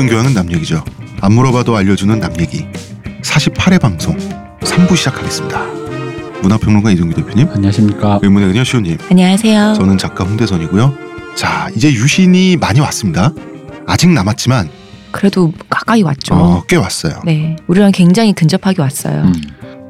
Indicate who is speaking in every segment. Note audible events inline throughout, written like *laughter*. Speaker 1: 정교하는 남 얘기죠. 안 물어봐도 알려주는 남 얘기. 48회 방송 3부 시작하겠습니다. 문화평론가 이동규 대표님,
Speaker 2: 안녕하십니까.
Speaker 1: 의문의 그녀 시호님,
Speaker 3: 안녕하세요.
Speaker 1: 저는 작가 홍대선이고요. 자, 이제 유신이 많이 왔습니다. 아직 남았지만
Speaker 3: 그래도 가까이 왔죠.
Speaker 1: 어, 꽤 왔어요.
Speaker 3: 네, 우리랑 굉장히 근접하게 왔어요.
Speaker 2: 아. 음,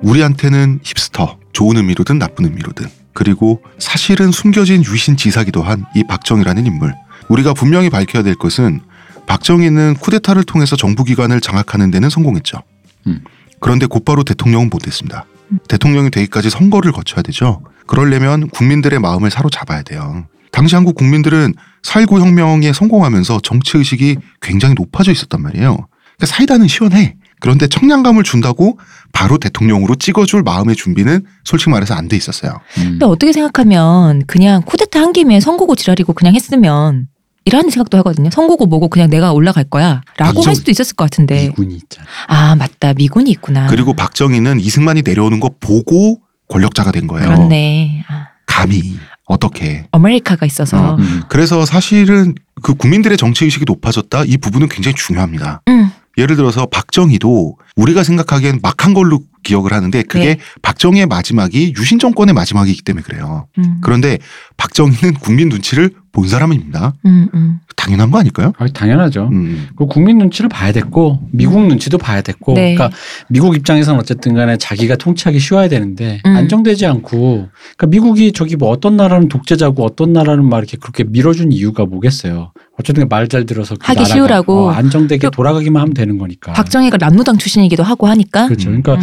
Speaker 1: 우리한테는 힙스터, 좋은 의미로든 나쁜 의미로든 그리고 사실은 숨겨진 유신 지사기도 한 이 박정희라는 인물. 우리가 분명히 밝혀야 될 것은 박정희는 쿠데타를 통해서 정부 기관을 장악하는 데는 성공했죠.
Speaker 2: 음.
Speaker 1: 그런데 곧바로 대통령은 못됐습니다. 대통령이 되기까지 선거를 거쳐야 되죠. 그러려면 국민들의 마음을 사로잡아야 돼요. 당시 한국 국민들은 4.19 혁명에 성공하면서 정치 의식이 굉장히 높아져 있었단 말이에요. 그러니까 사이다는 시원해. 그런데 청량감을 준다고 바로 대통령으로 찍어줄 마음의 준비는 솔직히 말해서 안 돼 있었어요.
Speaker 2: 음.
Speaker 3: 근데 어떻게 생각하면 그냥 쿠데타 한 김에 선고고 지랄이고 그냥 했으면 이라는 생각도 하거든요. 선고고 뭐고 그냥 내가 올라갈 거야 라고
Speaker 1: 박정-
Speaker 3: 할 수도 있었을 것 같은데.
Speaker 2: 미군이 있잖아.
Speaker 3: 아 맞다 미군이 있구나.
Speaker 1: 그리고 박정희는 이승만이 내려오는 거 보고 권력자가 된 거예요.
Speaker 3: 그렇네. 아,
Speaker 1: 감히 어떻게?
Speaker 3: 아메리카가 있어서.
Speaker 1: 어.
Speaker 2: 음.
Speaker 1: 그래서 사실은 그 국민들의 정치 의식이 높아졌다 이 부분은 굉장히 중요합니다.
Speaker 3: 음,
Speaker 1: 예를 들어서 박정희도 우리가 생각하기엔 막한 걸로 기억을 하는데 그게
Speaker 3: 네.
Speaker 1: 박정희의 마지막이 유신 정권의 마지막이기 때문에 그래요.
Speaker 3: 음,
Speaker 1: 그런데 박정희는 국민 눈치를 본 사람입니다.
Speaker 3: 음, 음.
Speaker 1: 당연한 거 아닐까요?
Speaker 2: 아, 당연하죠.
Speaker 1: 음.
Speaker 2: 그 국민 눈치를 봐야 됐고 미국 눈치도 봐야 됐고
Speaker 3: 네.
Speaker 2: 그러니까 미국 입장에서는 어쨌든 간에 자기가 통치하기 쉬워야 되는데
Speaker 3: 음.
Speaker 2: 안정되지 않고 그러니까 미국이 저기 뭐 어떤 나라는 독재자고 어떤 나라는 막 이렇게 그렇게 밀어준 이유가 뭐겠어요 어쨌든 말 잘 들어서 그
Speaker 3: 하기
Speaker 2: 나라가
Speaker 3: 쉬우라고.
Speaker 2: 어, 안정되게
Speaker 3: 그-
Speaker 2: 돌아가기만 하면 되는 거니까
Speaker 3: 박정희가 남노당 출신이기도 하고 하니까.
Speaker 2: 그렇죠
Speaker 1: 음.
Speaker 2: 그러니까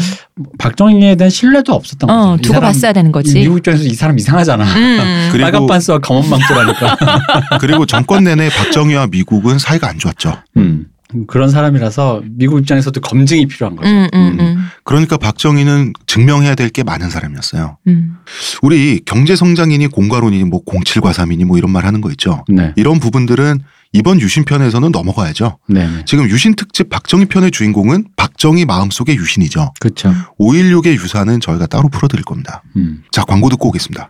Speaker 2: 박정희에 대한 신뢰도 없었던
Speaker 3: 어
Speaker 2: 거죠 이
Speaker 3: 두고
Speaker 2: 사람-
Speaker 3: 봤어야 되는 거지.
Speaker 2: 미국 입장에서 이 사람 이상하잖아 *laughs*
Speaker 3: 음.
Speaker 1: 그리고-
Speaker 2: 빨간 반스와 검은 망토라니까
Speaker 1: 그리고 정권 내내 박정희와 미국은 사이가 안 좋았죠.
Speaker 2: 음. 그런 사람이라서 미국 입장에서도 검증이 필요한 거죠
Speaker 3: 음, 음, 음,
Speaker 1: 그러니까 박정희는 증명해야 될 게 많은 사람이었어요.
Speaker 3: 음.
Speaker 1: 우리 경제 성장이니 공과론이니 뭐 07과삼이니 뭐 이런 말 하는 거 있죠.
Speaker 2: 네.
Speaker 1: 이런 부분들은 이번 유신 편에서는 넘어가야죠.
Speaker 2: 네, 네.
Speaker 1: 지금 유신 특집 박정희 편의 주인공은 박정희 마음속의 유신이죠.
Speaker 2: 그렇죠
Speaker 1: 5.16의 유사는 저희가 따로 풀어드릴 겁니다.
Speaker 2: 음.
Speaker 1: 자, 광고 듣고 오겠습니다.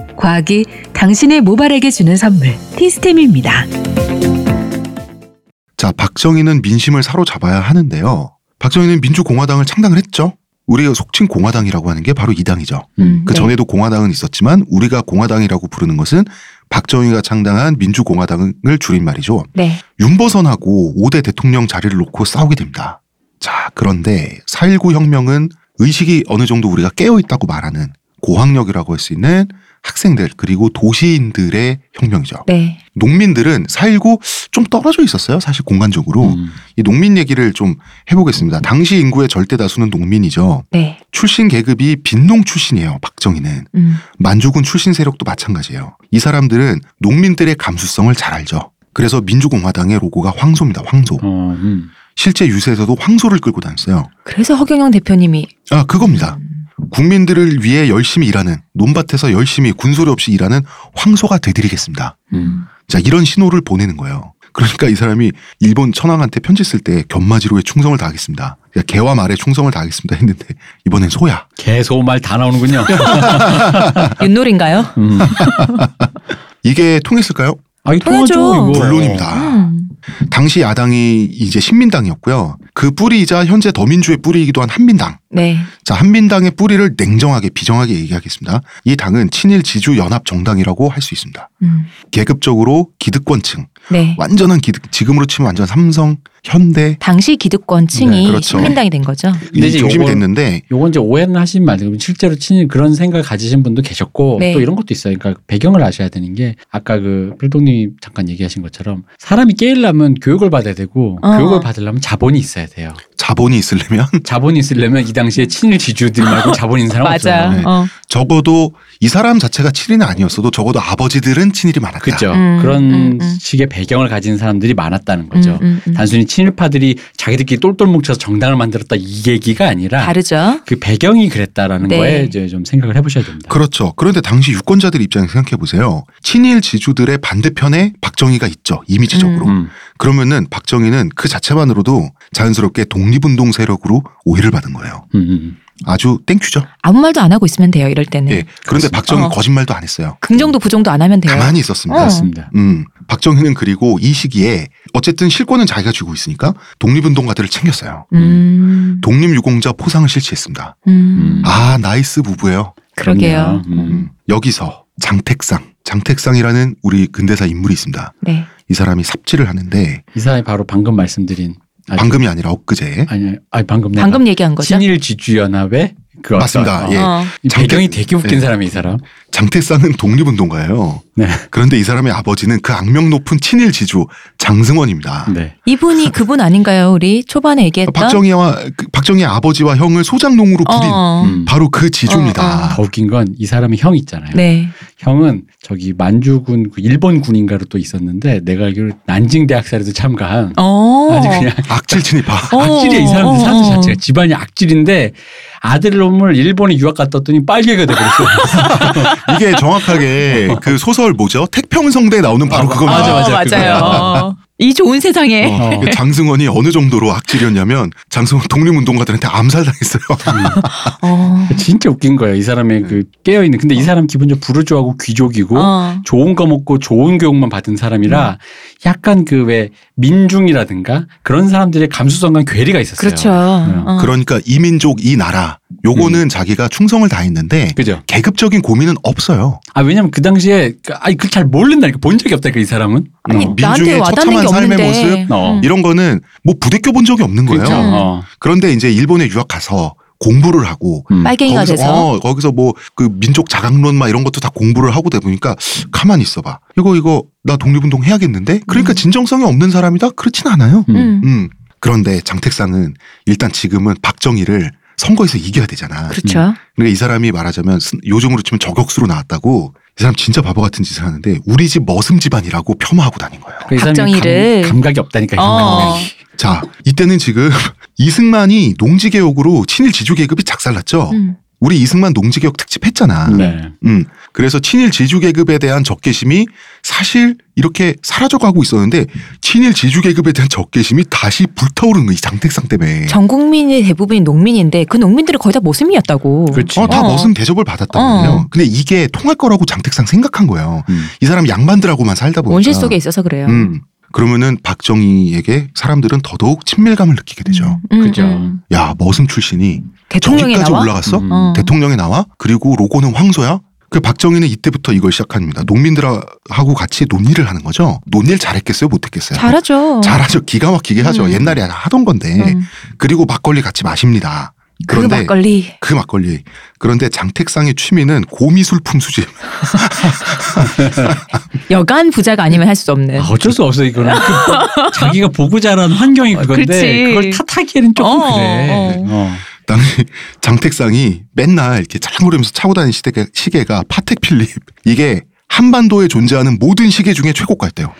Speaker 4: 과학이 당신의 모발에게 주는 선물 티스템입니다.
Speaker 1: 자, 박정희는 민심을 사로잡아야 하는데요. 박정희는 민주공화당을 창당을 했죠. 우리가 속칭 공화당이라고 하는 게 바로 이 당이죠.
Speaker 2: 음.
Speaker 1: 그
Speaker 3: 네.
Speaker 1: 전에도 공화당은 있었지만 우리가 공화당이라고 부르는 것은 박정희가 창당한 민주공화당을 줄인 말이죠.
Speaker 3: 네.
Speaker 1: 윤보선하고 5대 대통령 자리를 놓고 싸우게 됩니다. 자, 그런데 4.19 혁명은 의식이 어느 정도 우리가 깨어있다고 말하는 고학력이라고 할 수 있는 학생들, 그리고 도시인들의 혁명이죠.
Speaker 3: 네.
Speaker 1: 농민들은 4.19 좀 떨어져 있었어요. 사실 공간적으로.
Speaker 2: 음.
Speaker 1: 이 농민 얘기를 좀 해보겠습니다. 당시 인구의 절대 다수는 농민이죠.
Speaker 3: 네.
Speaker 1: 출신 계급이 빈농 출신이에요. 박정희는.
Speaker 3: 음.
Speaker 1: 만주군 출신 세력도 마찬가지예요. 이 사람들은 농민들의 감수성을 잘 알죠. 그래서 민주공화당의 로고가 황소입니다. 황소.
Speaker 2: 어, 음.
Speaker 1: 실제 유세에서도 황소를 끌고 다녔어요.
Speaker 3: 그래서 허경영 대표님이
Speaker 1: 아, 그겁니다.
Speaker 3: 음.
Speaker 1: 국민들을 위해 열심히 일하는, 논밭에서 열심히 군소리 없이 일하는 황소가 되드리겠습니다.
Speaker 2: 음.
Speaker 1: 자, 이런 신호를 보내는 거예요. 그러니까 이 사람이 일본 천황한테 편지 쓸 때 견마지로에 충성을 다하겠습니다. 그러니까 개와 말에 충성을 다하겠습니다 했는데 이번엔 소야.
Speaker 2: 계속 말 다 나오는군요.
Speaker 3: 윷놀인가요?
Speaker 2: *laughs* 음.
Speaker 1: 이게 통했을까요?
Speaker 2: 아, 이거 통하죠,
Speaker 3: 통하죠.
Speaker 2: 이거. 어,
Speaker 1: 물론입니다.
Speaker 3: 음.
Speaker 1: 당시 야당이 이제 신민당이었고요. 그 뿌리이자 현재 더민주의 뿌리이기도 한 한민당.
Speaker 3: 네.
Speaker 1: 자, 한민당의 뿌리를 냉정하게 비정하게 얘기하겠습니다. 이 당은 친일 지주 연합 정당이라고 할 수 있습니다.
Speaker 3: 음.
Speaker 1: 계급적으로 기득권층,
Speaker 3: 네.
Speaker 1: 완전한 기득, 지금으로 치면 완전 삼성, 현대
Speaker 3: 당시 기득권층이
Speaker 1: 네, 그렇죠.
Speaker 3: 신민당이 된 거죠.
Speaker 2: 근데
Speaker 1: 이
Speaker 2: 이제
Speaker 1: 중심이
Speaker 2: 요건-
Speaker 1: 됐는데
Speaker 2: 요건 이제 오해는 하시면 안 되고 실제로 친 그런 생각 가지신 분도 계셨고
Speaker 3: 네.
Speaker 2: 또 이런 것도 있어요. 그러니까 배경을 아셔야 되는 게 아까 그 필동님 잠깐 얘기하신 것처럼 사람이 깨려면 교육을 받아야 되고
Speaker 3: 어.
Speaker 2: 교육을 받으려면 자본이 있어야 돼요.
Speaker 1: 자본이 있으려면 *laughs*
Speaker 2: 자본이 있으려면 이 당시에 친일 지주들 말고 자본 있는 사람
Speaker 3: *laughs* 맞아.
Speaker 2: 없잖아요.
Speaker 1: 네.
Speaker 3: 어.
Speaker 1: 적어도 이 사람 자체가 친일은 아니었어도 적어도 아버지들은 친일이 많았다.
Speaker 2: 그죠.
Speaker 3: 음,
Speaker 2: 그런
Speaker 3: 음, 음.
Speaker 2: 식의 배경을 가진 사람들이 많았다는 거죠.
Speaker 3: 음, 음, 음.
Speaker 2: 단순히 친일파들이 자기들끼리 똘똘 뭉쳐서 정당을 만들었다 이 얘기가 아니라
Speaker 3: 다르죠.
Speaker 2: 그 배경이 그랬다라는
Speaker 3: 네.
Speaker 2: 거에 이제 좀 생각을 해보셔야 됩니다.
Speaker 1: 그렇죠. 그런데 당시 유권자들 입장에 생각해 보세요. 친일 지주들의 반대편에 박정희가 있죠. 이미지적으로.
Speaker 2: 음.
Speaker 1: 그러면은 박정희는 그 자체만으로도 자연스럽게 독립운동 세력으로 오해를 받은 거예요.
Speaker 2: 음, 음.
Speaker 3: 어,
Speaker 1: 아주 땡큐죠.
Speaker 3: 아무 말도 안 하고 있으면 돼요. 이럴 때는.
Speaker 1: 예. 그런데
Speaker 2: 그렇습니다. 네.
Speaker 1: 박정희
Speaker 3: 어.
Speaker 1: 거짓말도 안 했어요.
Speaker 3: 긍정도 부정도 안 하면 돼요.
Speaker 1: 가만히 있었습니다.
Speaker 3: 어.
Speaker 2: 그렇습니다.
Speaker 1: 음, 박정희는 그리고 이 시기에 어쨌든 실권은 자기가 쥐고 있으니까 독립운동가들을 챙겼어요.
Speaker 3: 음,
Speaker 1: 독립유공자 포상을 실시했습니다.
Speaker 3: 음,
Speaker 1: 아, 나이스 부부예요.
Speaker 3: 그러게요.
Speaker 2: 그럼요. 음.
Speaker 1: 음, 여기서 장택상, 장택상이라는 우리 근대사 인물이 있습니다.
Speaker 3: 네.
Speaker 1: 이 사람이 삽질을 하는데
Speaker 2: 이 사람이 바로 방금 말씀드린 아주-
Speaker 1: 방금이 아니라 엊그제
Speaker 2: 아니 아니 방금 내가
Speaker 3: 방금 얘기한 거죠.
Speaker 2: 친일 지주 연합의 그
Speaker 1: 맞습니다.
Speaker 2: 어떤-
Speaker 1: 예.
Speaker 3: 어.
Speaker 2: 이 배경이
Speaker 1: 잠깐-
Speaker 2: 되게 웃긴
Speaker 1: 예.
Speaker 2: 사람이 이 사람.
Speaker 1: 장택상은 독립운동가예요.
Speaker 2: 네.
Speaker 1: 그런데 이 사람의 아버지는 그 악명 높은 친일 지주 장승원입니다.
Speaker 2: 네.
Speaker 3: 이분이 그분 아닌가요? 우리 초반에 얘기했던.
Speaker 1: 박정희와 그 박정희 아버지와 형을 소장농으로
Speaker 3: 어,
Speaker 1: 부린
Speaker 3: 어.
Speaker 2: 음.
Speaker 1: 바로 그 지주입니다.
Speaker 2: 더 웃긴 건 이 사람이 형 있잖아요.
Speaker 3: 네.
Speaker 2: 형은 저기 만주군 그 일본 군인가로 또 있었는데 내가 알기로 난징 대학살에도 참가한
Speaker 3: 어.
Speaker 2: 아주 그냥
Speaker 1: 악질 진입파.
Speaker 3: 어,
Speaker 2: 악질이야 이
Speaker 3: 어,
Speaker 2: 사람들 사람들
Speaker 3: 어.
Speaker 2: 자체가 집안이 악질인데 아들 놈을 일본에 유학 갔다 왔더니 빨개가 돼버렸어. *laughs*
Speaker 1: 이게 정확하게 그 소설 뭐죠? 태평성대에 나오는 바로
Speaker 2: 아,
Speaker 1: 그겁니다.
Speaker 2: 맞아, 맞아.
Speaker 3: 어, 맞아요. 어. 이 좋은 세상에.
Speaker 1: 어,
Speaker 2: 어.
Speaker 1: 그 장승원이 어느 정도로 악질이었냐면 장승원 독립운동가들한테 암살당했어요.
Speaker 3: 어.
Speaker 2: 진짜 웃긴 거예요. 이 사람의 그 깨어 있는. 근데 이 사람 기본적으로 부르주아고 귀족이고
Speaker 3: 어. 음.
Speaker 2: 좋은 거 먹고 좋은 교육만 받은 사람이라 약간 그 왜 민중이라든가 그런 사람들의 감수성과 괴리가 있었어요.
Speaker 3: 그렇죠. 어.
Speaker 1: 그러니까 이 민족 이 나라 요거는 자기가 충성을 다했는데
Speaker 2: 그죠.
Speaker 1: 계급적인 고민은 없어요.
Speaker 2: 아 왜냐면 그 당시에 그- 아니 그잘 모른다니까 본 적이 없다니까 이 사람은. 음.
Speaker 3: 아니
Speaker 1: 민중의
Speaker 3: 나한테 와닿는 게
Speaker 1: 처참한 삶의
Speaker 3: 없는데.
Speaker 1: 모습?
Speaker 2: 어.
Speaker 3: 음.
Speaker 1: 이런 거는 뭐 부대껴 본 적이 없는 거예요.
Speaker 2: 그렇죠.
Speaker 3: 음.
Speaker 2: 어.
Speaker 1: 그런데 이제 일본에 유학 가서 공부를 하고
Speaker 2: 음.
Speaker 3: 빨갱이가
Speaker 1: 거기서,
Speaker 3: 돼서.
Speaker 1: 어, 거기서 뭐 그 민족 자각론 막 이런 것도 다 공부를 하고 돼 보니까 가만히 있어봐. 이거 이거 나 독립운동 해야겠는데? 그러니까
Speaker 3: 음.
Speaker 1: 진정성이 없는 사람이다? 그렇진 않아요.
Speaker 2: 음.
Speaker 3: 음.
Speaker 1: 음. 그런데 장택상은 일단 지금은 박정희를 선거에서 이겨야 되잖아.
Speaker 3: 그렇죠.
Speaker 1: 그러니까 이 사람이 말하자면 스- 요즘으로 치면 저격수로 나왔다고 이 사람 진짜 바보 같은 짓을 하는데 우리 집 머슴 집안이라고 폄하하고 다닌 거예요.
Speaker 2: 그이 사람이
Speaker 3: 박정희를.
Speaker 2: 감, 각이 없다니까.
Speaker 3: 어.
Speaker 1: 자, 이때는 지금 *laughs* 이승만이 농지개혁으로 친일 지주 계급이 작살났죠.
Speaker 3: 음.
Speaker 1: 우리 이승만 농지개혁 특집 했잖아.
Speaker 2: 네.
Speaker 1: 음, 그래서 친일 지주 계급에 대한 적개심이 사실 이렇게 사라져가고 있었는데 친일 지주 계급에 대한 적개심이 다시 불타오른 거이 장택상 때문에.
Speaker 3: 전 국민의 대부분이 농민인데 그 농민들이 거의 다 모습이었다고.
Speaker 2: 그렇지.
Speaker 1: 어, 다
Speaker 3: 어.
Speaker 1: 머슴 대접을 받았단
Speaker 3: 어.
Speaker 1: 말이에요. 근데 이게 통할 거라고 장택상 생각한 거예요.
Speaker 2: 음.
Speaker 1: 이 사람 양반들하고만 살다 보니까.
Speaker 3: 원실 속에 있어서 그래요.
Speaker 1: 음. 그러면은 박정희에게 사람들은 더더욱 친밀감을 느끼게 되죠.
Speaker 3: 음, 음,
Speaker 2: 그죠.
Speaker 3: 음.
Speaker 1: 야, 머슴 출신이
Speaker 3: 대통령에
Speaker 1: 저기까지
Speaker 3: 나와.
Speaker 1: 올라갔어?
Speaker 2: 음.
Speaker 3: 어.
Speaker 1: 대통령에 나와? 그리고 로고는 황소야? 그 박정희는 이때부터 이걸 시작합니다. 농민들하고 같이 논의를 하는 거죠. 논의를 잘했겠어요? 못했겠어요?
Speaker 3: 잘하죠.
Speaker 1: 잘하죠. 기가 막히게 하죠.
Speaker 3: 음.
Speaker 1: 옛날에 하던 건데.
Speaker 3: 음.
Speaker 1: 그리고 막걸리 같이 마십니다.
Speaker 3: 그
Speaker 1: 그런데
Speaker 3: 막걸리.
Speaker 1: 그 막걸리. 그런데 장택상의 취미는 고미술 품수집. *laughs*
Speaker 3: 여간 부자가 아니면 할 수 없는.
Speaker 2: 아, 어쩔 수 없어
Speaker 3: *laughs*
Speaker 2: 이거는 그 자기가 보고 자란 환경이
Speaker 3: 어, 그치.
Speaker 2: 그건데 그걸 탓하기에는 조금
Speaker 3: 어,
Speaker 2: 그래.
Speaker 3: 어.
Speaker 2: 어.
Speaker 1: 당시 장택상이 맨날 이렇게 찰랑거리면서 차고 다니는 시대가, 시계가 파텍 필립. 이게 한반도에 존재하는 모든 시계 중에 최고가였대요.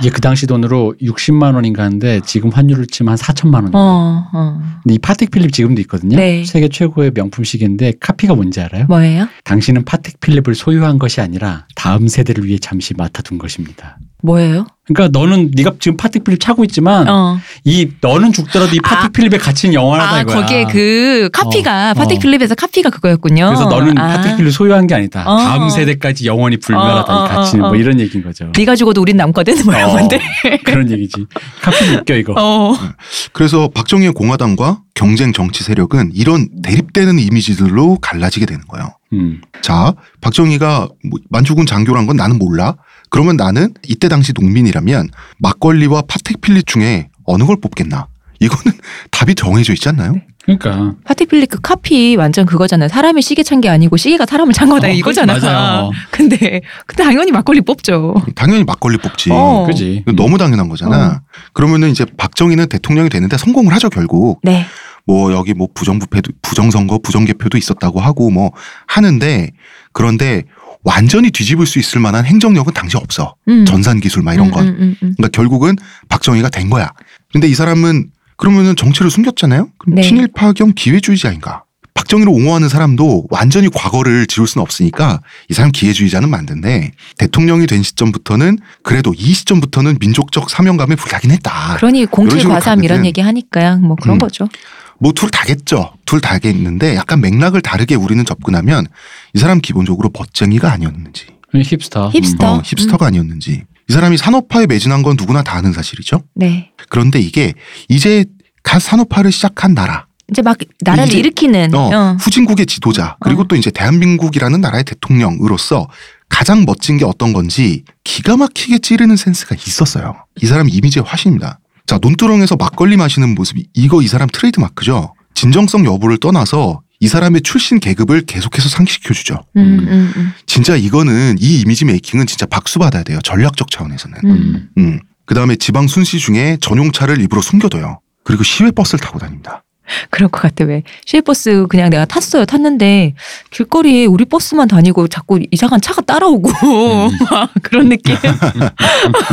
Speaker 2: 이게 그 당시 돈으로 60만 원인가 하는데 지금 환율을 치면 한 4천만
Speaker 3: 어,
Speaker 2: 원.
Speaker 3: 어.
Speaker 2: 근데 이 파텍 필립 지금도 있거든요.
Speaker 3: 네.
Speaker 2: 세계 최고의 명품 시계인데 카피가 뭔지 알아요?
Speaker 3: 뭐예요?
Speaker 2: 당신은 파텍 필립을 소유한 것이 아니라 다음 세대를 위해 잠시 맡아둔 것입니다.
Speaker 3: 뭐예요?
Speaker 2: 그러니까 너는 네가 지금 파텍 필립 차고 있지만
Speaker 3: 어.
Speaker 2: 이 너는 죽더라도 이 파텍
Speaker 3: 아.
Speaker 2: 필립의 가치는 영원하다
Speaker 3: 아,
Speaker 2: 이거야.
Speaker 3: 거기에 그 카피가
Speaker 2: 어.
Speaker 3: 파텍 필립에서 카피가 그거였군요.
Speaker 2: 그래서 너는
Speaker 3: 아.
Speaker 2: 파텍 필립 소유한 게 아니다.
Speaker 3: 어.
Speaker 2: 다음 세대까지 영원히 불멸하다
Speaker 3: 어, 어,
Speaker 2: 이 가치는
Speaker 3: 어, 어.
Speaker 2: 뭐 이런 얘기인 거죠.
Speaker 3: 네가 죽어도 우린 남거든 뭐 이런
Speaker 2: 어,
Speaker 3: 건데.
Speaker 2: 그런 얘기지. 카피 웃겨 이거.
Speaker 3: 어.
Speaker 1: 그래서 박정희의 공화당과 경쟁 정치 세력은 이런 대립되는 이미지들로 갈라지게 되는 거예요.
Speaker 2: 음.
Speaker 1: 자, 박정희가 뭐 만주군 장교란 건 나는 몰라. 그러면 나는 이때 당시 농민이라면 막걸리와 파텍 필립 중에 어느 걸 뽑겠나? 이거는 *laughs* 답이 정해져 있지 않나요?
Speaker 2: 그러니까
Speaker 3: 파텍 필립 그 카피 완전 그거잖아요. 사람이 시계 찬 게 아니고 시계가 사람을 찬 거다
Speaker 2: 어,
Speaker 3: 네, 이거잖아.
Speaker 2: 그렇지, 맞아요.
Speaker 3: *laughs* 근데 근데 당연히 막걸리 뽑죠.
Speaker 1: 당연히 막걸리 뽑지.
Speaker 3: 어.
Speaker 2: 그지.
Speaker 1: 너무 당연한 거잖아. 그러면은 이제 박정희는 대통령이 되는데 성공을 하죠 결국.
Speaker 3: 네.
Speaker 1: 뭐 여기 뭐 부정부패도 부정선거 부정개표도 있었다고 하고 뭐 하는데 그런데 완전히 뒤집을 수 있을 만한 행정력은 당시 없어
Speaker 3: 음.
Speaker 1: 전산기술 막 이런 건
Speaker 3: 음, 음, 음,
Speaker 1: 그러니까 결국은 박정희가 된 거야 근데 이 사람은 그러면은 정치를 숨겼잖아요 그럼
Speaker 3: 네.
Speaker 1: 친일파 겸 기회주의자인가 박정희를 옹호하는 사람도 완전히 과거를 지울 수는 없으니까 이 사람 기회주의자는 맞는데 대통령이 된 시점부터는 그래도 이 시점부터는 민족적 사명감에 불타긴 했다.
Speaker 3: 음. 그러니 공칠
Speaker 1: 식으로
Speaker 3: 과삼 이런
Speaker 1: 가거든.
Speaker 3: 얘기 하니까야 뭐 그런
Speaker 1: 음.
Speaker 3: 거죠.
Speaker 1: 뭐 둘 다겠죠. 둘 다겠는데 약간 맥락을 다르게 우리는 접근하면 이 사람 기본적으로 멋쟁이가 아니었는지
Speaker 2: 힙스타.
Speaker 3: 음, 힙스터.
Speaker 1: 어, 힙스터가 아니었는지 이 사람이 산업화에 매진한 건 누구나 다 아는 사실이죠.
Speaker 3: 네.
Speaker 1: 그런데 이게 이제 갓 산업화를 시작한 나라
Speaker 3: 이제 막 나라를
Speaker 1: 이제-
Speaker 3: 일으키는.
Speaker 1: 어,
Speaker 3: 어.
Speaker 1: 후진국의 지도자 그리고
Speaker 3: 어.
Speaker 1: 또 이제 대한민국이라는 나라의 대통령으로서 가장 멋진 게 어떤 건지 기가 막히게 찌르는 센스가 있었어요. 이 사람 이미지의 화신입니다. 자 논두렁에서 막걸리 마시는 모습 이거 이 사람 트레이드 마크죠. 진정성 여부를 떠나서 이 사람의 출신 계급을 계속해서 상식해 주죠.
Speaker 3: 음, 음, 음.
Speaker 1: 진짜 이거는 이 이미지 메이킹은 진짜 박수 받아야 돼요. 전략적 차원에서는.
Speaker 3: 음.
Speaker 2: 음.
Speaker 1: 음. 그다음에 지방 순시 중에 전용차를 일부러 숨겨둬요. 그리고 시외 버스를 타고 다닙니다.
Speaker 3: 그럴 것 같아. 왜 시외버스 그냥 내가 탔어요. 탔는데 길거리에 우리 버스만 다니고 자꾸 이상한 차가 따라오고
Speaker 1: 음.
Speaker 3: *laughs* 막 그런
Speaker 1: *laughs*
Speaker 3: 느낌.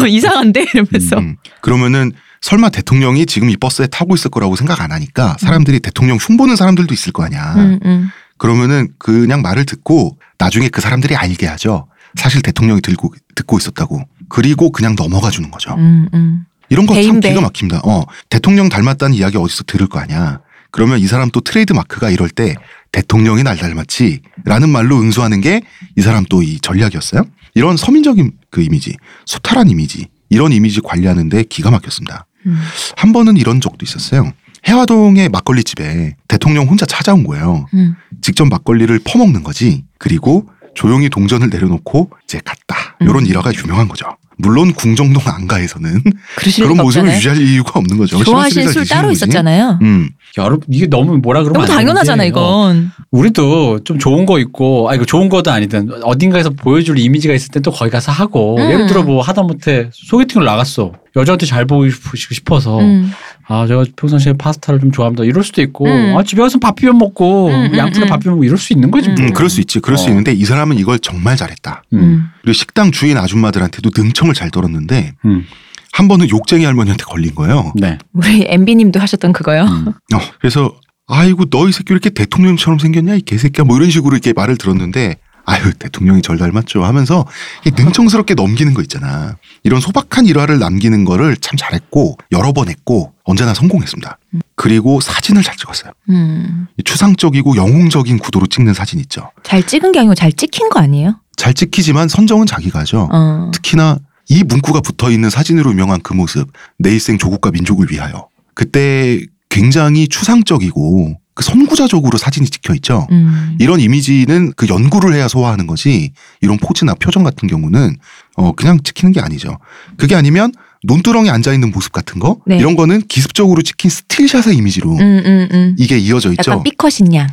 Speaker 3: 이상한데 이러면서.
Speaker 1: 음. 그러면은 설마 대통령이 지금 이 버스에 타고 있을 거라고 생각 안 하니까 사람들이 대통령 흉보는 사람들도 있을 거 아니야.
Speaker 3: 음, 음.
Speaker 1: 그러면은 그냥 말을 듣고 나중에 그 사람들이 알게 하죠. 사실 대통령이 들고 듣고 있었다고. 그리고 그냥 넘어가 주는 거죠.
Speaker 3: 음, 음.
Speaker 1: 이런 거 참
Speaker 3: 대인배.
Speaker 1: 기가 막힙니다. 어, 대통령 닮았다는 이야기 어디서 들을 거 아니야. 그러면 이 사람 또 트레이드 마크가 이럴 때 대통령이 날 닮았지라는 말로 응수하는 게 이 사람 또 이 전략이었어요. 이런 서민적인 그 이미지, 소탈한 이미지, 이런 이미지 관리하는데 기가 막혔습니다.
Speaker 3: 음.
Speaker 1: 한 번은 이런 적도 있었어요. 해화동의 막걸리 집에 대통령 혼자 찾아온 거예요.
Speaker 3: 음.
Speaker 1: 직접 막걸리를 퍼먹는 거지. 그리고 조용히 동전을 내려놓고 이제 갔다. 이런
Speaker 3: 음.
Speaker 1: 일화가 유명한 거죠. 물론 궁정동 안가에서는
Speaker 3: 그러실
Speaker 1: 그런
Speaker 3: 리가
Speaker 1: 모습을
Speaker 3: 음. 없잖아요.
Speaker 1: 유지할 이유가 없는 거죠.
Speaker 3: 좋아하시는
Speaker 1: 신혼
Speaker 3: 술
Speaker 1: 시절 유지하는
Speaker 3: 따로
Speaker 1: 거지.
Speaker 3: 있었잖아요.
Speaker 1: 음,
Speaker 2: 여러분 이게 너무 뭐라 그러면
Speaker 3: 너무
Speaker 2: 안 되는데,
Speaker 3: 당연하잖아
Speaker 2: 어,
Speaker 3: 이건.
Speaker 2: 우리도 좀 좋은 거 있고 아 이거 좋은 거든 아니든 어딘가에서 보여줄 이미지가 있을 땐 또 거기 가서 하고
Speaker 3: 음.
Speaker 2: 예를 들어 뭐 하다못해 소개팅을 나갔어 여자한테 잘 보이고 싶어서
Speaker 3: 음.
Speaker 2: 아 제가 평상시에 파스타를 좀 좋아합니다 이럴 수도 있고
Speaker 3: 음.
Speaker 2: 아 집에 와서 밥 비벼 먹고
Speaker 3: 음, 음,
Speaker 2: 양푼에
Speaker 3: 음.
Speaker 2: 밥 비벼 먹고 이럴 수 있는 거지
Speaker 3: 음,
Speaker 2: 뭐.
Speaker 1: 음, 그럴 수 있지. 그럴 수
Speaker 2: 어.
Speaker 1: 있는데 이 사람은 이걸 정말 잘했다.
Speaker 2: 음.
Speaker 3: 음.
Speaker 1: 그리고 식당 주인 아줌마들한테도 능청을 잘 떨었는데
Speaker 2: 음.
Speaker 1: 한 번은 욕쟁이 할머니한테 걸린 거예요.
Speaker 2: 네.
Speaker 3: 우리 MB님도 하셨던 그거요.
Speaker 2: 음.
Speaker 1: 어, 그래서 아이고 너 이 새끼 왜 이렇게 대통령처럼 생겼냐 이 개새끼야 뭐 이런 식으로 이렇게 말을 들었는데 아유 대통령이 절 닮았죠 하면서 이게 능청스럽게 넘기는 거 있잖아 이런 소박한 일화를 남기는 거를 참 잘했고 여러 번 했고 언제나 성공했습니다 그리고 사진을 잘 찍었어요
Speaker 3: 음.
Speaker 1: 이 추상적이고 영웅적인 구도로 찍는 사진 있죠
Speaker 3: 잘 찍은 게 아니고 잘 찍힌 거 아니에요?
Speaker 1: 잘 찍히지만 선정은 자기가 하죠
Speaker 3: 어.
Speaker 1: 특히나 이 문구가 붙어 있는 사진으로 유명한 그 모습, 내 일생 조국과 민족을 위하여. 그때 굉장히 추상적이고 그 선구자적으로 사진이 찍혀 있죠.
Speaker 3: 음.
Speaker 1: 이런 이미지는 그 연구를 해야 소화하는 거지 이런 포즈나 표정 같은 경우는 어 그냥 찍히는 게 아니죠. 그게 아니면 논두렁에 앉아 있는 모습 같은 거
Speaker 3: 네.
Speaker 1: 이런 거는 기습적으로 찍힌 스틸샷의 이미지로
Speaker 3: 음, 음, 음.
Speaker 1: 이게 이어져 있죠.
Speaker 3: 약간 삐컷인 양.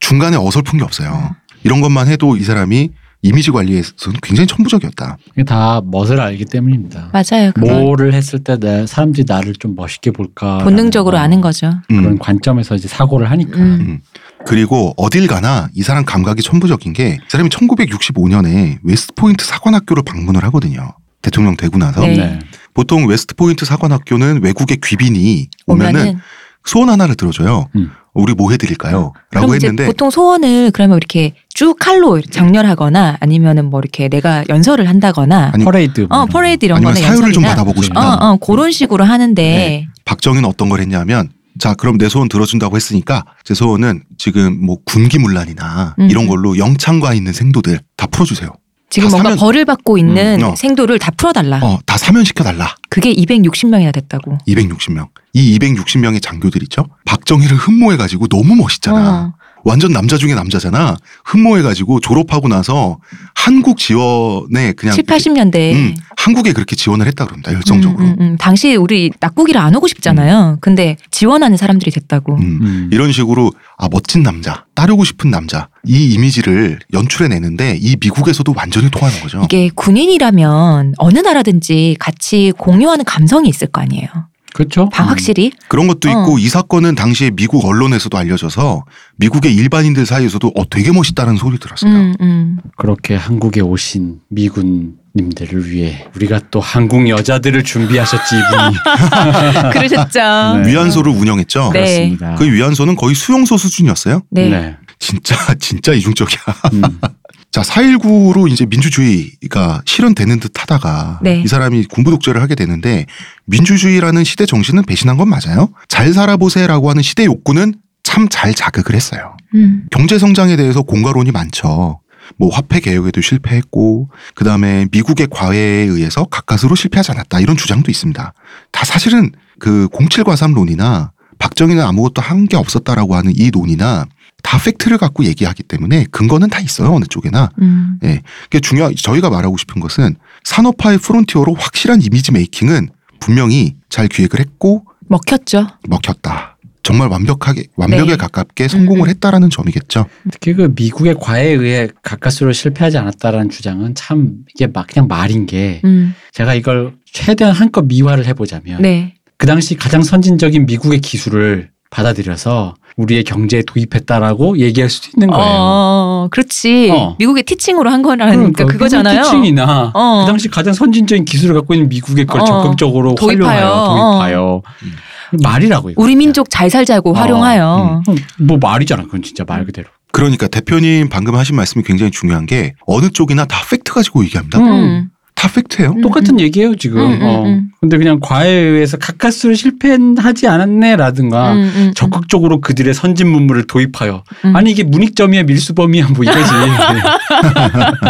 Speaker 1: 중간에 어설픈 게 없어요. 이런 것만 해도 이 사람이 이미지 관리에서는 굉장히 천부적이었다. 음.
Speaker 2: 이게 다 멋을 알기 때문입니다.
Speaker 3: 맞아요. 그건
Speaker 2: 뭐를 했을 때 내, 사람들이 나를 좀 멋있게 볼까
Speaker 3: 본능적으로 아는 거죠.
Speaker 1: 음.
Speaker 2: 그런 관점에서 이제 사고를 하니까
Speaker 3: 음.
Speaker 1: 그리고 어딜 가나 이 사람 감각이 천부적인 게 이 사람이 1965년에 웨스트포인트 사관학교를 방문을 하거든요. 대통령 되고 나서
Speaker 3: 네.
Speaker 2: 네.
Speaker 1: 보통 웨스트포인트 사관학교는 외국의 귀빈이 오면은
Speaker 3: 오면은
Speaker 1: 소원 하나를 들어줘요.
Speaker 2: 음.
Speaker 1: 우리 뭐 해드릴까요? 라고
Speaker 3: 그럼 이제
Speaker 1: 했는데
Speaker 3: 보통 소원을 그러면 이렇게 쭉 칼로 장렬하거나 아니면은 뭐 이렇게 내가 연설을 한다거나
Speaker 1: 아니,
Speaker 2: 퍼레이드 뭐
Speaker 3: 어
Speaker 2: 이런
Speaker 3: 퍼레이드 이런
Speaker 1: 아니면
Speaker 3: 거나
Speaker 1: 사유를 좀
Speaker 3: 연설이나
Speaker 1: 받아보고
Speaker 2: 그렇죠.
Speaker 1: 싶다.
Speaker 3: 어, 어, 그런 식으로 하는데
Speaker 1: 네. 박정희는 어떤 걸 했냐면 자 그럼 내 소원 들어준다고 했으니까 제 소원은 지금 뭐 군기문란이나
Speaker 3: 음.
Speaker 1: 이런 걸로 영창과 있는 생도들 다 풀어주세요.
Speaker 3: 지금
Speaker 1: 다
Speaker 3: 뭔가
Speaker 1: 사면-
Speaker 3: 벌을 받고 있는
Speaker 1: 음, 어.
Speaker 3: 생도를 다 풀어달라.
Speaker 1: 어 다 사면시켜달라.
Speaker 3: 그게 260명이나 됐다고.
Speaker 1: 260명. 이 260명의 장교들 있죠? 박정희를 흠모해가지고 너무 멋있잖아.
Speaker 3: 어.
Speaker 1: 완전 남자 중에 남자잖아. 흠모해가지고 졸업하고 나서 한국 지원에 그냥
Speaker 3: 7, 80년대.
Speaker 1: 음, 한국에 그렇게 지원을 했다 그럽니다. 열정적으로. 음,
Speaker 3: 당시 우리 낙국이라 안 오고 싶잖아요. 근데 지원하는 사람들이 됐다고.
Speaker 2: 음.
Speaker 1: 이런 식으로 아 멋진 남자, 따르고 싶은 남자 이 이미지를 연출해내는데 이 미국에서도 완전히 통하는 거죠.
Speaker 3: 이게 군인이라면 어느 나라든지 같이 공유하는 감성이 있을 거 아니에요.
Speaker 2: 그렇죠.
Speaker 1: 음.
Speaker 3: 다 확실히
Speaker 1: 그런 것도
Speaker 3: 어.
Speaker 1: 있고 이 사건은 당시에 미국 언론에서도 알려져서 미국의 일반인들 사이에서도 어 되게 멋있다는 소리 들었어요.
Speaker 3: 음, 음.
Speaker 2: 그렇게 한국에 오신 미군님들을 위해 우리가 또 한국 여자들을 준비하셨지 이분이.
Speaker 3: 음,
Speaker 1: *laughs*
Speaker 3: 그러셨죠.
Speaker 2: 네.
Speaker 1: 위안소를 운영했죠.
Speaker 3: 네.
Speaker 2: 그렇습니다.
Speaker 1: 그 위안소는 거의 수용소 수준이었어요.
Speaker 3: 네.
Speaker 1: 진짜 *laughs* 진짜 이중적이야.
Speaker 2: 음.
Speaker 1: 자, 4.19로 이제 민주주의가 실현되는 듯 하다가
Speaker 3: 네.
Speaker 1: 이 사람이 군부 독재를 하게 되는데 민주주의라는 시대 정신은 배신한 건 맞아요. 잘 살아보세요라고 하는 시대 욕구는 참 잘 자극을 했어요.
Speaker 3: 음.
Speaker 1: 경제 성장에 대해서 공가론이 많죠. 뭐 화폐 개혁에도 실패했고 그다음에 미국의 과외에 의해서 가까스로 실패하지 않았다 이런 주장도 있습니다. 다 사실은 그 07과삼론이나 박정희는 아무것도 한 게 없었다라고 하는 이 논이나 다 팩트를 갖고 얘기하기 때문에 근거는 다 있어요 어느 쪽에나
Speaker 3: 음.
Speaker 1: 그게 중요 저희가 말하고 싶은 것은 산업화의 프론티어로 확실한 이미지 메이킹은 분명히 잘 기획을 했고
Speaker 3: 먹혔죠.
Speaker 1: 먹혔다. 정말 완벽하게 완벽에
Speaker 3: 네.
Speaker 1: 가깝게 성공을
Speaker 3: 음.
Speaker 1: 했다라는 점이겠죠.
Speaker 2: 특히 그 미국의 과에 의해 가까스로 실패하지 않았다라는 주장은 참 이게 막 그냥 말인 게
Speaker 3: 음.
Speaker 2: 제가 이걸 최대한 한껏 미화를 해보자면
Speaker 3: 네.
Speaker 2: 그 당시 가장 선진적인 미국의 기술을 받아들여서 우리의 경제에 도입했다라고 얘기할 수도 있는 거예요.
Speaker 3: 어, 그렇지.
Speaker 2: 어.
Speaker 3: 미국의 티칭으로 한
Speaker 1: 그러니까
Speaker 3: 거라니까 그거잖아요
Speaker 2: 티칭이나
Speaker 3: 어.
Speaker 2: 그러니까 그 당시 가장 선진적인 기술을 갖고 있는 미국의 걸
Speaker 3: 어.
Speaker 2: 적극적으로
Speaker 3: 도입하여. 어.
Speaker 2: 활용하여 도입하여 말이라고 이거
Speaker 3: 우리 민족 잘 살자고 활용하여.
Speaker 2: 뭐 말이잖아 그건 진짜
Speaker 3: 음.
Speaker 2: 말 그대로.
Speaker 1: 그러니까 대표님 방금 하신 말씀이 굉장히 중요한 게 어느 쪽이나 다 팩트 가지고 얘기합니다.
Speaker 2: 음.
Speaker 1: 다 팩트예요.
Speaker 3: 음.
Speaker 2: 똑같은 얘기예요 지금.
Speaker 3: 음, 음,
Speaker 2: 어.
Speaker 3: 음.
Speaker 2: 근데 그냥 과에 의해서 가까스로 실패하지 않았네라든가
Speaker 3: 음, 음, 음.
Speaker 2: 적극적으로 그들의 선진 문물을 도입하여
Speaker 3: 음.
Speaker 2: 아니 이게 문익점이야 밀수범이야 뭐
Speaker 3: *laughs*
Speaker 2: 이거지.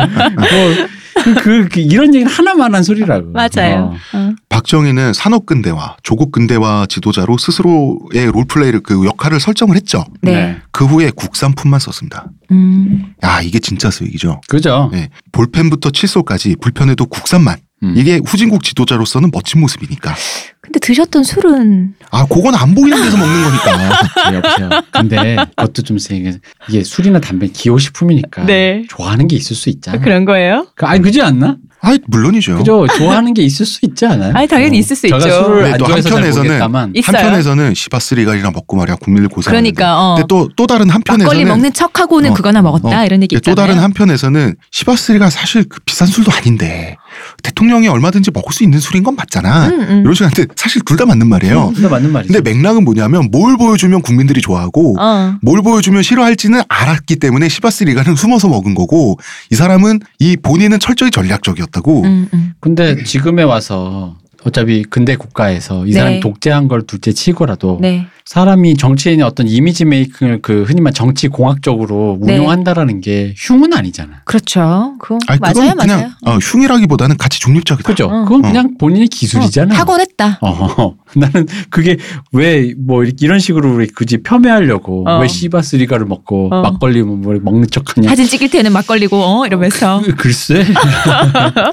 Speaker 2: 뭐 그, 그 이런 얘기는 하나만 한 소리라고.
Speaker 3: 맞아요. 어.
Speaker 1: 박정희는 산업 근대화, 조국 근대화 지도자로 스스로의 롤플레이를 그 역할을 설정을 했죠.
Speaker 3: 네.
Speaker 1: 그 후에 국산품만 썼습니다.
Speaker 3: 음.
Speaker 1: 야 이게 진짜 수익이죠.
Speaker 2: 그죠.
Speaker 1: 네. 볼펜부터 칫솔까지 불편해도 국산만.
Speaker 2: 음.
Speaker 1: 이게 후진국 지도자로서는 멋진 모습이니까.
Speaker 3: 근데 드셨던 술은
Speaker 1: 아 그건 안 보이는 데서 먹는
Speaker 3: *laughs*
Speaker 1: 거니까.
Speaker 2: 네, 여보세요. 근데 그것도 좀 생겨. 이게 술이나 담배 기호식품이니까
Speaker 3: 네.
Speaker 2: 좋아하는 게 있을 수 있잖아.
Speaker 3: 그런 거예요?
Speaker 2: 그- 아니 그지 않나?
Speaker 1: 아 물론이죠.
Speaker 2: 그죠? 좋아하는 게 있을 수 있지 않아요?
Speaker 3: 아니, 당연히 있을 수
Speaker 2: 제가
Speaker 3: 있죠.
Speaker 2: 술을
Speaker 1: 네,
Speaker 2: 안
Speaker 1: 또
Speaker 2: 좋아해서 잘
Speaker 1: 한편에서는
Speaker 2: 모르겠다만
Speaker 3: 있어요?
Speaker 1: 한편에서는 시바스리갈이나 먹고 말이야 국민을 고생하는데.
Speaker 3: 그러니까 어.
Speaker 1: 근데 또 또 다른
Speaker 3: 막걸리
Speaker 1: 한편에서는
Speaker 3: 먹는 척하고는
Speaker 1: 어,
Speaker 3: 그거나 먹었다
Speaker 1: 어.
Speaker 3: 이런 얘기
Speaker 1: 또
Speaker 3: 있잖아요.
Speaker 1: 다른 한편에서는 시바스리가 사실 그 비싼 술도 아닌데 대통령이 얼마든지 먹을 수 있는 술인 건 맞잖아.
Speaker 3: 음, 음.
Speaker 1: 이런 식한테 사실 둘 다 맞는 말이에요.
Speaker 2: 그거 음, 맞는 말이죠.
Speaker 1: 근데 맥락은 뭐냐면 뭘 보여주면 국민들이 좋아하고
Speaker 3: 어.
Speaker 1: 뭘 보여주면 싫어할지는 알았기 때문에 시바스리가는 숨어서 먹은 거고 이 사람은 이 본인은 철저히 전략적이었다고
Speaker 3: 음, 음.
Speaker 2: 근데 지금에 와서 어차피 근대 국가에서 이
Speaker 3: 네.
Speaker 2: 사람이 독재한 걸 둘째 치고라도
Speaker 3: 네.
Speaker 2: 사람이 정치인의 어떤 이미지 메이킹을 그 흔히만 정치 공학적으로
Speaker 3: 네.
Speaker 2: 운용한다라는 게 흉은 아니잖아.
Speaker 3: 그렇죠. 그거
Speaker 1: 아니 그건
Speaker 3: 맞아요,
Speaker 1: 그냥
Speaker 3: 맞아요.
Speaker 1: 어, 흉이라기보다는 같이 중립적이다.
Speaker 2: 그죠?
Speaker 3: 어.
Speaker 2: 그건 그냥 본인의 기술이잖아.
Speaker 3: 어, 탁월했다.
Speaker 2: 어, *laughs* 나는 그게 왜 뭐 이런 식으로 우리 굳이 폄훼하려고
Speaker 3: 어.
Speaker 2: 왜 씨바스리가를 먹고
Speaker 3: 어.
Speaker 2: 막걸리 뭐 먹는 척하냐?
Speaker 3: 사진 찍을 때는 막걸리고 어 이러면서
Speaker 2: 그- 글쎄.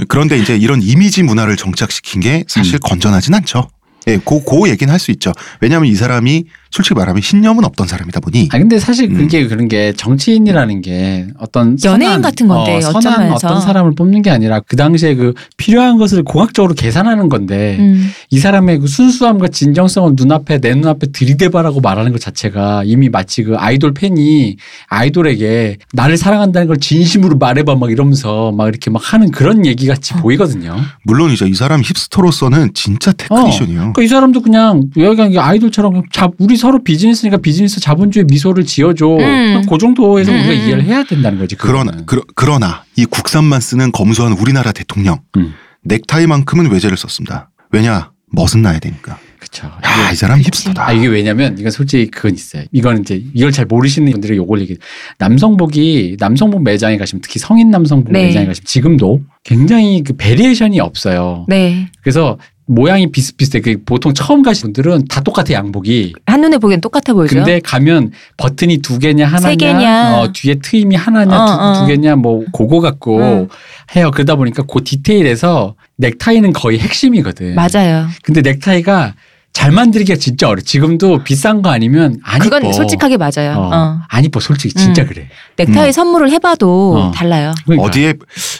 Speaker 1: 그런데 이제 이런 이미지 문화를 정착시킨 게 사실
Speaker 2: 음.
Speaker 1: 건전하진 않죠. 예, 고, 고 얘기는 할 수 있죠. 왜냐하면 이 사람이 솔직히 말하면 신념은 없던 사람이다 보니
Speaker 2: 아 근데 사실
Speaker 1: 음.
Speaker 2: 그게 그런 게 정치인이라는 게 어떤
Speaker 3: 연예인
Speaker 2: 선한,
Speaker 3: 같은 건데,
Speaker 2: 어, 선한
Speaker 3: 어쩌면서.
Speaker 2: 어떤 사람을 뽑는 게 아니라 그 당시에 그 필요한 것을 공학적으로 계산하는 건데
Speaker 3: 음.
Speaker 2: 이 사람의 그 순수함과 진정성을 눈앞에 내 눈앞에 들이대봐라고 말하는 것 자체가 이미 마치 그 아이돌 팬이 아이돌에게 나를 사랑한다는 걸 진심으로 말해봐 막 이러면서 막 이렇게 막 하는 그런 얘기 같이
Speaker 3: 어.
Speaker 2: 보이거든요.
Speaker 1: 물론이죠. 이 사람 힙스터로서는 진짜 테크니션이에요.
Speaker 2: 그러니까 이 사람도 그냥 여기가 아이돌처럼 그냥 자, 우리 서로 비즈니스니까 비즈니스 자본주의 미소를 지어줘.
Speaker 3: 음.
Speaker 2: 그 정도에서
Speaker 3: 음,
Speaker 2: 우리가
Speaker 3: 음.
Speaker 2: 이해를 해야 된다는 거지.
Speaker 1: 그러나
Speaker 2: 그거는.
Speaker 1: 그러, 그러나 이 국산만 쓰는 검소한 우리나라 대통령
Speaker 2: 음.
Speaker 1: 넥타이만큼은 외제를 썼습니다. 왜냐 멋은 나야 되니까.
Speaker 2: 그쵸.
Speaker 1: 야
Speaker 2: 이게-
Speaker 1: 이 사람 힙스터다.
Speaker 2: 아, 이게 왜냐면, 이건 솔직히 그건 있어요. 이건 이제, 이걸 잘 모르시는 분들이 요걸 얘기, 남성복이, 남성복 매장에 가시면, 특히 성인 남성복
Speaker 3: 네.
Speaker 2: 매장에 가시면, 지금도 굉장히 그 베리에이션이 없어요.
Speaker 3: 네.
Speaker 2: 그래서 모양이 비슷비슷해. 그 보통 처음 가신 분들은 다 똑같아, 양복이.
Speaker 3: 한눈에 보기엔 똑같아 보이죠.
Speaker 2: 근데 가면 버튼이 두 개냐, 하나냐,
Speaker 3: 세 개냐.
Speaker 2: 어, 뒤에 트임이 하나냐, 두,
Speaker 3: 어, 어.
Speaker 2: 두 개냐, 뭐, 그거 갖고
Speaker 3: 음.
Speaker 2: 해요. 그러다 보니까 그 디테일에서 넥타이는 거의 핵심이거든.
Speaker 3: 맞아요.
Speaker 2: 근데 넥타이가 잘 만들기가 진짜 어려. 지금도 비싼 거 아니면 안
Speaker 3: 그건
Speaker 2: 이뻐.
Speaker 3: 솔직하게 맞아요.
Speaker 2: 어,
Speaker 3: 어.
Speaker 2: 안 이뻐 솔직히 진짜
Speaker 3: 음.
Speaker 2: 그래.
Speaker 3: 넥타이
Speaker 1: 음.
Speaker 3: 선물을 해봐도
Speaker 2: 어.
Speaker 3: 달라요.
Speaker 2: 그러니까.
Speaker 1: 어디에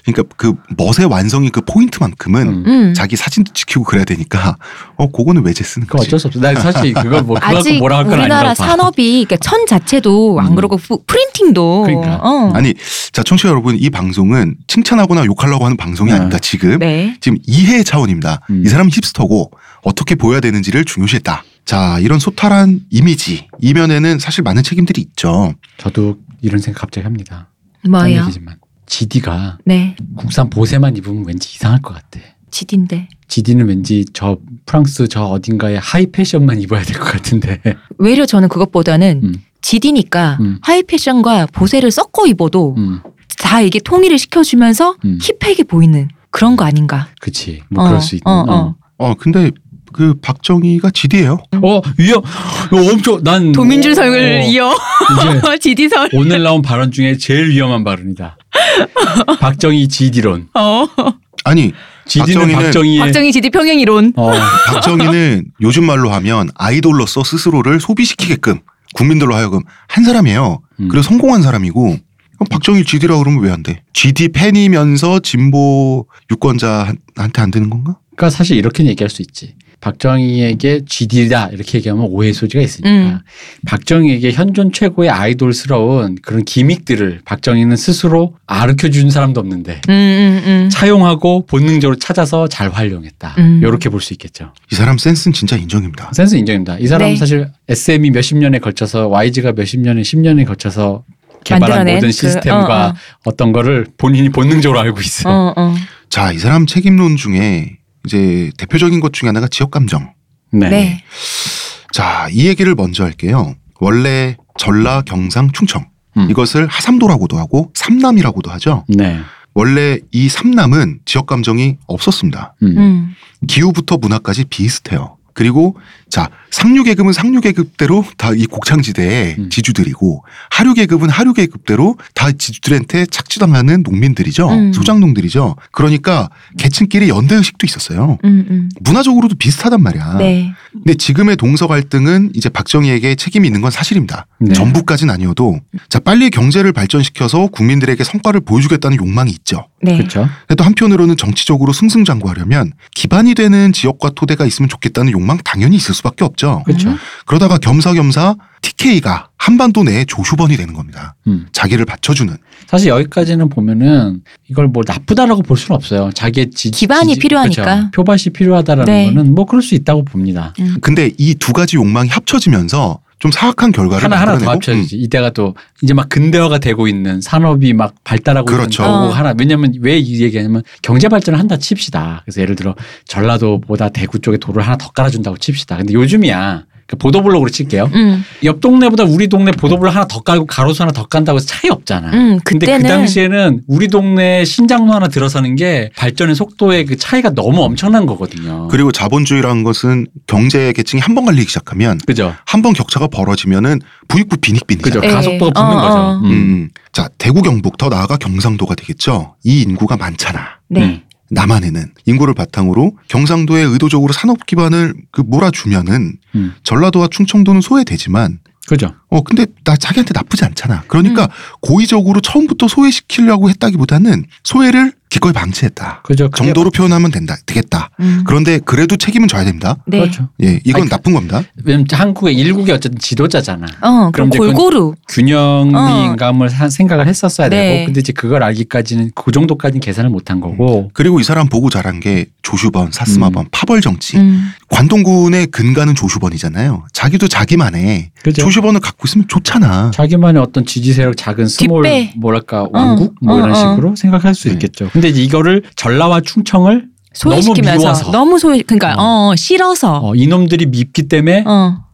Speaker 1: 그러니까 그 멋의 완성이 그 포인트만큼은
Speaker 2: 음.
Speaker 3: 음.
Speaker 1: 자기 사진도 지키고 그래야 되니까 어 그거는 왜 제 쓰는
Speaker 2: 그
Speaker 1: 거지?
Speaker 2: 어쩔 수 없어. 난 사실 그걸 뭐 그거 갖고
Speaker 3: 아직
Speaker 2: 뭐라 할건 아니라고.
Speaker 3: 우리나라
Speaker 2: 봐.
Speaker 3: 산업이 그러니까 천 자체도 안
Speaker 2: 음.
Speaker 3: 그러고 푸- 프린팅도
Speaker 2: 그러니까.
Speaker 3: 어.
Speaker 1: 아니 자 청취자 여러분 이 방송은 칭찬하거나 욕하려고 하는 방송이
Speaker 2: 네.
Speaker 1: 아닙니다 지금
Speaker 3: 네.
Speaker 1: 지금 이해 차원입니다.
Speaker 2: 음.
Speaker 1: 이 사람은 힙스터고 어떻게 보여야 되는지를 중요시했다. 자 이런 소탈한 이미지 이면에는 사실 많은 책임들이 있죠.
Speaker 2: *laughs* 저도 이런 생각 갑자기 합니다. 딴
Speaker 3: 뭐예요?
Speaker 2: 얘기지만 GD가
Speaker 3: 네.
Speaker 2: 국산 보세만 입으면 왠지 이상할 것 같아.
Speaker 3: 지딘데.
Speaker 2: GD는 왠지 저 프랑스 저 어딘가에 하이 패션만 입어야 될 것
Speaker 3: *laughs*
Speaker 2: 같은데.
Speaker 3: 외려 저는 그것보다는
Speaker 2: 음.
Speaker 3: 지디니까
Speaker 2: 음.
Speaker 3: 하이 패션과 보세를 섞어 입어도
Speaker 2: 음,
Speaker 3: 다 이게 통일을 시켜주면서
Speaker 2: 음.
Speaker 3: 힙하게 보이는 그런 거 아닌가.
Speaker 2: 그치. 뭐
Speaker 3: 어,
Speaker 2: 그럴 수 있는.
Speaker 3: 어,
Speaker 2: 어,
Speaker 3: 어.
Speaker 1: 어 근데 그 박정희가 지디예요.
Speaker 2: 어, 위험. 어, 엄청 난
Speaker 3: 동민줄성을
Speaker 2: 어, 예.
Speaker 3: 이어
Speaker 2: 이제
Speaker 3: *laughs* 지디설.
Speaker 2: 오늘 나온 발언 중에 제일 위험한
Speaker 3: *laughs*
Speaker 2: 발언이다. 박정희 GD론.
Speaker 3: 어.
Speaker 1: 아니
Speaker 2: GD는
Speaker 1: 박정희는-
Speaker 2: 박정희의
Speaker 3: 박정희 지디 평행 이론.
Speaker 2: 어, *laughs*
Speaker 1: 박정희는 요즘 말로 하면 아이돌로서 스스로를 소비시키게끔 국민들로 하여금 한 사람이에요.
Speaker 2: 음.
Speaker 1: 그리고 성공한 사람이고 그럼 박정희 GD라고 그러면 왜 안 돼? GD 팬이면서 진보 유권자한테 안 되는 건가?
Speaker 2: 그러니까 사실 이렇게 얘기할 수 있지. 박정희에게 GD다 이렇게 얘기하면 오해 의 소지가 있으니까
Speaker 3: 음.
Speaker 2: 박정희에게 현존 최고의 아이돌스러운 그런 기믹들을 박정희는 스스로 아르켜 준 사람도 없는데
Speaker 3: 음, 음, 음.
Speaker 2: 차용하고 본능적으로 찾아서 잘 활용했다.
Speaker 3: 음.
Speaker 2: 이렇게 볼 수 있겠죠.
Speaker 1: 이 사람 센스는 진짜 인정입니다.
Speaker 2: 센스 인정입니다. 이 사람은
Speaker 3: 네.
Speaker 2: 사실 SM이 몇십 년에 걸쳐서 YG가 몇십 년에 10년에 걸쳐서 개발한
Speaker 3: 만들어낸
Speaker 2: 모든
Speaker 3: 그,
Speaker 2: 시스템과 어, 떤 거를 본인이 본능적으로 알고
Speaker 3: 어,
Speaker 2: 있어.
Speaker 3: 어.
Speaker 1: 자, 이 사람 책임론 중에 이제 대표적인 것 중에 하나가 지역 감정.
Speaker 2: 네.
Speaker 3: 네.
Speaker 1: 자, 이 얘기를 먼저 할게요. 원래 전라, 경상, 충청
Speaker 2: 음.
Speaker 1: 이것을 하삼도라고도 하고 삼남이라고도 하죠.
Speaker 2: 네.
Speaker 1: 원래 이 삼남은 지역 감정이 없었습니다.
Speaker 2: 음.
Speaker 3: 음.
Speaker 1: 기후부터 문화까지 비슷해요. 그리고 자 상류 계급은 상류 계급대로 다 이 곡창지대의
Speaker 2: 음.
Speaker 1: 지주들이고 하류 계급은 하류 계급대로 다 지주들한테 착취당하는 농민들이죠
Speaker 3: 음.
Speaker 1: 소작농들이죠 그러니까 계층끼리 연대 의식도 있었어요
Speaker 3: 음, 음.
Speaker 1: 문화적으로도 비슷하단
Speaker 2: 아.
Speaker 1: 말이야
Speaker 3: 네.
Speaker 1: 근데 지금의 동서 갈등은 이제 박정희에게 책임이 있는 건 사실입니다
Speaker 2: 네.
Speaker 1: 전부까진 아니어도 자 빨리 경제를 발전시켜서 국민들에게 성과를 보여주겠다는 욕망이 있죠
Speaker 3: 네.
Speaker 2: 그렇죠.
Speaker 1: 근데 또 한편으로는 정치적으로 승승장구하려면 기반이 되는 지역과 토대가 있으면 좋겠다는 욕망 당연히 있을 수밖에 없죠.
Speaker 2: 그렇죠.
Speaker 3: 음.
Speaker 1: 그러다가 겸사겸사 TK가 한반도 내의 조슈번이 되는 겁니다.
Speaker 2: 음.
Speaker 1: 자기를 받쳐주는.
Speaker 2: 사실 여기까지는 보면은 이걸 뭐 나쁘다라고 볼 수는 없어요. 자기의 지,
Speaker 3: 기반이
Speaker 2: 지지-
Speaker 3: 필요하니까.
Speaker 2: 그렇죠. 표밭이 필요하다라는
Speaker 3: 네.
Speaker 2: 거는 뭐 그럴 수 있다고 봅니다.
Speaker 1: 근데 이 두 가지 욕망이 합쳐지면서 좀 사악한 결과를
Speaker 2: 하나 하나 더
Speaker 1: 만들어내고 음.
Speaker 2: 합쳐야지. 이때가 또 이제 막 근대화가 되고 있는 산업이 막 발달하고
Speaker 1: 그렇죠.
Speaker 2: 있는 거고
Speaker 3: 어.
Speaker 2: 하나. 왜냐면 왜 이 얘기하냐면 경제 발전을 한다 칩시다. 그래서 예를 들어 전라도보다 대구 쪽에 도를 하나 더 깔아준다고 칩시다. 근데 요즘이야. 그 보도블록으로 칠게요.
Speaker 3: 음.
Speaker 2: 옆 동네보다 우리 동네 보도블록 하나 더 깔고 가로수 하나 더 깐다고 해서 차이 없잖아.
Speaker 3: 음.
Speaker 2: 근데 그
Speaker 3: 그때는
Speaker 2: 당시에는 우리 동네 신장로 하나 들어서는 게 발전의 속도의 그 차이가 너무 엄청난 거거든요.
Speaker 1: 음. 그리고 자본주의라는 것은 경제 계층이 한 번 갈리기 시작하면
Speaker 2: 그죠?
Speaker 1: 한 번 격차가 벌어지면은 부익부 빈익빈이죠.
Speaker 2: 그죠?
Speaker 3: 예.
Speaker 2: 가속도가 붙는
Speaker 3: 어,
Speaker 2: 거죠.
Speaker 3: 어.
Speaker 2: 음.
Speaker 1: 음. 자 대구 경북 더 나아가 경상도가 되겠죠. 이 인구가 많잖아.
Speaker 3: 네.
Speaker 1: 남한에는 인구를 바탕으로 경상도에 의도적으로 산업 기반을 그 몰아주면은
Speaker 2: 음.
Speaker 1: 전라도와 충청도는 소외되지만
Speaker 2: 그죠?
Speaker 1: 어 근데 나 자기한테 나쁘지 않잖아. 그러니까
Speaker 2: 음.
Speaker 1: 고의적으로 처음부터 소외시키려고 했다기보다는 소외를 기꺼이 방치했다.
Speaker 2: 그죠? 그게
Speaker 1: 정도로 표현하면 된다. 되겠다.
Speaker 3: 음.
Speaker 1: 그런데 그래도 책임은 져야 됩니다.
Speaker 3: 네.
Speaker 2: 그렇죠.
Speaker 1: 예, 이건
Speaker 2: 아니,
Speaker 1: 나쁜 겁니다.
Speaker 2: 왜냐면 한국의 일국이 어쨌든 지도자잖아. 그럼
Speaker 3: 어, 그럼
Speaker 2: 이제 그건-
Speaker 3: 골고루.
Speaker 2: 균형감을 사- 생각을 했었어야
Speaker 3: 네.
Speaker 2: 되고, 근데 이제 그걸 알기까지는 그 정도까지는 계산을 못한 거고.
Speaker 1: 그리고 이 사람 보고 자란 게 조슈번, 사스마번, 파벌 정치.
Speaker 3: 음.
Speaker 1: 관동군의 근간은 조슈번이잖아요. 자기도 자기만의
Speaker 2: 그죠?
Speaker 1: 조슈번을 갖고 있으면 좋잖아.
Speaker 2: 자기만의 어떤 지지 세력 작은 스몰
Speaker 3: 뒷배.
Speaker 2: 뭐랄까 왕국 뭐
Speaker 3: 어,
Speaker 2: 이런
Speaker 3: 어.
Speaker 2: 식으로 생각할 수
Speaker 1: 네.
Speaker 2: 있겠죠. 근데 이제 이거를 전라와 충청을 너무 미워서.
Speaker 3: 소외시키면서 너무 소외 그러니까 어, 싫어서. 어.
Speaker 2: 어, 이놈들이 밉기 때문에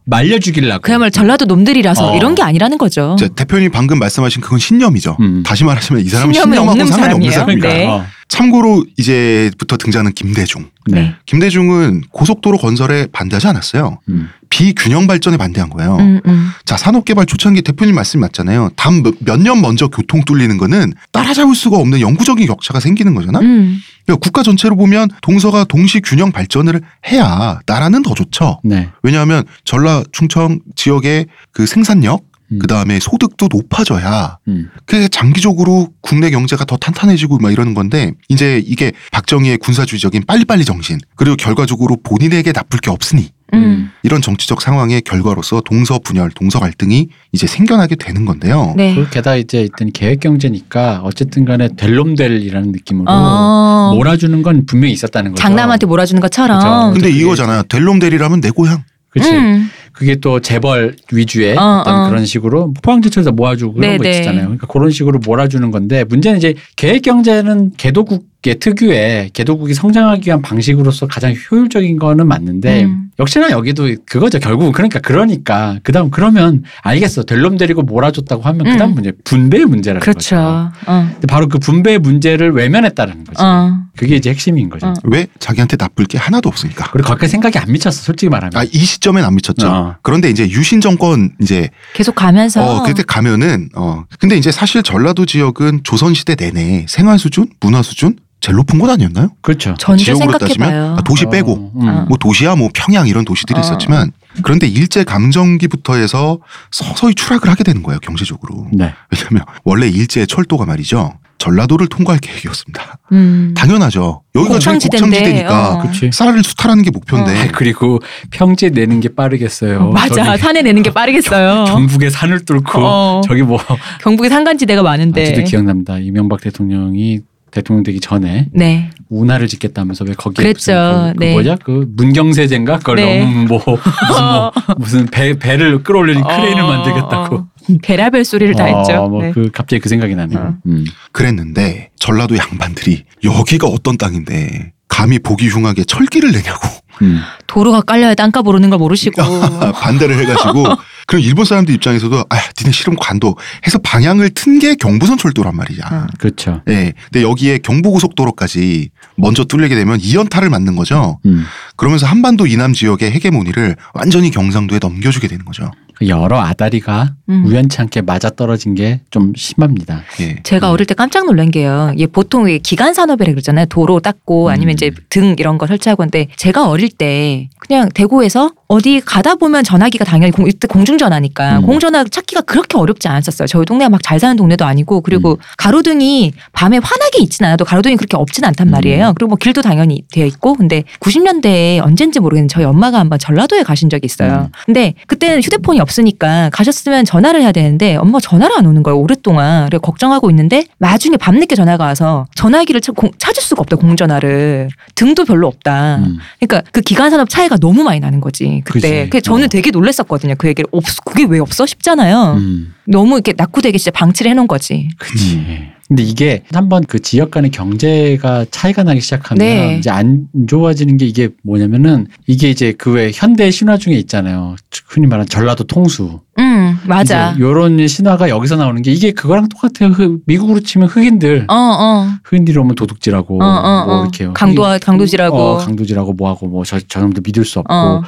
Speaker 2: 말려주길라고.
Speaker 3: 그야말로 전라도 놈들이라서
Speaker 2: 어.
Speaker 3: 이런 게 아니라는 거죠.
Speaker 1: 자, 대표님 방금 말씀하신 그건 신념이죠.
Speaker 2: 음.
Speaker 1: 다시 말하시면 이 사람은
Speaker 3: 신념은
Speaker 1: 신념하고
Speaker 3: 없는
Speaker 1: 상관이 없는
Speaker 3: 사람이에요.
Speaker 1: 사람입니다.
Speaker 3: 네.
Speaker 2: 어.
Speaker 1: 참고로 이제부터 등장하는 김대중.
Speaker 2: 네.
Speaker 1: 김대중은 고속도로 건설에 반대하지 않았어요.
Speaker 2: 음.
Speaker 1: 비균형 발전에 반대한
Speaker 2: 어.
Speaker 1: 거예요.
Speaker 3: 음, 음.
Speaker 1: 자, 산업개발 초창기 대표님 말씀 맞잖아요. 단 몇 년 먼저 교통 뚫리는 거는 따라잡을 수가 없는 영구적인 격차가 생기는
Speaker 2: 어?
Speaker 1: 거잖아.
Speaker 3: 음.
Speaker 1: 그러니까 국가 전체로 보면 동서가 동시 균형 발전을 해야 나라는 더 좋죠.
Speaker 2: 네.
Speaker 1: 왜냐하면 전라 충청 지역의 그 생산력
Speaker 2: 음.
Speaker 1: 그 다음에 소득도 높아져야
Speaker 2: 음.
Speaker 1: 그게 장기적으로 국내 경제가 더 탄탄해지고 막 이러는 건데 이제 이게 박정희의 군사주의적인 빨리빨리 정신 그리고 결과적으로 본인에게 나쁠 게 없으니
Speaker 3: 음.
Speaker 1: 이런 정치적 상황의 결과로서 동서 분열, 동서 갈등이 이제 생겨나게 되는 건데요.
Speaker 3: 네.
Speaker 2: 그리고 게다가 이제 일단 계획 경제니까 어쨌든 간에 될 놈 될이라는 느낌으로
Speaker 3: 어,
Speaker 2: 몰아주는 건 분명히 있었다는 거죠.
Speaker 3: 장남한테 몰아주는 것처럼.
Speaker 1: 근데
Speaker 2: 그게-
Speaker 1: 이거잖아요. 될놈 대리라면 내 고향.
Speaker 2: 그치.
Speaker 3: 음.
Speaker 2: 그게 또 재벌 위주의
Speaker 3: 어,
Speaker 2: 어, 떤
Speaker 3: 어.
Speaker 2: 그런 식으로 포항제철에서 모아주고 그런
Speaker 3: 네,
Speaker 2: 거
Speaker 3: 네.
Speaker 2: 있잖아요. 그러니까 그런 식으로 몰아주는 건데 문제는 이제 계획경제는 개도국의 특유의 개도국이 성장하기 위한 방식으로서 가장 효율적인 거는 맞는데
Speaker 3: 음.
Speaker 2: 역시나 여기도 그거죠. 결국은 그러니까 그러니까 그다음 그러면 알겠어. 될놈 데리고 몰아줬다고 하면 그다음
Speaker 3: 음.
Speaker 2: 문제 분배의 문제라는
Speaker 3: 그렇죠.
Speaker 2: 거죠.
Speaker 3: 어.
Speaker 2: 근데 바로 그 분배의 문제를 외면했다는 거죠.
Speaker 3: 어.
Speaker 2: 그게 이제 핵심인 거죠.
Speaker 3: 어.
Speaker 1: 왜 자기한테 나쁠 게 하나도 없으니까.
Speaker 2: 그리고 거기까지 생각이 안 미쳤어. 솔직히 말하면.
Speaker 1: 아, 이 시점엔 안 미쳤죠.
Speaker 2: 어.
Speaker 1: 그런데 이제 유신 정권 이제
Speaker 3: 계속 가면서.
Speaker 1: 어 그때 가면은 어 근데 이제 사실 전라도 지역은 조선 시대 내내 생활 수준, 문화 수준 제일 높은 곳 아니었나요?
Speaker 2: 그렇죠.
Speaker 3: 전제
Speaker 1: 지역으로
Speaker 3: 생각해봐요.
Speaker 1: 따지면 아, 도시 빼고
Speaker 2: 어, 음.
Speaker 3: 어.
Speaker 1: 뭐 도시야 뭐 평양 이런 도시들이
Speaker 3: 어.
Speaker 1: 있었지만 그런데 일제 감정기부터 해서 서서히 추락을 하게 되는 거예요 경제적으로
Speaker 2: 네.
Speaker 1: 왜냐하면 원래 일제 철도가 말이죠 전라도를 통과할 계획이었습니다
Speaker 3: 음.
Speaker 1: 당연하죠 여기가 저희
Speaker 3: 곡창지대인데,
Speaker 1: 곡창지대니까
Speaker 3: 어.
Speaker 2: 그렇지.
Speaker 1: 쌀을 수탈하는 게 목표인데
Speaker 2: 아, 그리고 평지에 내는 게 빠르겠어요.
Speaker 3: 어, *laughs* 맞아.
Speaker 2: 저기
Speaker 3: 산에 내는 게 빠르겠어요.
Speaker 2: 경북에 산을 뚫고
Speaker 3: 어. 네.
Speaker 2: 저기 뭐
Speaker 3: 경북에 산간지대가 많은데.
Speaker 2: 아직도 기억납니다. 이명박 대통령이 대통령 되기 전에
Speaker 3: 네.
Speaker 2: 운하를 짓겠다면서 왜 거기에
Speaker 3: 그랬죠.
Speaker 2: 무슨 그, 그
Speaker 3: 네.
Speaker 2: 뭐냐 그 문경세제인가 그걸
Speaker 3: 네.
Speaker 2: 너무
Speaker 3: *laughs*
Speaker 2: 뭐 무슨 뭐 무슨 배 배를 끌어올리는 그러니까 크레인을 만들겠다고.
Speaker 3: 어. 베라벨 소리를 다 했죠.
Speaker 2: 어, 뭐
Speaker 3: 네.
Speaker 2: 그 갑자기 그 생각이 나네요.
Speaker 3: 어.
Speaker 2: 음.
Speaker 1: 그랬는데 전라도 양반들이 여기가 어떤 땅인데 감히 보기 흉하게 철기를 내냐고
Speaker 2: 음.
Speaker 3: 도로가 깔려야 땅값 오르는 걸 모르시고.
Speaker 2: *laughs*
Speaker 1: 반대를 아, 해가지고 그럼 일본 사람들 입장에서도 아 니네 싫으면 관도 해서 방향을 튼 게 경부선 철도란 말이야
Speaker 3: 어.
Speaker 2: 그렇죠.
Speaker 1: 예. 근데 여기에 경부고속도로까지 먼저 뚫리게 되면 이연타를 맞는 거죠.
Speaker 2: 음.
Speaker 1: 그러면서 한반도 이남 지역의 헤게모니를 완전히 경상도에 넘겨주게 되는 거죠.
Speaker 2: 여러 아다리가
Speaker 3: 음.
Speaker 2: 우연치 않게 맞아 떨어진 게 좀 심합니다.
Speaker 1: 예.
Speaker 3: 제가 어릴 때 깜짝 놀란 게요. 이게 보통 이게 기간 산업이라 그러잖아요. 도로 닦고
Speaker 2: 음.
Speaker 3: 아니면 이제 등 이런 거 설치하고 근데 제가 어릴 때 그냥 대구에서 어디 가다 보면 전화기가 당연히 공, 이때 공중전화니까
Speaker 2: 음.
Speaker 3: 공전화 찾기가 그렇게 어렵지 않았었어요. 저희 동네가 막 잘 사는 동네도 아니고
Speaker 2: 음.
Speaker 3: 그리고 가로등이 밤에 환하게 있진 않아도 가로등이 그렇게 없진 않단
Speaker 2: 음.
Speaker 3: 말이에요. 그리고 뭐 길도 당연히 되어 있고 근데 90년대에 언젠지 모르겠는데 저희 엄마가 한번 전라도에 가신 적이 있어요.
Speaker 2: 음.
Speaker 3: 근데 그때는 휴대폰이 없으니까 가셨으면 전화를 해야 되는데 엄마 가 전화를 안 오는 거예요 오랫동안 그래 걱정하고 있는데 나중에 밤늦게 전화가 와서 전화기를 찾, 을 수가 없다 공전화를 등도 별로 없다.
Speaker 2: 음.
Speaker 3: 그러니까 그 기간 산업 차이가 너무 많이 나는 거지
Speaker 2: 그치.
Speaker 3: 그때. 그 저는
Speaker 2: 어.
Speaker 3: 되게 놀랐었거든요 그 얘기를 없 그게 왜 없어 싶잖아요.
Speaker 2: 음.
Speaker 3: 너무 이렇게 낙후되게 진짜 방치를 해놓은 거지.
Speaker 2: 그치. 음. 근데 이게 한번 그 지역 간의 경제가 차이가 나기 시작하면
Speaker 3: 네.
Speaker 2: 이제 안 좋아지는 게 이게 뭐냐면은 이게 이제 그 외 현대 신화 중에 있잖아요. 흔히 말하는 전라도 통수.
Speaker 3: 음 맞아.
Speaker 2: 요런 신화가 여기서 나오는 게 이게 그거랑 똑같아요. 흑- 미국으로 치면 흑인들.
Speaker 3: 어어 어.
Speaker 2: 흑인들이 오면 도둑질하고
Speaker 3: 어, 어,
Speaker 2: 뭐
Speaker 3: 어.
Speaker 2: 이렇게
Speaker 3: 강도 강도질하고.
Speaker 2: 어, 강도질하고 뭐하고 뭐저 사람도 믿을 수 없고
Speaker 3: 어.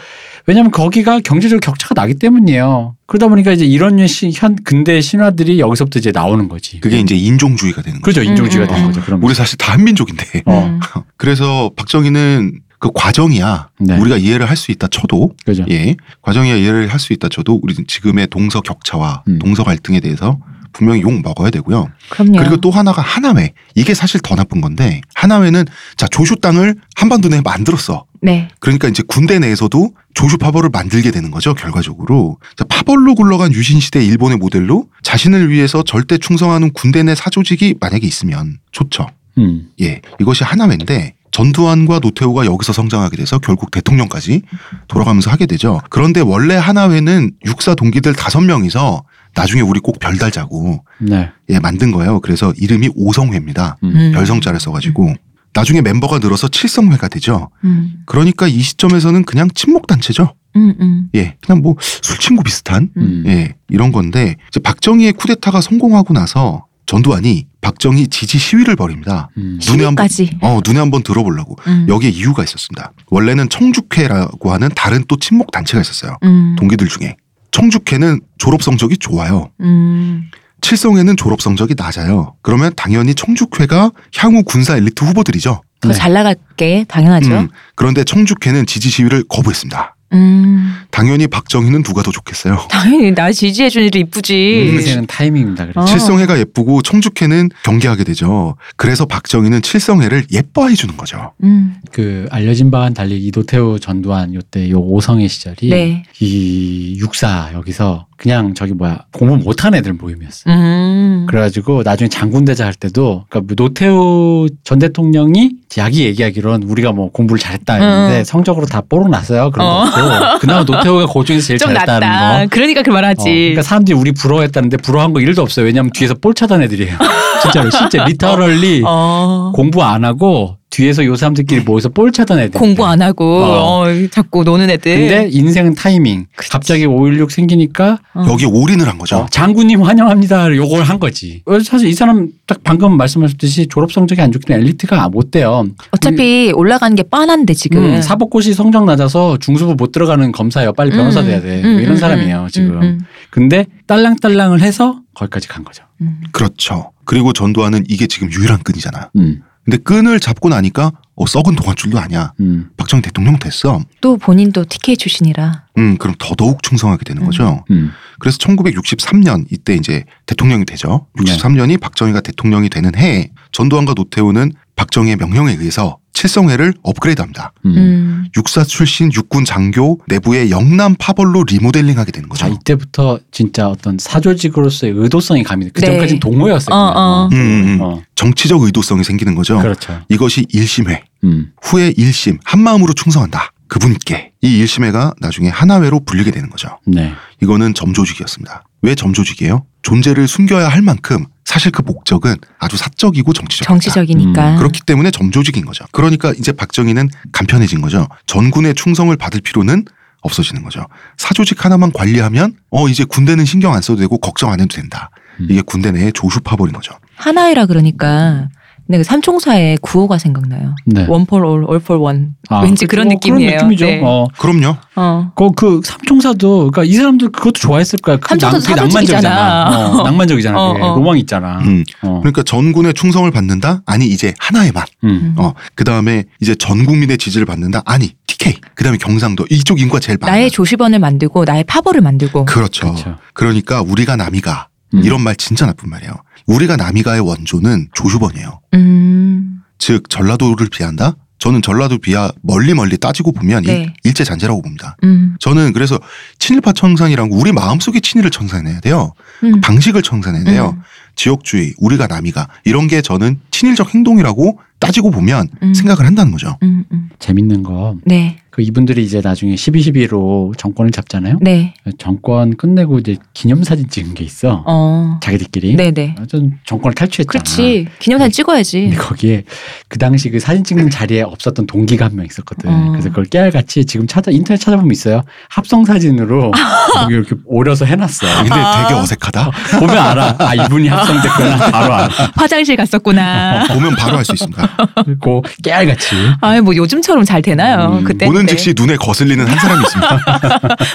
Speaker 2: 왜냐면 거기가 경제적 격차가 나기 때문이에요. 그러다 보니까 이제 이런 류의 시- 현 근대 신화들이 여기서부터 이제 나오는 거지.
Speaker 1: 그게 이제 인종주의가 되는 거죠.
Speaker 2: 그죠 인종주의가
Speaker 3: 음, 음,
Speaker 2: 되는
Speaker 3: 음.
Speaker 2: 거죠. 그럼
Speaker 1: 우리 사실 다 한민족인데.
Speaker 2: 그렇죠. 어.
Speaker 3: 음.
Speaker 1: *laughs* 그래서 박정희는 그 과정이야.
Speaker 2: 네.
Speaker 1: 우리가 이해를 할 수 있다 쳐도
Speaker 2: 그죠.
Speaker 1: 예. 과정이야 이해를 할 수 있다 쳐도 우리 지금의 동서 격차와
Speaker 2: 음.
Speaker 1: 동서 갈등에 대해서 분명히 욕 먹어야 되고요.
Speaker 3: 그럼요.
Speaker 1: 그리고 또 하나가 하남회. 이게 사실 더 나쁜 건데 하남회는 자 조슈 땅을 한반도 내에 만들었어.
Speaker 3: 네.
Speaker 1: 그러니까 이제 군대 내에서도 조슈 파벌을 만들게 되는 거죠 결과적으로 자, 파벌로 굴러간 유신 시대 일본의 모델로 자신을 위해서 절대 충성하는 군대 내 사조직이 만약에 있으면 좋죠
Speaker 2: 음.
Speaker 1: 예 이것이 하나인데 전두환과 노태우가 여기서 성장하게 돼서 결국 대통령까지 돌아가면서 하게 되죠 그런데 원래 하나회는 육사 동기들 다섯 명이서 나중에 우리 꼭 별달자고
Speaker 2: 네.
Speaker 1: 예 만든 거예요 그래서 이름이 오성회입니다
Speaker 3: 음.
Speaker 1: 별성자를 써가지고 나중에 멤버가 늘어서 칠성회가 되죠
Speaker 3: 음.
Speaker 1: 그러니까 이 시점에서는 그냥 친목 단체죠.
Speaker 3: 음. 음.
Speaker 1: 예, 그냥 뭐 술 친구 비슷한
Speaker 2: 음.
Speaker 1: 예 이런 건데 이제 박정희의 쿠데타가 성공하고 나서 전두환이 박정희 지지 시위를 벌입니다.
Speaker 2: 음.
Speaker 1: 눈에 한번
Speaker 3: 시위까지.
Speaker 1: 어, 눈에 한번 들어보려고.
Speaker 3: 음.
Speaker 1: 여기에 이유가 있었습니다. 원래는 청주회라고 하는 다른 또 친목 단체가 있었어요.
Speaker 3: 음.
Speaker 1: 동기들 중에 청주회는 졸업 성적이 좋아요.
Speaker 3: 음.
Speaker 1: 칠성회는 졸업 성적이 낮아요. 그러면 당연히 청주회가 향후 군사 엘리트 후보들이죠.
Speaker 3: 더
Speaker 2: 네.
Speaker 3: 잘 나갈게 당연하죠.
Speaker 1: 음, 그런데 청주회는 지지 시위를 거부했습니다.
Speaker 3: 음.
Speaker 1: 당연히 박정희는 누가 더 좋겠어요.
Speaker 3: 당연히 나 지지해 준 일이 이쁘지.
Speaker 2: 인생은 타이밍입니다. 그래서
Speaker 3: 예. 어.
Speaker 1: 칠성회가 예쁘고 청주회는 경계하게 되죠. 그래서 박정희는 칠성회를 예뻐해 주는 거죠.
Speaker 3: 음.
Speaker 2: 그 알려진 바와는 달리 이도태우 전두환 요때 요 오성의 시절이
Speaker 3: 네.
Speaker 2: 이 육사 여기서 그냥 저기 뭐야 공부 못한 애들 모임이었어. 요
Speaker 3: 음.
Speaker 2: 그래가지고 나중에 장군대자 할 때도 그러니까 노태우 전 대통령이 자기 얘기하기로는 우리가 뭐 공부를 잘했다 했는데
Speaker 3: 음. 성적으로
Speaker 2: 성적으로 다 뽀록났어요 그런
Speaker 3: 어.
Speaker 2: 거 그나마 노태우가 그 중에서 제일
Speaker 3: *laughs* 좀
Speaker 2: 잘했다는
Speaker 3: 낫다.
Speaker 2: 거.
Speaker 3: 그러니까 그
Speaker 2: 어,
Speaker 3: 말하지.
Speaker 2: 그러니까 사람들이 우리 부러워했다는데 부러워한 거 1도 없어요. 왜냐하면 뒤에서 볼 차단 애들이에요. *laughs* 진짜로 실제 리터럴리
Speaker 3: 어.
Speaker 2: 공부 안 하고 뒤에서 요 사람들끼리 모여서 볼 차던 애들.
Speaker 3: 공부 안 하고
Speaker 2: 네. 어.
Speaker 3: 어, 자꾸 노는 애들.
Speaker 2: 근데 인생은 타이밍.
Speaker 3: 그치.
Speaker 2: 갑자기 5.16 생기니까
Speaker 3: 어.
Speaker 1: 여기 올인을 한 거죠.
Speaker 2: 어, 장군님 환영합니다. 요걸 한 거지. 사실 이 사람 딱 방금 말씀하셨듯이 졸업 성적이 안 좋기 때문에 엘리트가 못 돼요.
Speaker 3: 어차피 올라가는 게 뻔한데 지금.
Speaker 2: 그 음, 사법고시 성적 낮아서 중수부 못 들어가는 검사예요. 빨리 변호사
Speaker 3: 음,
Speaker 2: 돼야 돼.
Speaker 3: 음,
Speaker 2: 뭐 이런
Speaker 3: 음,
Speaker 2: 사람이에요
Speaker 3: 음,
Speaker 2: 지금.
Speaker 3: 음,
Speaker 2: 근데 딸랑딸랑을 해서 거기까지 간 거죠.
Speaker 3: 음.
Speaker 1: 그렇죠. 그리고 전두환은 이게 지금 유일한 끈이잖아.
Speaker 2: 음,
Speaker 1: 근데 끈을 잡고 나니까 어, 썩은 동아줄도 아니야.
Speaker 2: 음,
Speaker 1: 박정희 대통령 됐어.
Speaker 3: 또 본인도 TK 출신이라.
Speaker 1: 음, 그럼 더더욱 충성하게 되는
Speaker 3: 음.
Speaker 1: 거죠.
Speaker 2: 음.
Speaker 1: 그래서 1963년 이때 이제 대통령이 되죠.
Speaker 2: 네.
Speaker 1: 63년이 박정희가 대통령이 되는 해에 전두환과 노태우는 박정희의 명령에 의해서 칠성회를 업그레이드합니다.
Speaker 2: 음.
Speaker 3: 음.
Speaker 1: 육사 출신 육군 장교 내부의 영남 파벌로 리모델링하게 되는
Speaker 2: 자,
Speaker 1: 거죠.
Speaker 2: 아, 이때부터 진짜 어떤 사조직으로서의 의도성이 가미돼.
Speaker 3: 네.
Speaker 2: 그전까지는 동호였어요.
Speaker 3: 어, 어.
Speaker 1: 음, 음, 음.
Speaker 2: 어,
Speaker 1: 정치적 의도성이 생기는 거죠.
Speaker 2: 그렇죠.
Speaker 1: 이것이 일심회
Speaker 2: 음.
Speaker 1: 후에 일심 한마음으로 충성한다. 그분께 이일심회가 나중에 하나회로 불리게 되는 거죠.
Speaker 2: 네.
Speaker 1: 이거는 점조직이었습니다. 왜 점조직이에요? 존재를 숨겨야 할 만큼 사실 그 목적은 아주 사적이고 정치적이다. 음,
Speaker 3: 정치적이니까.
Speaker 1: 그렇기 때문에 점조직인 거죠. 그러니까 이제 박정희는 간편해진 거죠. 전군의 충성을 받을 필요는 없어지는 거죠. 사조직 하나만 관리하면 어 이제 군대는 신경 안 써도 되고 걱정 안 해도 된다.
Speaker 2: 음.
Speaker 1: 이게 군대 내에 조슈파벌인 거죠.
Speaker 3: 하나이라 그러니까. 근데 그 삼총사의 구호가 생각나요.
Speaker 2: 네.
Speaker 3: 원 for all, all for one.
Speaker 2: 아,
Speaker 3: 뭐, 왠지 그런 느낌이에요.
Speaker 2: 그런 느낌이죠.
Speaker 3: 네.
Speaker 2: 어.
Speaker 1: 그럼요.
Speaker 3: 어.
Speaker 2: 그, 그 삼총사도 그러니까 이 사람도 그것도 좋아했을 거야. 그
Speaker 3: 삼총사도
Speaker 2: 그게
Speaker 3: 사조직이잖아.
Speaker 2: 낭만적이잖아. 어,
Speaker 3: *laughs*
Speaker 2: 낭만적이잖아.
Speaker 3: 어,
Speaker 2: 그게.
Speaker 3: 어.
Speaker 2: 로망 있잖아.
Speaker 1: 음.
Speaker 2: 어.
Speaker 1: 그러니까 전군의 충성을 받는다? 아니 이제 하나에만.
Speaker 2: 음.
Speaker 3: 음.
Speaker 1: 어. 그다음에 이제 전 국민의 지지를 받는다? 아니 TK. 그다음에 경상도 이쪽 인구가 제일 많아.
Speaker 3: 나의 조시번을 만들고 나의 파벌을 만들고.
Speaker 1: 그렇죠.
Speaker 2: 그렇죠.
Speaker 1: 그러니까 우리가 남이가
Speaker 2: 음.
Speaker 1: 이런 말 진짜 나쁜 말이에요. 우리가 남이가의 원조는 조슈번이에요.
Speaker 3: 음.
Speaker 1: 즉 전라도를 비한다. 저는 전라도 비하 멀리 멀리 따지고 보면 일-
Speaker 3: 네.
Speaker 1: 일제 잔재라고 봅니다.
Speaker 3: 음.
Speaker 1: 저는 그래서 친일파 청산이란 거 우리 마음속에 친일을 청산해야 돼요.
Speaker 3: 음.
Speaker 1: 방식을 청산해야 돼요.
Speaker 3: 음.
Speaker 1: 지역주의, 우리가 남이가 이런 게 저는 친일적 행동이라고 따지고 보면
Speaker 3: 음.
Speaker 1: 생각을 한다는 거죠.
Speaker 3: 음, 음.
Speaker 2: 재밌는 거.
Speaker 3: 네.
Speaker 2: 그 이분들이 이제 나중에 12.12로 정권을 잡잖아요.
Speaker 3: 네.
Speaker 2: 정권 끝내고 이제 기념사진 찍은 게 있어.
Speaker 3: 어.
Speaker 2: 자기들끼리.
Speaker 3: 네, 네.
Speaker 2: 완전 정권을 탈취했잖아.
Speaker 3: 그렇지. 기념사진 찍어야지.
Speaker 2: 근데 거기에 그 당시 그 사진 찍는 자리에 없었던 동기가 한 명 있었거든.
Speaker 3: 어.
Speaker 2: 그래서 그걸 깨알같이 지금 찾아 인터넷 찾아보면 있어요. 합성 사진으로 거기 이렇게 오려서 해놨어.
Speaker 1: 근데
Speaker 3: 아.
Speaker 1: 되게 어색하다.
Speaker 2: 보면 알아. 아 이분이 합성됐구나. 바로 알아.
Speaker 3: *laughs* 화장실 갔었구나.
Speaker 1: 보면 바로 알 수
Speaker 3: *laughs*
Speaker 1: 있습니다.
Speaker 2: 그리고 깨알같이.
Speaker 3: 아이 뭐 요즘처럼 잘 되나요?
Speaker 2: 음,
Speaker 3: 그때
Speaker 1: 보는
Speaker 3: 그때.
Speaker 1: 즉시 눈에 거슬리는 한 사람이 있습니다.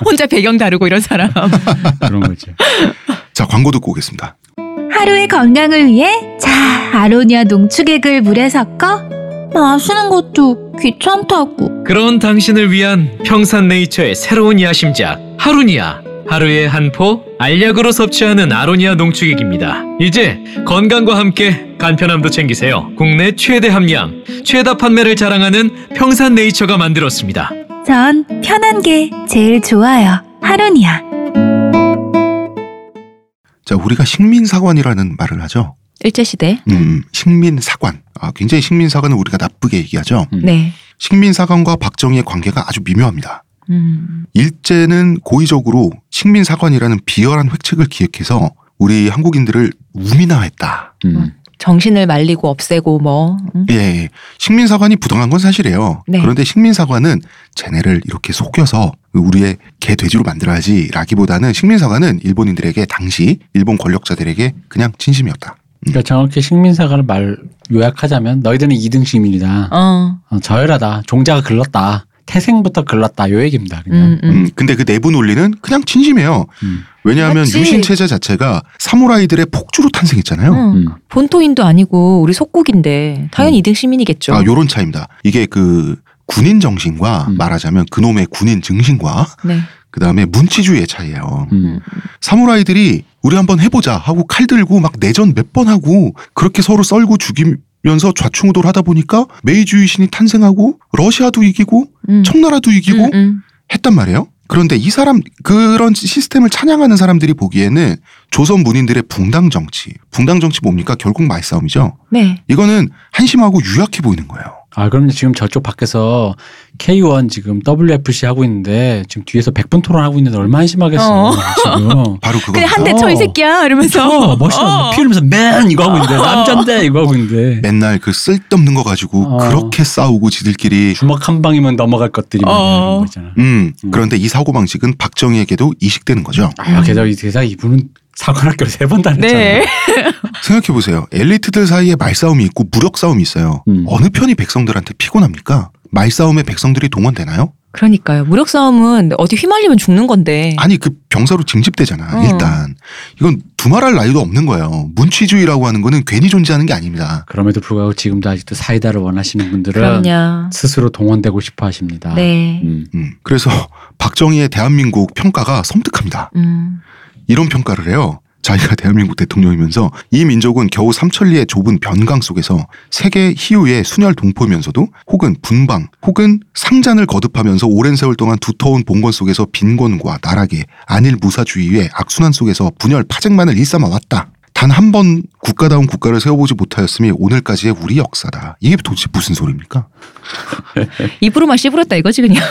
Speaker 3: 혼자 배경 다루고 이런 사람.
Speaker 2: 그런 거지.
Speaker 1: 자 광고 듣고 오겠습니다.
Speaker 5: 하루의 건강을 위해 자 아로니아 농축액을 물에 섞어 마시는 것도 귀찮다고
Speaker 6: 그런 당신을 위한 평산네이처의 새로운 야심작 하루니아 하루에 한 포 알약으로 섭취하는 아로니아 농축액입니다. 이제 건강과 함께 간편함도 챙기세요. 국내 최대 함량, 최다 판매를 자랑하는 평산네이처가 만들었습니다.
Speaker 5: 전 편한 게 제일 좋아요 하루니아
Speaker 1: 자 우리가 식민사관이라는 말을 하죠.
Speaker 3: *laughs* 일제 시대.
Speaker 1: 음, 식민사관. 아, 굉장히 식민사관은 우리가 나쁘게 얘기하죠.
Speaker 2: 음.
Speaker 3: 네.
Speaker 1: 식민사관과 박정희의 관계가 아주 미묘합니다.
Speaker 3: 음.
Speaker 1: 일제는 고의적으로 식민사관이라는 비열한 획책을 기획해서 우리 한국인들을 우민화했다.
Speaker 2: 음.
Speaker 3: 정신을 말리고 없애고 뭐. 음.
Speaker 1: 예, 예, 식민사관이 부당한 건 사실이에요.
Speaker 3: 네.
Speaker 1: 그런데 식민사관은 쟤네를 이렇게 속여서 우리의 개 돼지로 만들어야지라기보다는 식민사관은 일본인들에게 당시 일본 권력자들에게 그냥 진심이었다.
Speaker 2: 그러니까 정확히 식민사관을 말 요약하자면 너희들은 2등 식민이다.
Speaker 3: 어,
Speaker 2: 어, 저열하다. 종자가 글렀다. 태생부터 글렀다. 요 얘기입니다. 그냥.
Speaker 3: 음, 음.
Speaker 1: 음, 근데 그 내부 논리는 그냥 진심이에요.
Speaker 2: 음.
Speaker 1: 왜냐하면
Speaker 3: 맞지.
Speaker 1: 유신 체제 자체가 사무라이들의 폭주로 탄생했잖아요.
Speaker 3: 어,
Speaker 2: 음.
Speaker 3: 본토인도 아니고 우리 속국인데 당연히 이등 시민이겠죠.
Speaker 1: 아, 요런 차이입니다. 이게 그 군인 정신과
Speaker 2: 음.
Speaker 1: 말하자면 그놈의 군인 증신과
Speaker 3: 네.
Speaker 1: 그다음에 문치주의의 차이예요.
Speaker 2: 음.
Speaker 1: 사무라이들이 우리 한번 해보자 하고 칼 들고 막 내전 몇 번 하고 그렇게 서로 썰고 죽이면서 좌충우돌 하다 보니까 메이주의 신이 탄생하고 러시아도 이기고
Speaker 3: 음.
Speaker 1: 청나라도 이기고
Speaker 3: 음, 음.
Speaker 1: 했단 말이에요. 그런데 이 사람 그런 시스템을 찬양하는 사람들이 보기에는 조선 문인들의 붕당 정치, 붕당 정치 뭡니까? 결국 말싸움이죠.
Speaker 3: 네.
Speaker 1: 이거는 한심하고 유약해 보이는 거예요.
Speaker 2: 아, 그럼 지금 저쪽 밖에서 K1 지금 WFC 하고 있는데 지금 뒤에서 100분 토론하고 있는데 얼마나 한심하겠어.
Speaker 3: 어.
Speaker 2: 지금.
Speaker 3: *laughs*
Speaker 1: 바로 그거.
Speaker 3: 그냥 한 대 쳐 이
Speaker 2: 어.
Speaker 3: 새끼야 이러면서.
Speaker 1: 아,
Speaker 3: 어.
Speaker 2: 어, 멋있어. 피 흘리면서 맨 이거 하고
Speaker 3: *laughs*
Speaker 2: 있는데 남잔데 이거 하고 있는데
Speaker 1: 맨날 그 쓸데없는 거 가지고
Speaker 2: 어.
Speaker 1: 그렇게 싸우고 지들끼리
Speaker 2: 주먹 한 방이면 넘어갈 것들이 많이
Speaker 3: 어.
Speaker 2: 이런 거 있잖아.
Speaker 1: 음,
Speaker 2: 음.
Speaker 1: 그런데 이 사고 방식은 박정희에게도 이식되는 거죠.
Speaker 2: 아, 게다가 이 대사 이분은 사관학교를 세 번 다녔잖아.
Speaker 3: 네.
Speaker 1: 생각해 보세요. 엘리트들 사이에 말싸움이 있고 무력 싸움이 있어요.
Speaker 2: 음.
Speaker 1: 어느 편이 백성들한테 피곤합니까? 말싸움에 백성들이 동원되나요?
Speaker 3: 그러니까요. 무력 싸움은 어디 휘말리면 죽는 건데.
Speaker 1: 아니 그 병사로 징집되잖아.
Speaker 3: 어.
Speaker 1: 일단 이건 두말할 나위도 없는 거예요. 문치주의라고 하는 거는 괜히 존재하는 게 아닙니다.
Speaker 2: 그럼에도 불구하고 지금도 아직도 사이다를 원하시는 분들은
Speaker 1: 그러니까.
Speaker 3: 그럼요.
Speaker 2: 스스로 동원되고 싶어 하십니다.
Speaker 3: 네.
Speaker 2: 음.
Speaker 1: 음, 그래서 *laughs* 박정희의 대한민국 평가가 섬뜩합니다.
Speaker 3: 음.
Speaker 1: 이런 평가를 해요. 자기가 *laughs* 대한민국 대통령이면서 이 민족은 겨우 삼천리의 좁은 변강 속에서 세계 희유의 순혈 동포면서도 혹은 분방 혹은 상잔을 거듭하면서 오랜 세월 동안 두터운 봉건 속에서 빈곤과 나락의 안일 무사주의의 악순환 속에서 분열 파쟁만을 일삼아 왔다. 단 한 번 국가다운 국가를 세워보지 못하였음이 오늘까지의 우리 역사다. 이게 도대체 무슨 소리입니까?
Speaker 3: 입으로만 씨부렸다 이거지 그냥.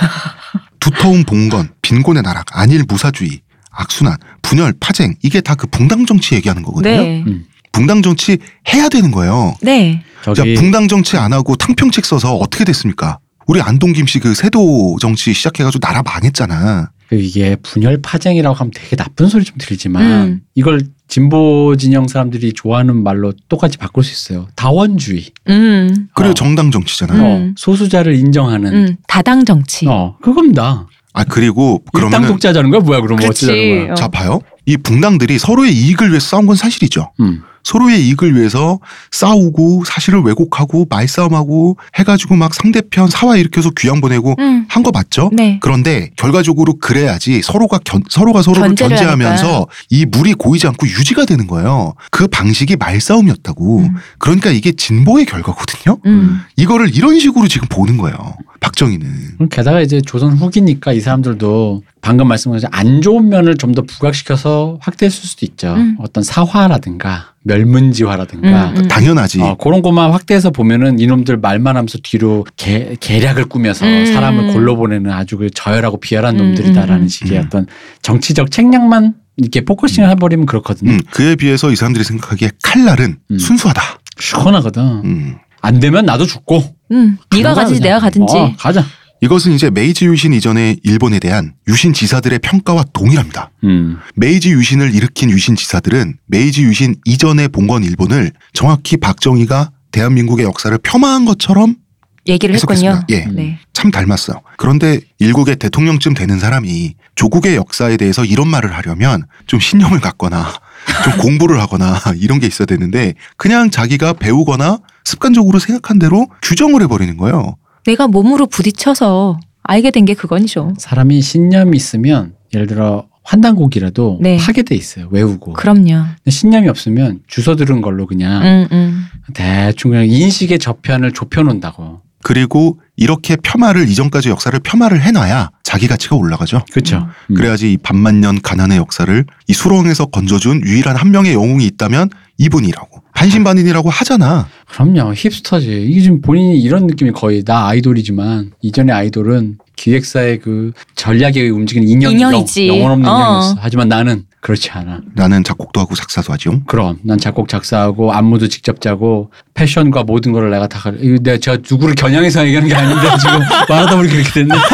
Speaker 1: 두터운 봉건, 빈곤의 나락, 안일 무사주의, 악순환, 분열, 파쟁 이게 다 그 붕당 정치 얘기하는 거거든요. 음.
Speaker 3: 네.
Speaker 1: 붕당 정치 해야 되는 거예요.
Speaker 3: 네.
Speaker 1: 자,
Speaker 2: 저기
Speaker 1: 붕당 정치 안 하고 탕평책 써서 어떻게 됐습니까? 우리 안동 김씨 그 세도 정치 시작해가지고 나라 망했잖아.
Speaker 2: 그 이게 분열 파쟁이라고 하면 되게 나쁜 소리 좀 들리지만
Speaker 3: 음.
Speaker 2: 이걸 진보 진영 사람들이 좋아하는 말로 똑같이 바꿀 수 있어요. 다원주의.
Speaker 3: 음.
Speaker 1: 그리고
Speaker 2: 어.
Speaker 1: 정당 정치잖아요.
Speaker 2: 어,
Speaker 3: 음.
Speaker 2: 소수자를 인정하는.
Speaker 3: 음. 다당 정치.
Speaker 2: 어, 그겁니다.
Speaker 1: 아 그리고
Speaker 2: 일당
Speaker 1: 그러면
Speaker 2: 독자자는 거야 뭐야 그럼 어쩌자는
Speaker 3: 그렇지.
Speaker 2: 거야.
Speaker 3: 어.
Speaker 1: 자 봐요. 이 붕당들이 서로의 이익을 위해 서 싸운 건 사실이죠.
Speaker 2: 음.
Speaker 1: 서로의 이익을 위해서 싸우고 사실을 왜곡하고 말싸움하고 해가지고 막 상대편 사화 일으켜서 귀양 보내고
Speaker 3: 음.
Speaker 1: 한 거 맞죠?
Speaker 3: 네.
Speaker 1: 그런데 결과적으로 그래야지 서로가 견, 서로가 서로를
Speaker 3: 견제를
Speaker 1: 견제하면서 이 물이 고이지 않고 유지가 되는 거예요. 그 방식이 말싸움이었다고.
Speaker 3: 음.
Speaker 1: 그러니까 이게 진보의 결과거든요.
Speaker 3: 음.
Speaker 1: 이거를 이런 식으로 지금 보는 거예요. 박정희는.
Speaker 2: 그럼 게다가 이제 조선 후기니까 이 사람들도 방금 말씀하신 안 좋은 면을 좀 더 부각시켜서 확대했을 수도 있죠.
Speaker 3: 음.
Speaker 2: 어떤 사화라든가 멸문지화라든가
Speaker 3: 음, 음.
Speaker 1: 아, 그 당연하지.
Speaker 2: 어, 그런 것만 확대해서 보면은 이놈들 말만 하면서 뒤로 개, 계략을 꾸며서
Speaker 3: 음.
Speaker 2: 사람을 골로 보내는 아주 그 저열하고 비열한
Speaker 3: 음,
Speaker 2: 놈들이다라는
Speaker 3: 음, 음.
Speaker 2: 식의
Speaker 1: 음.
Speaker 2: 어떤 정치적 책략만 이렇게 포커싱을 해버리면 그렇거든요.
Speaker 1: 음, 그에 비해서 이 사람들이 생각하기에 칼날은
Speaker 2: 음.
Speaker 1: 순수하다.
Speaker 2: 시원하거든.
Speaker 1: 음.
Speaker 2: 안 되면 나도 죽고.
Speaker 3: 음. 네가
Speaker 2: 간다,
Speaker 3: 가든지
Speaker 2: 그냥.
Speaker 3: 내가 가든지.
Speaker 2: 어, 가자.
Speaker 1: 이것은 이제 메이지 유신 이전의 일본에 대한 유신 지사들의 평가와 동일합니다.
Speaker 2: 음.
Speaker 1: 메이지 유신을 일으킨 유신 지사들은 메이지 유신 이전의 봉건 일본을 정확히 박정희가 대한민국의 역사를 폄하한 것처럼
Speaker 3: 얘기를 했군요.
Speaker 1: 해석했습니다. 예.
Speaker 3: 네.
Speaker 1: 참 닮았어요. 그런데 일국의 대통령쯤 되는 사람이 조국의 역사에 대해서 이런 말을 하려면 좀 신념을 갖거나 좀 공부를 하거나 *laughs* 이런 게 있어야 되는데 그냥 자기가 배우거나 습관적으로 생각한 대로 규정을 해버리는 거예요.
Speaker 3: 내가 몸으로 부딪혀서 알게 된 게 그건이죠.
Speaker 1: 어.
Speaker 2: 사람이 신념이 있으면 예를 들어 환단곡이라도
Speaker 3: 네.
Speaker 2: 파괴돼 있어요. 외우고.
Speaker 3: 그럼요.
Speaker 2: 근데 신념이 없으면 주워 들은 걸로
Speaker 1: 아.
Speaker 2: 그냥
Speaker 3: 음, 음.
Speaker 2: 대충 그냥 인식의 저편을 좁혀 놓는다고.
Speaker 1: 그리고 이렇게 폄하를 이전까지 역사를 폄하를 해놔야 자기 가치가 올라가죠.
Speaker 3: 음.
Speaker 2: 그렇죠.
Speaker 1: 그래야지 이 반만년 가난의 역사를 이 수렁에서 건져준 유일한 한 명의 영웅이 있다면 이분이라고 반신반인이라고 하잖아.
Speaker 2: 그럼요. 힙스터지. 이게 지금 본인이 이런 느낌이 거의 나 아이돌이지만 이전의 아이돌은 기획사의 그 전략에 움직이는 인형이
Speaker 3: 인형이지.
Speaker 2: 영원 없는
Speaker 3: 어.
Speaker 2: 인형이었어. 하지만 나는 그렇지 않아.
Speaker 1: 나는 작곡도 하고 작사도 하지요.
Speaker 2: 그럼 난 작곡 작사하고 안무도 직접 짜고 패션과 모든 걸 내가 다 가. *laughs* 이거 내가 제가 누구를 겨냥해서 얘기하는 게 아닌데 지금 말하다 보니 그렇게 됐네. *laughs*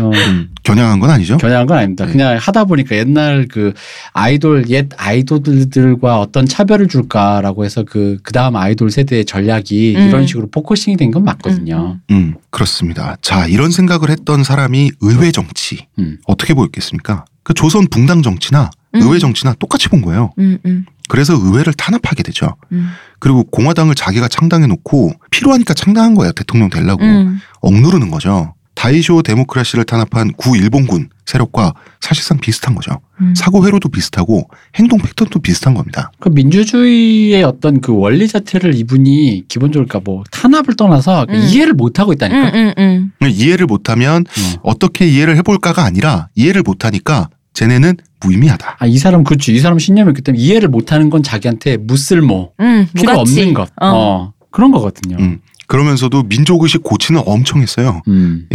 Speaker 2: 어,
Speaker 1: 음, 겨냥한 건
Speaker 3: 어?
Speaker 1: 아니죠?
Speaker 2: 겨냥한 건 아닙니다.
Speaker 1: 네.
Speaker 3: 음.
Speaker 2: 그냥 하다 보니까 옛날 그 아이돌 옛 아이돌들과 어떤 차별을 줄까라고 해서 그 그다음 아이돌 세대의 전략이
Speaker 3: 음.
Speaker 2: 이런 식으로 포커싱이 된 건 맞거든요.
Speaker 1: 음, 그렇습니다. 자, 이런 생각을 했던 사람이 의회 정치
Speaker 2: 음.
Speaker 1: 어떻게 보였겠습니까? 그 조선 붕당 정치나
Speaker 3: 음.
Speaker 1: 의회 정치나 똑같이 본 거예요.
Speaker 3: 음, 음,
Speaker 1: 그래서 의회를 탄압하게 되죠.
Speaker 3: 음.
Speaker 1: 그리고 공화당을 자기가 창당해 놓고 필요하니까 창당한 거예요. 대통령 되려고
Speaker 3: 음.
Speaker 1: 억누르는 거죠. 다이쇼 데모크라시를 탄압한 구일본군 세력과 사실상 비슷한 거죠.
Speaker 3: 음.
Speaker 1: 사고 회로도 비슷하고 행동 패턴도 비슷한 겁니다.
Speaker 2: 그 민주주의의 어떤 그 원리 자체를 이분이 기본적으로 그러니까 뭐 탄압을 떠나서 그
Speaker 3: 음.
Speaker 2: 이해를 못 하고
Speaker 3: 음,
Speaker 2: 있다니까.
Speaker 3: 음, 음.
Speaker 1: 이해를 못하면
Speaker 2: 어.
Speaker 1: 어떻게 이해를 해볼까가 아니라 이해를 못하니까 쟤네는 무의미하다.
Speaker 2: 아, 이 사람 그렇지. 이 사람 신념이 있기 때문에 이해를 못 하는 건 자기한테 무쓸모,
Speaker 3: 음,
Speaker 2: 필요
Speaker 3: 무가치.
Speaker 2: 없는 것.
Speaker 3: 어.
Speaker 2: 어. 그런 거거든요.
Speaker 1: 음. 그러면서도 민족의식 고치는 엄청 했어요.
Speaker 2: 음.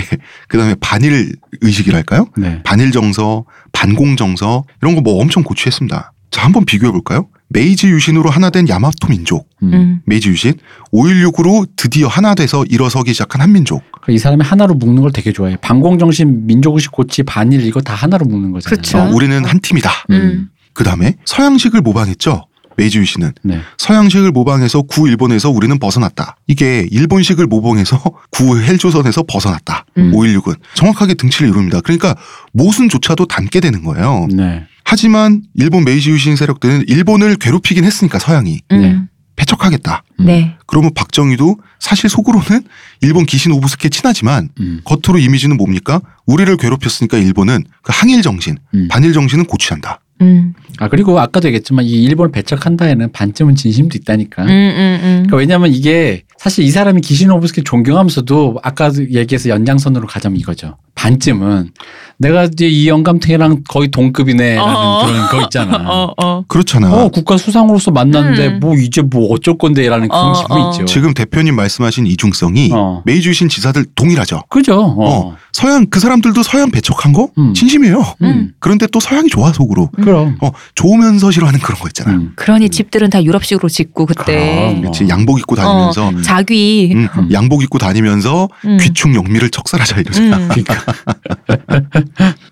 Speaker 1: 그 다음에 반일 의식이랄까요?
Speaker 2: 네.
Speaker 1: 반일 정서, 반공 정서, 이런 거 뭐 엄청 고취했습니다. 자, 한번 비교해 볼까요? 메이지 유신으로 하나 된 야마토 민족,
Speaker 2: 음.
Speaker 3: 음.
Speaker 1: 메이지 유신, 5.16으로 드디어 하나 돼서 일어서기 시작한 한민족.
Speaker 2: 그러니까 이 사람이 하나로 묶는 걸 되게 좋아해. 반공정신, 민족의식, 고치, 반일 이거 다 하나로 묶는 거잖아요.
Speaker 1: 어,
Speaker 3: 그렇죠.
Speaker 1: 우리는 한 팀이다.
Speaker 2: 음.
Speaker 1: 그 다음에 서양식을 모방했죠. 메이지 유신은
Speaker 2: 네.
Speaker 1: 서양식을 모방해서 구일본에서 우리는 벗어났다. 이게 일본식을 모방해서 *laughs* 구헬조선에서 벗어났다.
Speaker 3: 음.
Speaker 1: 5.16은 정확하게 등치를 이룹니다. 그러니까 모순조차도 닮게 되는
Speaker 3: 음.
Speaker 1: 거예요.
Speaker 2: 네.
Speaker 1: 하지만 일본 메이지 유신 세력들은 일본을 괴롭히긴 했으니까 서양이
Speaker 3: 음.
Speaker 1: 배척하겠다.
Speaker 2: 음.
Speaker 3: 네.
Speaker 1: 그러면 박정희도 사실 속으로는 일본 기신 오부스케 친하지만
Speaker 2: 음.
Speaker 1: 겉으로 이미지는 뭡니까? 우리를 괴롭혔으니까 일본은 그 항일 정신,
Speaker 2: 음.
Speaker 1: 반일 정신은 고취한다.
Speaker 3: 음.
Speaker 2: 아, 그리고 아까도 얘기했지만 이 일본을 배척한다에는 반쯤은 진심도 있다니까.
Speaker 3: 음, 음, 음.
Speaker 2: 그러니까 왜냐면 이게 사실 이 사람이 기시노부스키 존경하면서도 아까 얘기해서 연장선으로 가자면 이거죠. 반쯤은 내가 이제 이 영감탱이랑 거의 동급이네라는
Speaker 3: 어.
Speaker 2: 그런 거 있잖아. 어.
Speaker 3: *laughs* 어.
Speaker 1: 그렇잖아.
Speaker 2: 국가 수상으로서 만났는데
Speaker 3: 음.
Speaker 2: 뭐 이제 뭐 어쩔 건데라는 그런
Speaker 3: 어,
Speaker 2: 기분이
Speaker 3: 어.
Speaker 2: 있죠.
Speaker 1: 지금 대표님 말씀하신 이중성이
Speaker 2: 어.
Speaker 1: 메이지 유신 지사들 동일하죠.
Speaker 2: 그죠. 어.
Speaker 1: 어. 서양 그 사람들도 서양 배척한 거
Speaker 2: 음.
Speaker 1: 진심이에요.
Speaker 2: 음.
Speaker 1: 그런데 또 서양이 좋아 속으로
Speaker 2: 그럼.
Speaker 1: 어 좋으면서 싫어하는 그런 거 있잖아. 요
Speaker 2: 음.
Speaker 3: 그러니 집들은 다 유럽식으로 짓고 그때
Speaker 2: 그럼.
Speaker 1: 그렇지 양복 입고 다니면서
Speaker 2: 어.
Speaker 3: 자귀
Speaker 1: 음, 양복 입고 다니면서
Speaker 3: 음.
Speaker 1: 귀충 영미를 척살하자 이러잖아.
Speaker 3: 음.
Speaker 2: 그러니까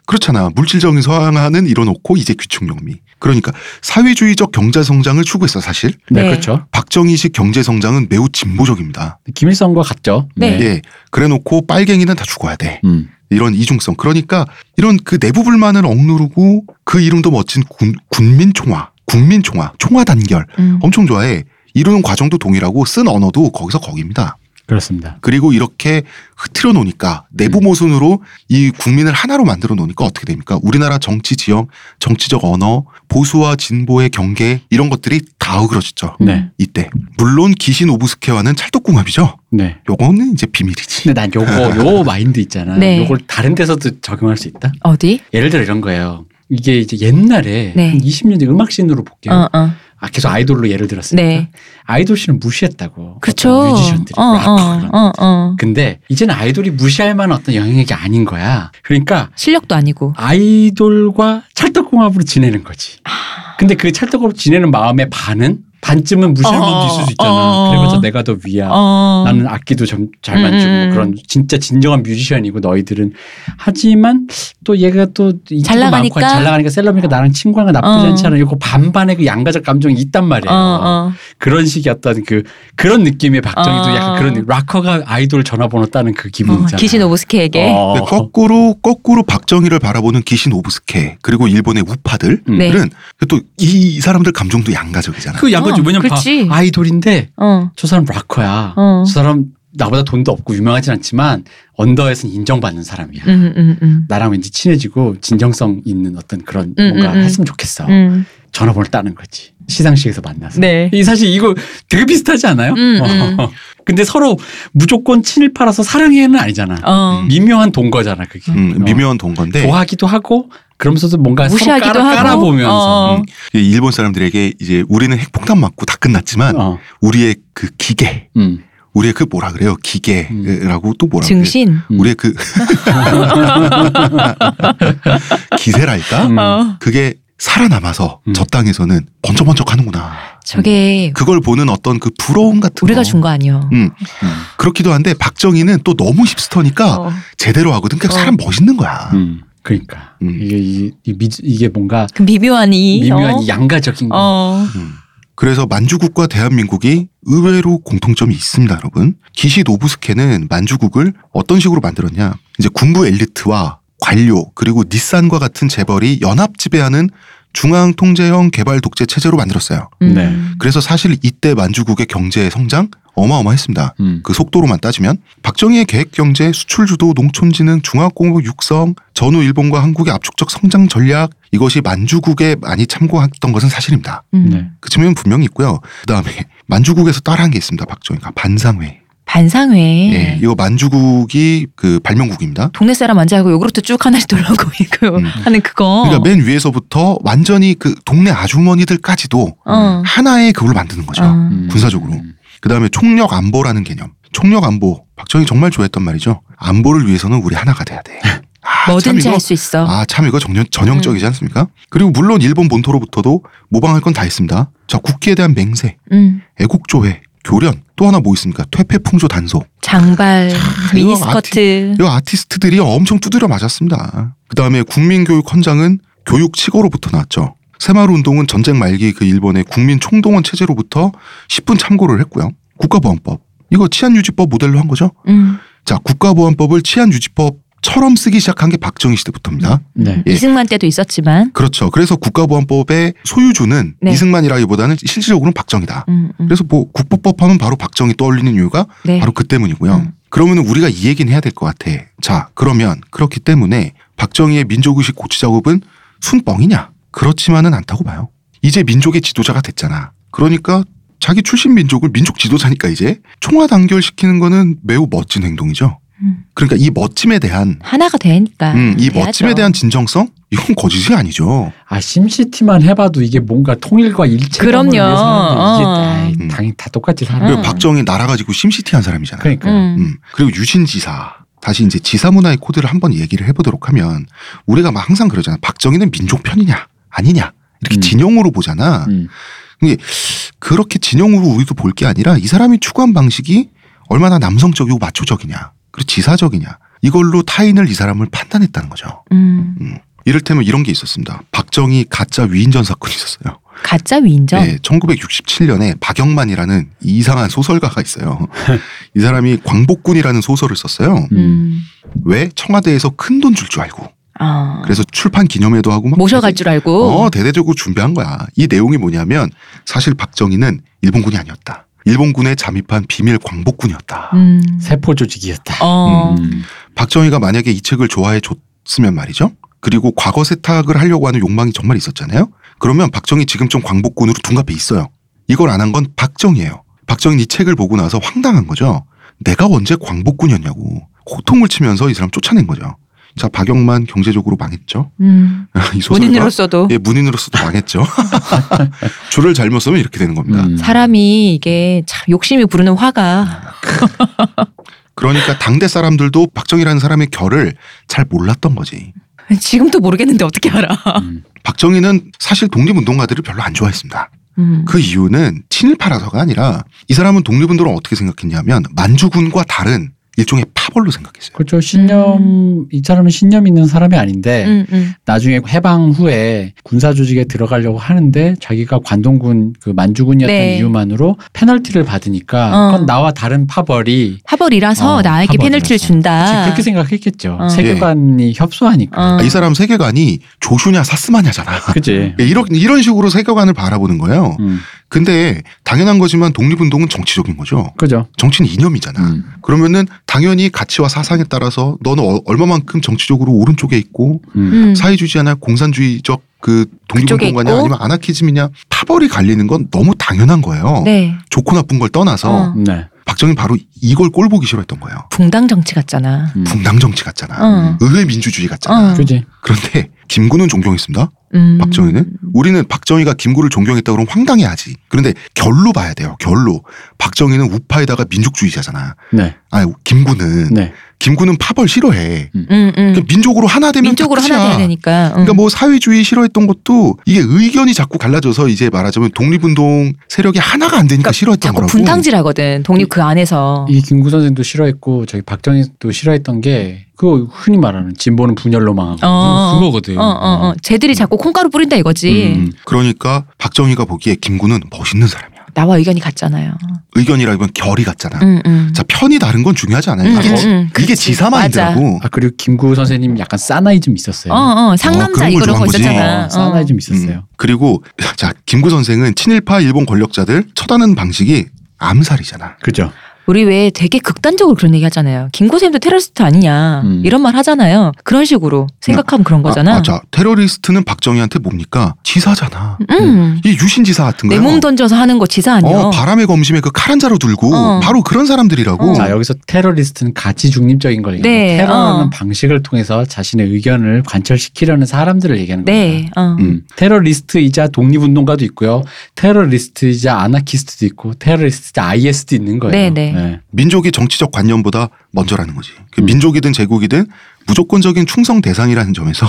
Speaker 1: 그렇잖아. 물질적인 서양화는 이뤄놓고 이제 귀충 영미. 그러니까 사회주의적 경제 성장을 추구했어 사실.
Speaker 2: 네,
Speaker 3: 네.
Speaker 2: 그렇죠.
Speaker 1: 박정희식 경제 성장은 매우 진보적입니다.
Speaker 2: 김일성과 같죠.
Speaker 3: 네.
Speaker 1: 예, 그래놓고 빨갱이는 다 죽어야 돼.
Speaker 2: 음.
Speaker 1: 이런 이중성. 그러니까 이런 그 내부 불만을 억누르고 그 이름도 멋진 군, 군민총화, 국민총화, 총화 단결
Speaker 3: 음.
Speaker 1: 엄청 좋아해. 이루는 과정도 동일하고 쓴 언어도 거기서 거기입니다.
Speaker 2: 그렇습니다.
Speaker 1: 그리고 이렇게 흐트려 놓으니까 내부
Speaker 2: 음.
Speaker 1: 모순으로 이 국민을 하나로 만들어 놓으니까 어떻게 됩니까? 우리나라 정치 지형, 정치적 언어, 보수와 진보의 경계 이런 것들이 다 어그러지죠.
Speaker 3: 음.
Speaker 2: 네.
Speaker 1: 이때 물론 기신 오부스케와는 찰떡궁합이죠.
Speaker 2: 네.
Speaker 1: 요거는 이제 비밀이지.
Speaker 2: 근데 난 요거 요 마인드 있잖아.
Speaker 3: 네.
Speaker 2: 요걸 다른 데서도 적용할 수 있다.
Speaker 3: 어디?
Speaker 2: 예를 들어 이런 거예요. 이게 이제 옛날에
Speaker 3: 네.
Speaker 2: 20년 전 음악 씬으로 볼게요.
Speaker 3: 어, 어.
Speaker 2: 아, 계속 아이돌로 예를 들었으니까
Speaker 3: 네.
Speaker 2: 아이돌 씬을 무시했다고.
Speaker 3: 그렇죠.
Speaker 2: 어떤 뮤지션들이
Speaker 3: 어,
Speaker 2: 락커
Speaker 3: 어,
Speaker 2: 이런.
Speaker 3: 어, 어.
Speaker 2: 근데 이제는 아이돌이 무시할 만한 어떤 영향력이 아닌 거야. 그러니까
Speaker 3: 실력도 아니고.
Speaker 2: 아이돌과 찰떡궁합으로 지내는 거지.
Speaker 3: 아.
Speaker 2: 근데 그 찰떡으로 지내는 마음의 반은 반쯤은 무시할
Speaker 3: 어,
Speaker 2: 만도 있을 수 있잖아.
Speaker 3: 어.
Speaker 2: 그래서 내가 더 위야.
Speaker 3: 어.
Speaker 2: 나는 악기도 좀 잘 만지고 뭐
Speaker 3: 음, 음.
Speaker 2: 그런 진짜 진정한 뮤지션이고 너희들은 하지만 또 얘가 또 인기도
Speaker 3: 잘
Speaker 2: 많고
Speaker 3: 나가니까?
Speaker 2: 잘 나가니까 셀럽이니까 나랑 친구가 나쁘지
Speaker 3: 어.
Speaker 2: 않지 않아 이거 반반의 그 양가적 감정이 있단 말이에요
Speaker 3: 어, 어.
Speaker 2: 그런 식의 어떤 그 그런 느낌의 박정희도
Speaker 3: 어.
Speaker 2: 약간 그런 락커가 아이돌 전화번호 따는 그 기분 있잖아
Speaker 3: 기신 오브스케에게.
Speaker 2: 어.
Speaker 1: 근데 네, 거꾸로 거꾸로 박정희를 바라보는 기신 오브스케 그리고 일본의 우파들은
Speaker 2: 음.
Speaker 3: 네.
Speaker 1: 또 이 사람들 감정도 양가적이잖아.
Speaker 2: 그 양반이
Speaker 3: 어,
Speaker 2: 왜냐면 봐
Speaker 3: 그렇지.
Speaker 2: 아이돌인데
Speaker 3: 어.
Speaker 2: 저 사람 락커야
Speaker 3: 어.
Speaker 2: 저 사람 나보다 돈도 없고 유명하진 않지만 언더에선 인정받는 사람이야
Speaker 3: 음, 음, 음.
Speaker 2: 나랑 왠지 친해지고 진정성 있는 어떤 그런
Speaker 3: 음,
Speaker 2: 뭔가
Speaker 3: 음, 음.
Speaker 2: 했으면 좋겠어.
Speaker 3: 음.
Speaker 2: 전화번호 따는 거지. 시상식에서 만나서.
Speaker 3: 네.
Speaker 2: 이 사실 이거 되게 비슷하지 않아요?
Speaker 3: 음, 음.
Speaker 2: 어. *laughs* 근데 서로 무조건 친일파라서 사랑해는 아니잖아.
Speaker 3: 어.
Speaker 1: 음.
Speaker 2: 미묘한 동거잖아 그게.
Speaker 1: 음,
Speaker 2: 어.
Speaker 1: 미묘한 동건데
Speaker 2: 좋아하기도 하고 그러면서도 뭔가 서로
Speaker 3: 무시하기도
Speaker 2: 깔아,
Speaker 3: 하고.
Speaker 2: 깔아보면서.
Speaker 3: 어.
Speaker 1: 음, 이 일본 사람들에게 이제 우리는 핵폭탄 맞고 다 끝났지만
Speaker 2: 어.
Speaker 1: 우리의 그 기계,
Speaker 2: 음. 우리의
Speaker 1: 우리의 그 뭐라 그래요? 기계라고 또 뭐라
Speaker 3: 증신.
Speaker 1: 그래요? *laughs* 우리의 그 기세랄까?
Speaker 2: 음.
Speaker 3: 어.
Speaker 1: 그게 살아남아서
Speaker 2: 음.
Speaker 1: 저 땅에서는 번쩍번쩍 하는구나.
Speaker 3: 저게
Speaker 1: 그걸 보는 어떤 그 부러움 같은
Speaker 3: 우리가
Speaker 1: 거.
Speaker 3: 준 거 아니요.
Speaker 1: 음. 그렇기도 한데 박정희는 또 너무 힙스터니까
Speaker 3: 어.
Speaker 1: 제대로 하거든. 그냥
Speaker 3: 어.
Speaker 1: 사람 멋있는 거야.
Speaker 2: 음. 그러니까
Speaker 1: 음.
Speaker 2: 이게 이, 이 미, 이게 뭔가
Speaker 3: 그 미묘한 이
Speaker 2: 미묘한
Speaker 3: 어?
Speaker 2: 이 양가적인 거.
Speaker 3: 어.
Speaker 1: 음. 그래서 만주국과 대한민국이 의외로 공통점이 있습니다, 여러분. 기시 노부스케는 만주국을 어떤 식으로 만들었냐? 이제 군부 엘리트와 관료 그리고 닛산과 같은 재벌이 연합 지배하는 중앙 통제형 개발 독재 체제로 만들었어요.
Speaker 3: 음.
Speaker 2: 네.
Speaker 1: 그래서 사실 이때 만주국의 경제 성장 어마어마했습니다.
Speaker 2: 음.
Speaker 1: 그 속도로만 따지면 박정희의 계획 경제, 수출 주도, 농촌진흥, 중화공업 육성, 전후 일본과 한국의 압축적 성장 전략 이것이 만주국에 많이 참고했던 것은 사실입니다.
Speaker 3: 음.
Speaker 2: 네.
Speaker 1: 그 측면은 분명히 있고요. 그다음에 *laughs* 만주국에서 따라한 게 있습니다. 박정희가 반상회.
Speaker 3: 반상회.
Speaker 1: 예, 이거 만주국이 그 발명국입니다.
Speaker 3: 동네 사람 앉아 하고 요구르트 쭉 하나씩 돌아오고 *laughs* 있고
Speaker 1: 음.
Speaker 3: 하는 그거.
Speaker 1: 그러니까 맨 위에서부터 완전히 그 동네 아주머니들까지도
Speaker 3: 어.
Speaker 1: 하나의 음. 그걸 만드는 거죠.
Speaker 3: 어.
Speaker 2: 음.
Speaker 1: 군사적으로.
Speaker 2: 음.
Speaker 1: 그다음에 총력 안보라는 개념. 총력 안보. 박정희 정말 좋아했단 말이죠. 안보를 위해서는 우리 하나가 돼야 돼. 아, 참
Speaker 3: 네. 뭐든지
Speaker 1: 이거-
Speaker 3: 할 수 음. 있어.
Speaker 1: 아, 참 이거 전형, 전형적이지 않습니까? 그리고 물론 일본 본토로부터도 모방할 건 다 했습니다. 자, 국기에 대한 맹세,
Speaker 3: 음.
Speaker 1: 애국조회, 교련, 또 하나 뭐 있습니까? 퇴폐풍조 단속.
Speaker 3: 장발, 미니스커트.
Speaker 1: 이 아티스트들이 엄청 두드려 맞았습니다. 그 다음에 국민교육 헌장은 교육 치고로부터 나왔죠. 새마을 운동은 전쟁 말기 그 일본의 국민 총동원 체제로부터 10분 참고를 했고요. 국가보안법. 이거 치안유지법 모델로 한 거죠.
Speaker 3: 음.
Speaker 1: 자, 국가보안법을 치안유지법처럼 쓰기 시작한 게 박정희 시대부터입니다.
Speaker 2: 네.
Speaker 1: 예.
Speaker 3: 이승만 때도 있었지만.
Speaker 1: 그렇죠. 그래서 국가보안법의 소유주는
Speaker 3: 네.
Speaker 1: 이승만이라기보다는 실질적으로는 박정희다.
Speaker 3: 음, 음.
Speaker 1: 그래서 뭐 국보법 하면 바로 박정희 떠올리는 이유가
Speaker 3: 네.
Speaker 1: 바로 그 때문이고요.
Speaker 3: 음.
Speaker 1: 그러면 우리가 이 얘기는 해야 될 것 같아. 자, 그러면 그렇기 때문에 박정희의 민족의식 고치 작업은 순뻥이냐? 그렇지만은 않다고 봐요. 이제 민족의 지도자가 됐잖아. 그러니까 자기 출신 민족을 민족 지도자니까 이제 총화 단결시키는 거는 매우 멋진 행동이죠.
Speaker 3: 음. 아,
Speaker 1: 그러니까 이 멋짐에 대한
Speaker 3: 하나가 되니까.
Speaker 1: 음, 이
Speaker 3: 돼야죠.
Speaker 1: 멋짐에 대한 진정성 이건 거짓이 아니죠.
Speaker 2: 아 심시티만 해봐도 이게 뭔가 통일과 일체감을
Speaker 3: 그럼요.
Speaker 2: 위해서 하는데 이게
Speaker 1: 어.
Speaker 2: 아이, 당연히 다 똑같이
Speaker 1: 그리고
Speaker 2: 사는.
Speaker 3: 음.
Speaker 1: 박정희 나라 가지고 심시티한 사람이잖아요.
Speaker 2: 음. 그러니까.
Speaker 3: 음.
Speaker 1: 음. 그리고 유신지사. 다시 이제 지사 문화의 코드를 한번 얘기를 해보도록 하면 우리가 막 항상 그러잖아. 박정희는 민족 편이냐 아니냐 이렇게
Speaker 2: 음.
Speaker 1: 진영으로 보잖아.
Speaker 2: 음.
Speaker 1: 그렇게 진영으로 우리도 볼 게 아니라 이 사람이 추구한 방식이 얼마나 남성적이고 마초적이냐 그리고 지사적이냐 이걸로 타인을 이 사람을 판단했다는 거죠.
Speaker 3: 음.
Speaker 1: 이를테면 이런 게 있었습니다. 박정희 가짜 위인전 사건이 있었어요.
Speaker 3: 가짜 위인전.
Speaker 1: 네, 1967년에 박영만이라는 이상한 소설가가
Speaker 2: *laughs*
Speaker 1: 있어요. 이 사람이 광복군이라는 소설을 썼어요.
Speaker 3: 음.
Speaker 1: 왜 청와대에서 큰 돈 줄 줄 알고
Speaker 3: 아.
Speaker 1: 그래서 출판 기념회도 하고 막
Speaker 3: 모셔갈 줄 알고.
Speaker 1: 어 대대적으로 준비한 거야 이 내용이 뭐냐면 사실 박정희는 일본군이 아니었다 일본군에 잠입한 비밀 광복군이었다
Speaker 3: 음.
Speaker 1: 네.
Speaker 2: 세포 조직이었다.
Speaker 3: 어.
Speaker 2: 음.
Speaker 1: 박정희가 만약에 이 책을 좋아해 줬으면 말이죠 그리고 과거 세탁을 하려고 하는 욕망이 정말 있었잖아요 그러면 박정희 지금쯤 광복군으로 둔갑해 있어요 이걸 안 한 건 박정희예요 박정희 이 책을 보고 나서 황당한 거죠 내가 언제 광복군이었냐고 호통을 치면서 이 사람 쫓아낸 거죠 자 박영만 경제적으로 망했죠
Speaker 3: 음.
Speaker 1: *laughs* 이 소설가
Speaker 3: 본인으로서도
Speaker 1: 예, 문인으로서도 망했죠. *laughs* 줄을 잘못 쓰면 이렇게 되는 겁니다.
Speaker 2: 음.
Speaker 3: 사람이 이게 참 욕심이 부르는 화가.
Speaker 1: 그러니까 당대 사람들도 박정희라는 사람의 결을 잘 몰랐던 거지.
Speaker 3: *laughs* 지금도 모르겠는데 어떻게 알아.
Speaker 2: 음.
Speaker 1: 박정희는 사실 독립운동가들을 별로 안 좋아했습니다.
Speaker 3: 음.
Speaker 1: 그 이유는 친일파라서가 아니라 이 사람은 독립운동을 어떻게 생각했냐면 만주군과 다른 일종의 파벌로 생각했어요.
Speaker 2: 그렇죠. 신념 이 사람은 신념 있는 사람이 아닌데
Speaker 3: 음, 음.
Speaker 2: 나중에 해방 후에 군사 조직에 들어가려고 하는데 자기가 관동군 그 만주군이었던
Speaker 3: 네.
Speaker 2: 이유만으로 페널티를 받으니까
Speaker 3: 어.
Speaker 2: 그건 나와 다른 파벌이
Speaker 3: 파벌이라서
Speaker 2: 어,
Speaker 3: 나에게
Speaker 2: 파벌이라서.
Speaker 3: 페널티를 준다.
Speaker 2: 지금 그렇게 생각했겠죠.
Speaker 3: 아.
Speaker 2: 예.
Speaker 3: 어.
Speaker 2: 아, 세계관이 협소하니까.
Speaker 3: 어.
Speaker 1: 이 사람 세계관이 조슈냐 사스마냐잖아. 예,
Speaker 2: 그지.
Speaker 1: 이런, 이런 식으로 세계관을 바라보는 거예요.
Speaker 2: 음.
Speaker 1: 근데 당연한 거지만 독립운동은 정치적인 거죠.
Speaker 2: 그죠.
Speaker 1: 정치는 이념이잖아.
Speaker 2: 음.
Speaker 1: 그러면은 당연히 가치와 사상에 따라서 너는 어- 얼마만큼 정치적으로 오른쪽에 있고
Speaker 2: 음.
Speaker 3: 음.
Speaker 1: 사회주의자나 공산주의적 그
Speaker 3: 그쪽에
Speaker 1: 독립운동가냐
Speaker 3: 있고.
Speaker 1: 아니면 아나키즘이냐 파벌이 갈리는 건 너무 당연한 거예요.
Speaker 3: 네.
Speaker 1: 좋고 나쁜 걸 떠나서
Speaker 3: 어.
Speaker 2: 네.
Speaker 1: 박정희 바로 이걸 꼴보기 싫어했던 거예요.
Speaker 3: 붕당 정치 같잖아.
Speaker 2: 음.
Speaker 1: 분당 정치 같잖아.
Speaker 3: 어.
Speaker 1: 의회 민주주의 같잖아.
Speaker 3: 어.
Speaker 2: 그지.
Speaker 1: 그런데 김구는 존경했습니다.
Speaker 3: 음.
Speaker 1: 박정희는 우리는 박정희가 김구를 존경했다 그러면 황당해하지. 그런데 결로 봐야 돼요. 결로 박정희는 우파에다가 민족주의자잖아.
Speaker 2: 네.
Speaker 1: 아 김구는
Speaker 2: 네.
Speaker 1: 김구는 팝을 싫어해.
Speaker 3: 음, 음.
Speaker 1: 그러니까 민족으로 하나 되면
Speaker 3: 민족으로
Speaker 1: 다 끝이야.
Speaker 3: 하나 돼야 되니까. 음.
Speaker 1: 그러니까 뭐 사회주의 싫어했던 것도 이게 의견이 자꾸 갈라져서 이제 말하자면 독립운동 세력이 하나가 안 되니까
Speaker 3: 그러니까
Speaker 1: 싫어했던
Speaker 3: 자꾸
Speaker 1: 거라고.
Speaker 3: 분탕질하거든. 독립 그 안에서.
Speaker 2: 이 김구 선생도 싫어했고 저기 박정희도 싫어했던 게 그 흔히 말하는 진보는 분열로 망하고
Speaker 3: 어.
Speaker 2: 그거거든.
Speaker 3: 어, 어,
Speaker 1: 음.
Speaker 3: 네. 어. 쟤들이 자꾸 콩가루 뿌린다 이거지.
Speaker 2: 음.
Speaker 1: 그러니까 박정희가 보기에 김구는 멋있는 사람이야.
Speaker 3: 나와 의견이 같잖아요.
Speaker 1: 의견이라면 결이 같잖아.
Speaker 3: 음, 음.
Speaker 1: 자 편이 다른 건 중요하지 않아요.
Speaker 3: 음,
Speaker 1: 이게,
Speaker 3: 음,
Speaker 1: 지-
Speaker 3: 음.
Speaker 1: 이게
Speaker 3: 그치.
Speaker 1: 지사
Speaker 3: 맞아.
Speaker 1: 마인드라고.
Speaker 2: 아 그리고 김구 선생님 약간 사나이 좀 있었어요.
Speaker 3: 어, 어. 상남자
Speaker 1: 어, 그런 걸
Speaker 3: 이거로 거
Speaker 1: 좋아한 거지.
Speaker 3: 있었잖아.
Speaker 2: 어, 사나이
Speaker 3: 어.
Speaker 2: 좀 있었어요.
Speaker 1: 음. 그리고 자 김구 선생은 친일파 일본 권력자들 처단하는 방식이 암살이잖아.
Speaker 2: 그죠.
Speaker 3: 우리 왜 되게 극단적으로 그런 얘기 하잖아요. 김고쌤도 테러리스트 아니냐.
Speaker 2: 음.
Speaker 3: 이런 말 하잖아요. 그런 식으로 생각하면 그런 거잖아.
Speaker 1: 아, 맞아. 테러리스트는 박정희한테 뭡니까? 지사잖아.
Speaker 3: 음.
Speaker 1: 이 유신 지사 같은 거요.
Speaker 3: 내 몸 던져서 하는 거 지사 아니야.
Speaker 1: 어, 바람의 검심에 그 칼 한 자루 들고
Speaker 3: 어.
Speaker 1: 바로 그런 사람들이라고.
Speaker 3: 어.
Speaker 2: 자 여기서 테러리스트는 가치 중립적인 걸 얘기하고
Speaker 3: 네,
Speaker 2: 테러라는
Speaker 3: 어.
Speaker 2: 방식을 통해서 자신의 의견을 관철시키려는 사람들을 얘기하는
Speaker 3: 네. 어.
Speaker 2: 겁니다. 음. 테러리스트이자 독립운동가도 있고요. 테러리스트이자 아나키스트도 있고 테러리스트이자 IS도 있는 거예요.
Speaker 3: 네, 네.
Speaker 1: 민족이 정치적 관념보다 먼저라는 거지. 그
Speaker 2: 음.
Speaker 1: 민족이든 제국이든 무조건적인 충성 대상이라는 점에서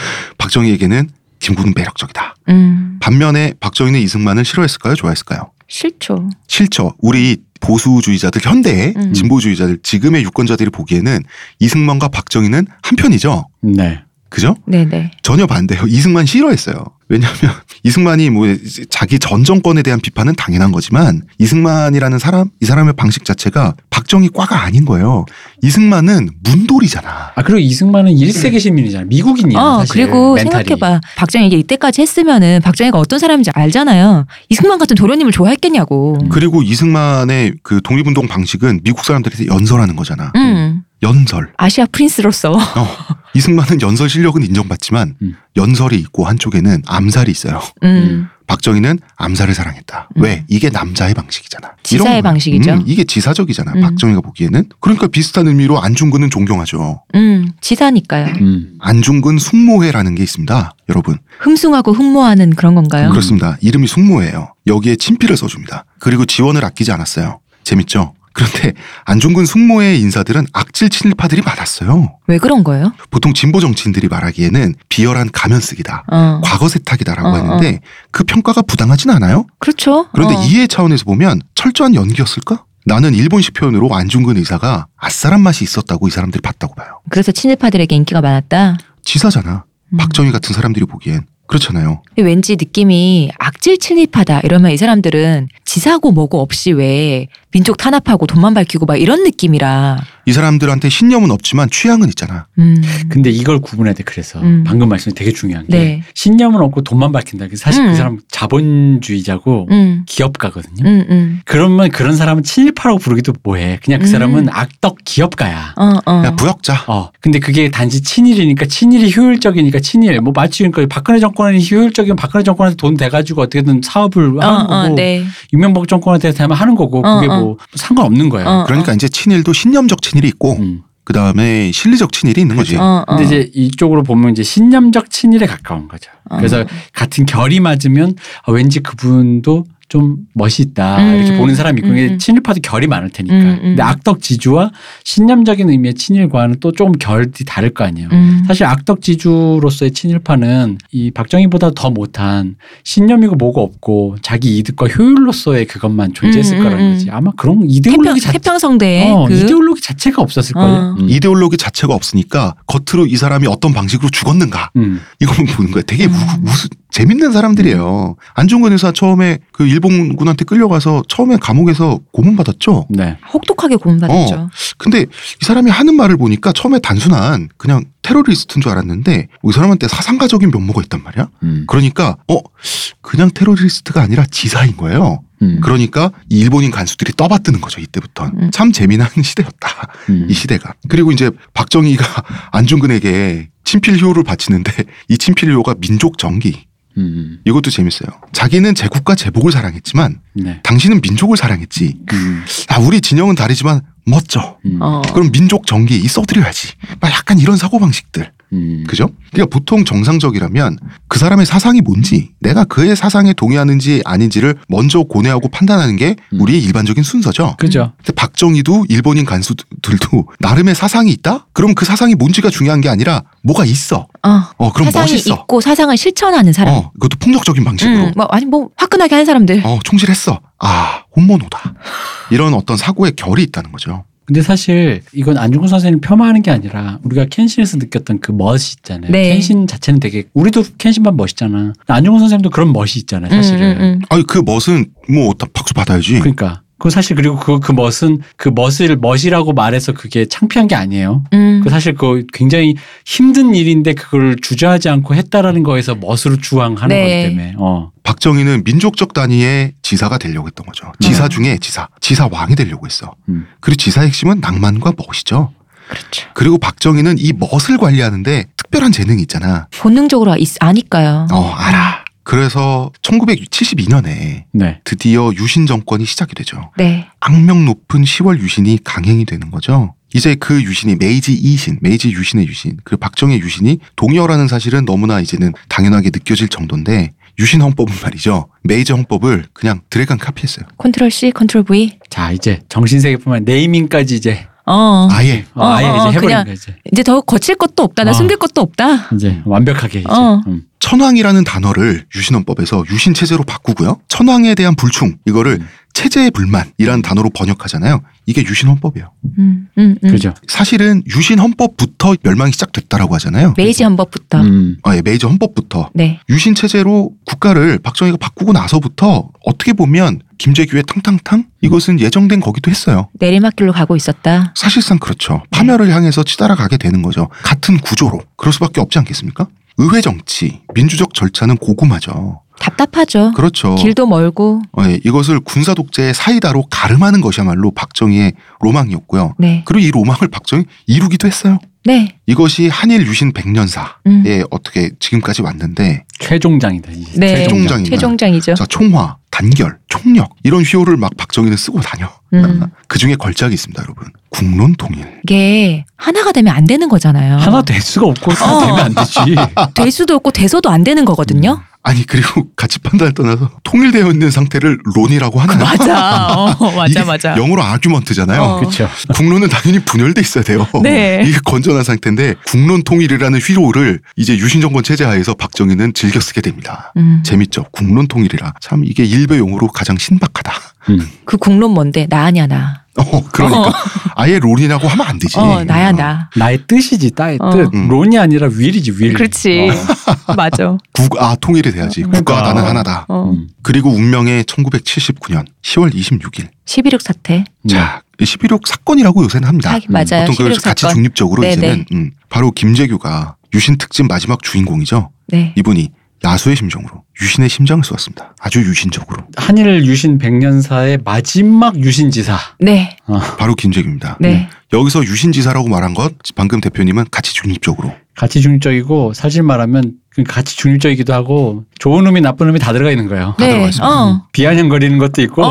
Speaker 1: *laughs* 박정희에게는 김구는 매력적이다.
Speaker 3: 음.
Speaker 1: 반면에 박정희는 이승만을 싫어했을까요? 좋아했을까요?
Speaker 3: 싫죠.
Speaker 1: 싫죠. 우리 보수주의자들 현대의
Speaker 3: 음.
Speaker 1: 진보주의자들 지금의 유권자들이 보기에는 이승만과 박정희는 한편이죠.
Speaker 2: 네.
Speaker 1: 그죠?
Speaker 3: 네네.
Speaker 1: 전혀 반대요. 이승만 싫어했어요. 왜냐하면 *laughs* 이승만이 뭐 자기 전 정권에 대한 비판은 당연한 거지만 이승만이라는 사람 이 사람의 방식 자체가 박정희 과가 아닌 거예요. 이승만은 문돌이잖아.
Speaker 2: 아 그리고 이승만은 1세기 시민이잖아요. 미국인이야
Speaker 3: 어,
Speaker 2: 음, 사실.
Speaker 3: 그리고
Speaker 2: 멘탈이.
Speaker 3: 생각해봐. 박정희가 이때까지 했으면은 박정희가 어떤 사람인지 알잖아요. 이승만 같은 도련님을 좋아했겠냐고.
Speaker 1: 그리고 이승만의 그 독립운동 방식은 미국 사람들이 연설하는 거잖아.
Speaker 3: 음.
Speaker 1: 연설.
Speaker 3: 아시아 프린스로서. *laughs*
Speaker 1: 어, 이승만은 연설 실력은 인정받지만
Speaker 2: 음.
Speaker 1: 연설이 있고 한쪽에는 암살이 있어요.
Speaker 3: 음.
Speaker 1: 박정희는 암살을 사랑했다.
Speaker 3: 음.
Speaker 1: 왜? 이게 남자의 방식이잖아. 이런
Speaker 3: 지사의
Speaker 1: 거예요.
Speaker 3: 방식이죠.
Speaker 1: 음, 이게 지사적이잖아.
Speaker 3: 음.
Speaker 1: 박정희가 보기에는. 그러니까 비슷한 의미로 안중근은 존경하죠.
Speaker 3: 음. 지사니까요.
Speaker 2: 음.
Speaker 1: 안중근 숙모회라는 게 있습니다. 여러분.
Speaker 3: 흠숭하고 흠모하는 그런 건가요?
Speaker 1: 음, 그렇습니다. 이름이 숙모회예요. 여기에 친필을 써줍니다. 그리고 지원을 아끼지 않았어요. 재밌죠? 그런데 안중근 숙모회 인사들은 악질 친일파들이 많았어요.
Speaker 3: 왜 그런 거예요?
Speaker 1: 보통 진보 정치인들이 말하기에는 비열한 가면 쓰기다.
Speaker 3: 어.
Speaker 1: 과거 세탁이다라고
Speaker 3: 어,
Speaker 1: 하는데 그 평가가 부당하진 않아요?
Speaker 3: 그렇죠.
Speaker 1: 그런데
Speaker 3: 어.
Speaker 1: 이해 차원에서 보면 철저한 연기였을까? 나는 일본식 표현으로 안중근 의사가 아싸란 맛이 있었다고 이 사람들이 봤다고 봐요.
Speaker 3: 그래서 친일파들에게 인기가 많았다.
Speaker 1: 지사잖아.
Speaker 3: 음.
Speaker 1: 박정희 같은 사람들이 보기엔 그렇잖아요.
Speaker 3: 근데 왠지 느낌이 악질 친일파다 이러면 이 사람들은 지사고 뭐고 없이 왜 민족 탄압하고 돈만 밝히고 막 이런 느낌이라.
Speaker 1: 이 사람들한테 신념은 없지만 취향은 있잖아.
Speaker 3: 음.
Speaker 2: 근데 이걸 구분해야 돼. 그래서
Speaker 3: 음.
Speaker 2: 방금 말씀이 되게 중요한 게
Speaker 3: 네.
Speaker 2: 신념은 없고 돈만 밝힌다. 그래서 사실
Speaker 3: 음.
Speaker 2: 그 사람 자본주의자고
Speaker 3: 음.
Speaker 2: 기업가거든요.
Speaker 3: 음. 음.
Speaker 2: 그러면 그런 사람은 친일파라고 부르기도 뭐해. 그냥 그
Speaker 3: 음.
Speaker 2: 사람은 악덕 기업가야.
Speaker 3: 어, 어.
Speaker 1: 야, 부역자.
Speaker 2: 어, 근데 그게 단지 친일이니까 친일이 효율적이니까 친일. 뭐 마치 그러니까 박근혜 정권이 효율적이면 박근혜 정권한테 돈 돼가지고 어떻게든 사업을
Speaker 3: 어,
Speaker 2: 하는
Speaker 3: 어,
Speaker 2: 거고
Speaker 3: 네.
Speaker 2: 이명박 정권한테 되면 하는 거고
Speaker 3: 어,
Speaker 2: 그게
Speaker 3: 어.
Speaker 2: 뭐 상관없는 거예요.
Speaker 3: 어,
Speaker 1: 그러니까 이제 친일도 신념적 친일이 있고
Speaker 2: 음.
Speaker 1: 그 다음에 실리적 친일이 있는 거지.
Speaker 3: 어, 어.
Speaker 2: 근데 이제 이쪽으로 보면 이제 신념적 친일에 가까운 거죠. 그래서
Speaker 3: 어.
Speaker 2: 같은 결이 맞으면 아, 왠지 그분도 좀 멋이 있다
Speaker 3: 음.
Speaker 2: 이렇게 보는 사람이 있고 이게
Speaker 3: 음.
Speaker 2: 친일파도 결이 많을 테니까
Speaker 3: 음, 음.
Speaker 2: 근데 악덕 지주와 신념적인 의미의 친일과는 또 조금 결이 다를 거 아니에요
Speaker 3: 음.
Speaker 2: 사실 악덕 지주로서의 친일파는 이 박정희보다 더 못한 신념이고 뭐고 없고 자기 이득과 효율로서의 그것만 존재했을
Speaker 3: 음, 음,
Speaker 2: 거라는
Speaker 3: 음.
Speaker 2: 거지 아마 그런
Speaker 3: 태평,
Speaker 2: 이데올로기 자체
Speaker 3: 태평성대에
Speaker 2: 어,
Speaker 3: 그
Speaker 2: 이데올로기 자체가 없었을
Speaker 3: 어.
Speaker 2: 거예요 음.
Speaker 1: 이데올로기 자체가 없으니까 겉으로 이 사람이 어떤 방식으로 죽었는가
Speaker 2: 음.
Speaker 1: 이거만 *laughs* 보는 거야. 되게
Speaker 3: 음.
Speaker 1: 우- 무슨 재밌는 사람들이에요. 안중근 의사 처음에 그 일본군한테 끌려가서 처음에 감옥에서 고문 받았죠.
Speaker 2: 네.
Speaker 3: 혹독하게 고문받았죠.
Speaker 1: 어. 근데 이 사람이 하는 말을 보니까 처음에 단순한 그냥 테러리스트인 줄 알았는데 이 사람한테 사상가적인 면모가 있단 말이야.
Speaker 2: 음.
Speaker 1: 그러니까 어 그냥 테러리스트가 아니라 지사인 거예요.
Speaker 2: 음.
Speaker 1: 그러니까 이 일본인 간수들이 떠받드는 거죠 이때부터.
Speaker 3: 음.
Speaker 1: 참 재미난 *laughs* 시대였다.
Speaker 2: 음.
Speaker 1: 이 시대가. 그리고 이제 박정희가 *laughs* 안중근에게 친필효를 바치는데 이 친필효가 민족 정기.
Speaker 2: 음.
Speaker 1: 이것도 재밌어요. 자기는 제국과 제복을 사랑했지만
Speaker 2: 네.
Speaker 1: 당신은 민족을 사랑했지.
Speaker 2: 음.
Speaker 1: 아, 우리 진영은 다르지만 멋져.
Speaker 2: 음.
Speaker 3: 어.
Speaker 1: 그럼 민족 정기 이 써드려야지. 막 약간 이런 사고 방식들.
Speaker 2: 음.
Speaker 1: 그죠? 그러니까 보통 정상적이라면 그 사람의 사상이 뭔지, 내가 그의 사상에 동의하는지 아닌지를 먼저 고뇌하고 판단하는 게
Speaker 2: 음.
Speaker 1: 우리의 일반적인 순서죠.
Speaker 2: 그죠.
Speaker 1: 근데 박정희도 일본인 간수들도 *laughs* 나름의 사상이 있다? 그럼 그 사상이 뭔지가 중요한 게 아니라 뭐가 있어.
Speaker 3: 어.
Speaker 1: 어, 그럼
Speaker 3: 사상이
Speaker 1: 멋있어.
Speaker 3: 있고 사상을 실천하는 사람.
Speaker 1: 어, 그것도 폭력적인 방식으로.
Speaker 3: 음, 뭐 아니 뭐 화끈하게 하는 사람들.
Speaker 1: 어, 충실했어. 아, 혼모노다. 이런 어떤 사고의 결이 있다는 거죠.
Speaker 2: 근데 사실 이건 안중근 선생님 폄하하는 게 아니라 우리가 켄신에서 느꼈던 그 멋이 있잖아요.
Speaker 3: 네.
Speaker 2: 켄신 자체는 되게 우리도 켄신만 멋있잖아. 안중근 선생님도 그런 멋이 있잖아요. 사실은.
Speaker 3: 음, 음, 음.
Speaker 1: 아니, 그 멋은 뭐 어떤 박수 받아야지.
Speaker 2: 그러니까 그 사실 그리고 그 그 멋은 그 멋을 멋이라고 말해서 그게 창피한 게 아니에요.
Speaker 3: 음.
Speaker 2: 그 사실 그 굉장히 힘든 일인데 그걸 주저하지 않고 했다라는 거에서 멋으로 주황하는
Speaker 3: 네.
Speaker 2: 거기 때문에. 어.
Speaker 1: 박정희는 민족적 단위의 지사가 되려고 했던 거죠. 지사 중에 지사, 지사 왕이 되려고 했어.
Speaker 2: 음.
Speaker 1: 그리고 지사의 핵심은 낭만과 멋이죠.
Speaker 3: 그렇죠.
Speaker 1: 그리고 박정희는 이 멋을 관리하는데 특별한 재능이 있잖아.
Speaker 3: 본능적으로 있, 아니까요.
Speaker 1: 어, 알아. 그래서 1972년에
Speaker 2: 네.
Speaker 1: 드디어 유신 정권이 시작이 되죠.
Speaker 3: 네.
Speaker 1: 악명 높은 10월 유신이 강행이 되는 거죠. 이제 그 유신이 메이지 이신, 메이지 유신의 유신, 그 박정희 유신이 동의어라는 사실은 너무나 이제는 당연하게 느껴질 정도인데 유신 헌법은 말이죠. 메이저 헌법을 그냥 드래간 카피했어요.
Speaker 3: 컨트롤 C, 컨트롤 V.
Speaker 2: 자, 이제 정신세계뿐만 아니라 네이밍까지 이제
Speaker 3: 어.
Speaker 1: 아예
Speaker 2: 어, 아예
Speaker 3: 어, 어,
Speaker 2: 이제 해버린
Speaker 3: 그냥-
Speaker 2: 거 이제.
Speaker 3: 이제 더 거칠 것도 없다. 나
Speaker 2: 아.
Speaker 3: 숨길 것도 없다.
Speaker 2: 이제 완벽하게 이제.
Speaker 3: 어.
Speaker 2: 음.
Speaker 1: 천황이라는 단어를 유신헌법에서 유신체제로 바꾸고요. 천황에 대한 불충, 이거를
Speaker 2: 음.
Speaker 1: 체제의 불만이라는 단어로 번역하잖아요. 이게 유신헌법이에요.
Speaker 3: 음, 음, 음.
Speaker 2: 그죠.
Speaker 1: 사실은 유신헌법부터 멸망이 시작됐다라고 하잖아요.
Speaker 3: 메이지 헌법부터.
Speaker 2: 음.
Speaker 1: 아, 예, 메이저 헌법부터
Speaker 3: 네.
Speaker 1: 유신 체제로 국가를 박정희가 바꾸고 나서부터 어떻게 보면 김재규의 탕탕탕 이것은 예정된 거기도 했어요.
Speaker 3: 내리막길로 가고 있었다.
Speaker 1: 사실상 그렇죠. 파멸을 향해서 치달아 가게 되는 거죠. 같은 구조로 그럴 수밖에 없지 않겠습니까? 의회 정치, 민주적 절차는 고구마죠.
Speaker 3: 답답하죠.
Speaker 1: 그렇죠.
Speaker 3: 길도 멀고.
Speaker 1: 어, 예, 이것을 군사 독재의 사이다로 가름하는 것이야말로 박정희의 로망이었고요.
Speaker 3: 네.
Speaker 1: 그리고 이 로망을 박정희 이루기도 했어요.
Speaker 3: 네.
Speaker 1: 이것이 한일 유신 백년사에
Speaker 3: 음.
Speaker 1: 어떻게 지금까지 왔는데
Speaker 2: 최종장이다. 이제.
Speaker 3: 네.
Speaker 2: 최종장.
Speaker 1: 최종장입니다.
Speaker 3: 최종장이죠.
Speaker 1: 자, 총화, 단결, 총력 이런 휘호를 막 박정희는 쓰고 다녀.
Speaker 3: 음.
Speaker 1: 그 중에 걸작이 있습니다, 여러분. 국론 통일.
Speaker 3: 이게 하나가 되면 안 되는 거잖아요.
Speaker 2: 하나 될 수가 없고 하나
Speaker 3: 어.
Speaker 2: 되면 안
Speaker 3: *laughs*
Speaker 2: 되지.
Speaker 3: 될 수도 없고 돼서도 안 되는 거거든요.
Speaker 1: 아니 그리고 *laughs* 가치 판단을 떠나서 통일되어 있는 상태를 론이라고 하나요?
Speaker 3: *laughs* 그 맞아. 어,
Speaker 1: 음. 이게 영어로 아규먼트잖아요.
Speaker 3: 어.
Speaker 2: 그렇죠.
Speaker 1: 국론은 당연히 분열돼 있어야 돼요.
Speaker 3: *laughs* 네.
Speaker 1: *laughs* 이게 건전한 상태인데 국론 통일이라는 휘호를 이제 유신 정권 체제 하에서 박정희는 즐겨 쓰게 됩니다.
Speaker 3: 음.
Speaker 1: 재밌죠. 국론 통일이라 참 이게 일베 용어로 가장 신박하다. *laughs*
Speaker 3: 그 국론 뭔데? 나 아니야, 나.
Speaker 1: 어, 그러니까 아예 론이라고 하면 안 되지.
Speaker 3: 어, 나야, 나.
Speaker 2: 나의 뜻이지, 따의
Speaker 3: 어.
Speaker 2: 뜻.
Speaker 1: 음.
Speaker 2: 론이 아니라 윌이지, 어. 윌.
Speaker 3: 그렇지.
Speaker 1: 어.
Speaker 3: *laughs* 맞아.
Speaker 1: 국, 아, 통일이 돼야지.
Speaker 3: 음.
Speaker 1: 국가와
Speaker 2: 그러니까.
Speaker 1: 나는 하나다.
Speaker 2: 어.
Speaker 3: 어.
Speaker 2: 음.
Speaker 1: 그리고 운명의 1979년 10월 26일.
Speaker 3: 11.6 사태.
Speaker 2: 음.
Speaker 1: 자, 11.6 사건이라고 요새는 합니다.
Speaker 3: 하긴 맞아요.
Speaker 1: 보통 그걸
Speaker 3: 11.6
Speaker 1: 같이
Speaker 3: 사건.
Speaker 1: 중립적으로
Speaker 3: 네네.
Speaker 1: 이제는 음, 바로 김재규가 유신 특집 마지막 주인공이죠.
Speaker 3: 네.
Speaker 1: 이분이 야수의 심정으로 유신의 심장을 쏘았습니다. 아주 유신적으로.
Speaker 2: 한일 유신 백년사의 마지막 유신지사.
Speaker 3: 네.
Speaker 1: 바로 김재규입니다.
Speaker 3: 네.
Speaker 1: 여기서 유신지사라고 말한 것 방금 대표님은 같이 중립적으로.
Speaker 2: 가치 중립적이고 사실 말하면 그 가치 중립적이기도 하고 좋은 놈이 나쁜 놈이 다 음. 어. 들어가 있는 거예요.
Speaker 1: 다
Speaker 3: 네.
Speaker 1: 들어갔습니다.
Speaker 3: 어.
Speaker 2: 비아냥거리는 것도 있고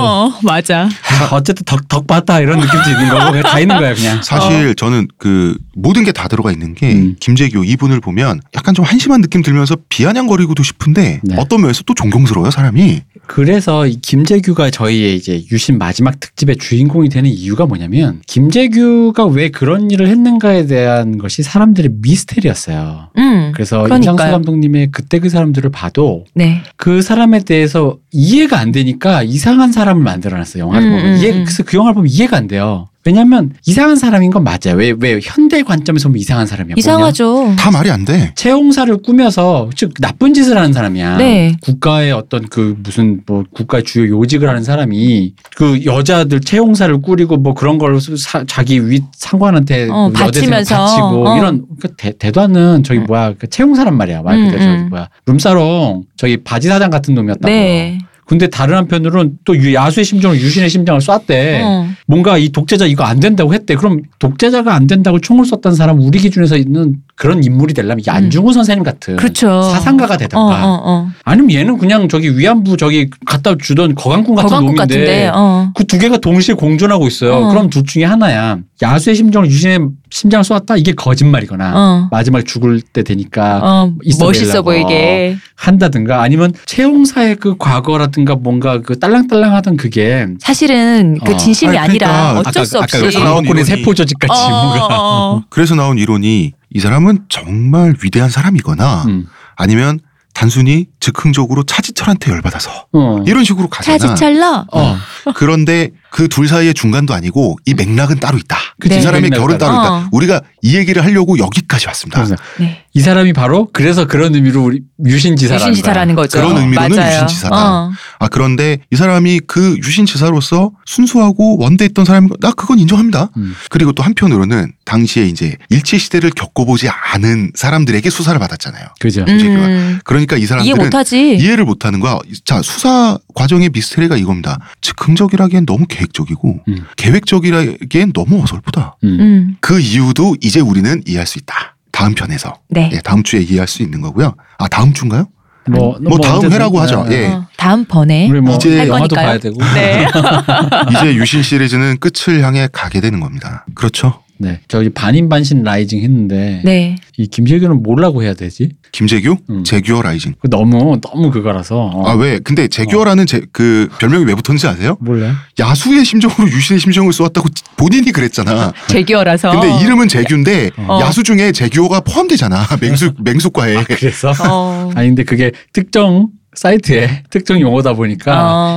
Speaker 3: 맞아.
Speaker 2: 아, 어쨌든 덕, 덕봤다 이런 느낌도 있는 거고 그냥 다 있는 거야 그냥.
Speaker 1: 사실 저는 그 모든 게 다 들어가 있는 게
Speaker 2: 음.
Speaker 1: 김재규 이분을 보면 약간 좀 한심한 느낌 들면서 비아냥거리고도 싶은데
Speaker 2: 네.
Speaker 1: 어떤 면에서 또 존경스러워요 사람이.
Speaker 2: 그래서 이 김재규가 저희의 이제 유신 마지막 특집의 주인공이 되는 이유가 뭐냐면 김재규가 왜 그런 일을 했는가에 대한 것이 사람들의 미스테리였어요.
Speaker 3: 음.
Speaker 2: 그래서
Speaker 3: 그러니까요.
Speaker 2: 임상수 감독님의 그때 그 사람들을 봐도
Speaker 3: 네.
Speaker 2: 그 사람에 대해서 이해가 안 되니까 이상한 사람을 만들어놨어 영화를
Speaker 3: 음,
Speaker 2: 보면
Speaker 3: 음,
Speaker 2: 이해
Speaker 3: 음.
Speaker 2: 그래서 그 영화를 보면 이해가 안 돼요. 왜냐하면 이상한 사람인 건 맞아요. 왜 왜 현대 관점에서 보면 이상한 사람이야. 뭐냐?
Speaker 3: 이상하죠.
Speaker 1: 다 말이 안 돼.
Speaker 2: 채용사를 꾸며서 즉 나쁜 짓을 하는 사람이야.
Speaker 3: 네.
Speaker 2: 국가의 어떤 그 무슨 뭐 국가 주요 요직을 하는 사람이 그 여자들 채용사를 꾸리고 뭐 그런 걸로 사- 자기 윗 상관한테 뭐
Speaker 3: 어,
Speaker 2: 여대생
Speaker 3: 바치면서.
Speaker 2: 바치고
Speaker 3: 어.
Speaker 2: 이런 그 대, 대도 않는 저기
Speaker 3: 음.
Speaker 2: 뭐야 그 채용사란 말이야 말 그대로
Speaker 3: 음,
Speaker 2: 저기
Speaker 3: 음.
Speaker 2: 뭐야 룸사롱 저기 바지 사장 같은 놈이었다고.
Speaker 3: 네.
Speaker 2: 근데 다른 한편으로는 또 유- 야수의 심정으로 유신의 심장을 쐈대.
Speaker 3: 어.
Speaker 2: 뭔가 이 독재자 이거 안 된다고 했대. 그럼 독재자가 안 된다고 총을 쐈던 사람 우리 기준에서 있는 그런 인물이 되려면 이게 안중근 선생님 같은
Speaker 3: 음. 그렇죠.
Speaker 2: 사상가가
Speaker 3: 어, 어,
Speaker 2: 되던가
Speaker 3: 어.
Speaker 2: 아니면 얘는 그냥 저기 위안부 저기 갖다 주던 거강꾼 같은
Speaker 3: 거강국
Speaker 2: 놈인데
Speaker 3: 같은데. 어.
Speaker 2: 그 두 개가 동시에 공존하고 있어요.
Speaker 3: 어.
Speaker 2: 그럼 둘 중에 하나야. 야수의 심정을 유신의 심장을 쏘았다 이게 거짓말이거나
Speaker 3: 어.
Speaker 2: 마지막 죽을 때 되니까
Speaker 3: 어,
Speaker 2: 아, 있어
Speaker 3: 멋있어
Speaker 2: 보이려고.
Speaker 3: 보이게.
Speaker 2: 한다든가 아니면 채용사의 그 과거라든가 뭔가 그 딸랑딸랑하던 그게
Speaker 3: 사실은 그
Speaker 2: 어.
Speaker 3: 진심이
Speaker 1: 아니, 그러니까
Speaker 3: 아니라 어쩔
Speaker 1: 아까-
Speaker 3: 수
Speaker 1: 아까
Speaker 3: 없이.
Speaker 1: 그 전화
Speaker 2: 전화권의
Speaker 1: 이론이-
Speaker 2: 세포 조직같이
Speaker 3: 어,
Speaker 2: 뭔가
Speaker 3: 어, 어.
Speaker 1: 그래서 나온 이론이 이 사람은 정말 위대한 사람이거나
Speaker 2: 음.
Speaker 1: 아니면 단순히 즉흥적으로 차지철한테 열받아서
Speaker 2: 어.
Speaker 1: 이런 식으로 *laughs* 가잖아.
Speaker 3: 차지찰나.
Speaker 2: 어.
Speaker 1: 그런데 그 둘 사이의 중간도 아니고 이 맥락은 따로 있다.
Speaker 2: 그치.
Speaker 3: 네.
Speaker 1: 이 사람의
Speaker 2: 네.
Speaker 1: 결은
Speaker 2: 맥락은
Speaker 1: 따로
Speaker 3: 따로.
Speaker 1: 있다.
Speaker 3: 어.
Speaker 1: 우리가 이 얘기를 하려고 여기까지 왔습니다.
Speaker 2: 그래서
Speaker 3: 네.
Speaker 2: 이 사람이 바로 그래서 그런 의미로 우리 유신지사라는
Speaker 3: 유신지사라는 거죠.
Speaker 1: 그런 의미로는
Speaker 3: 맞아요.
Speaker 1: 유신지사다.
Speaker 3: 어.
Speaker 1: 아 그런데 이 사람이 그 유신 지사로서 순수하고 원대했던 사람인 거- 나 그건 인정합니다.
Speaker 2: 음.
Speaker 1: 그리고 또 한편으로는 당시에 이제 일제 시대를 겪어보지 않은 사람들에게 수사를 받았잖아요.
Speaker 2: 거죠. 그죠.
Speaker 3: 음.
Speaker 1: 그러니까 이
Speaker 3: 이해
Speaker 1: 사람들은
Speaker 3: 못하지.
Speaker 1: 이해를 못하는 거야. 자 수사 과정의 미스테리가 이겁니다. 즉흥적이라기엔 너무 계획적이고
Speaker 2: 음.
Speaker 1: 계획적이라기엔 너무 어설프다.
Speaker 3: 음.
Speaker 1: 그 이유도 이제 우리는 이해할 수 있다. 다음 편에서
Speaker 3: 네.
Speaker 1: 예, 다음 주에 이해할 수 있는 거고요. 아 다음
Speaker 3: *laughs*
Speaker 1: 주인가요?
Speaker 2: 뭐,
Speaker 1: 뭐 다음
Speaker 2: 언제든-
Speaker 1: 회라고 하죠.
Speaker 2: 네.
Speaker 1: 예.
Speaker 3: 어, 다음 번에.
Speaker 2: 우리 뭐
Speaker 1: 이제
Speaker 2: 이제 영화도
Speaker 3: 할 거니까요.
Speaker 2: 봐야 되고.
Speaker 3: 네.
Speaker 1: 이제 유신 시리즈는 끝을 향해 가게 되는 겁니다. 그렇죠.
Speaker 2: *laughs* 네. 저기 반인반신 라이징 했는데
Speaker 3: 네.
Speaker 2: 이 김재규는 뭐라고 해야 되지?
Speaker 1: 김재규,
Speaker 2: 음.
Speaker 1: 재규어 라이징.
Speaker 2: 그 너무 너무 그거라서. 어.
Speaker 1: 아 왜? 근데 재규어라는 제- 그 별명이 왜 붙었는지 아세요?
Speaker 2: 몰라요.
Speaker 1: 야수의 심정으로 유신의 심정을 쏘았다고 본인이 그랬잖아.
Speaker 3: 재규어라서.
Speaker 1: 근데 이름은 재규인데
Speaker 2: 어. 아,
Speaker 1: 야수 중에 재규어가 포함되잖아. *laughs* 맹수 맹수과에.
Speaker 2: *laughs* 그래서
Speaker 3: 어.
Speaker 2: 아니 근데 그게 특정 사이트에 *laughs* 특정 용어다
Speaker 1: 그러니까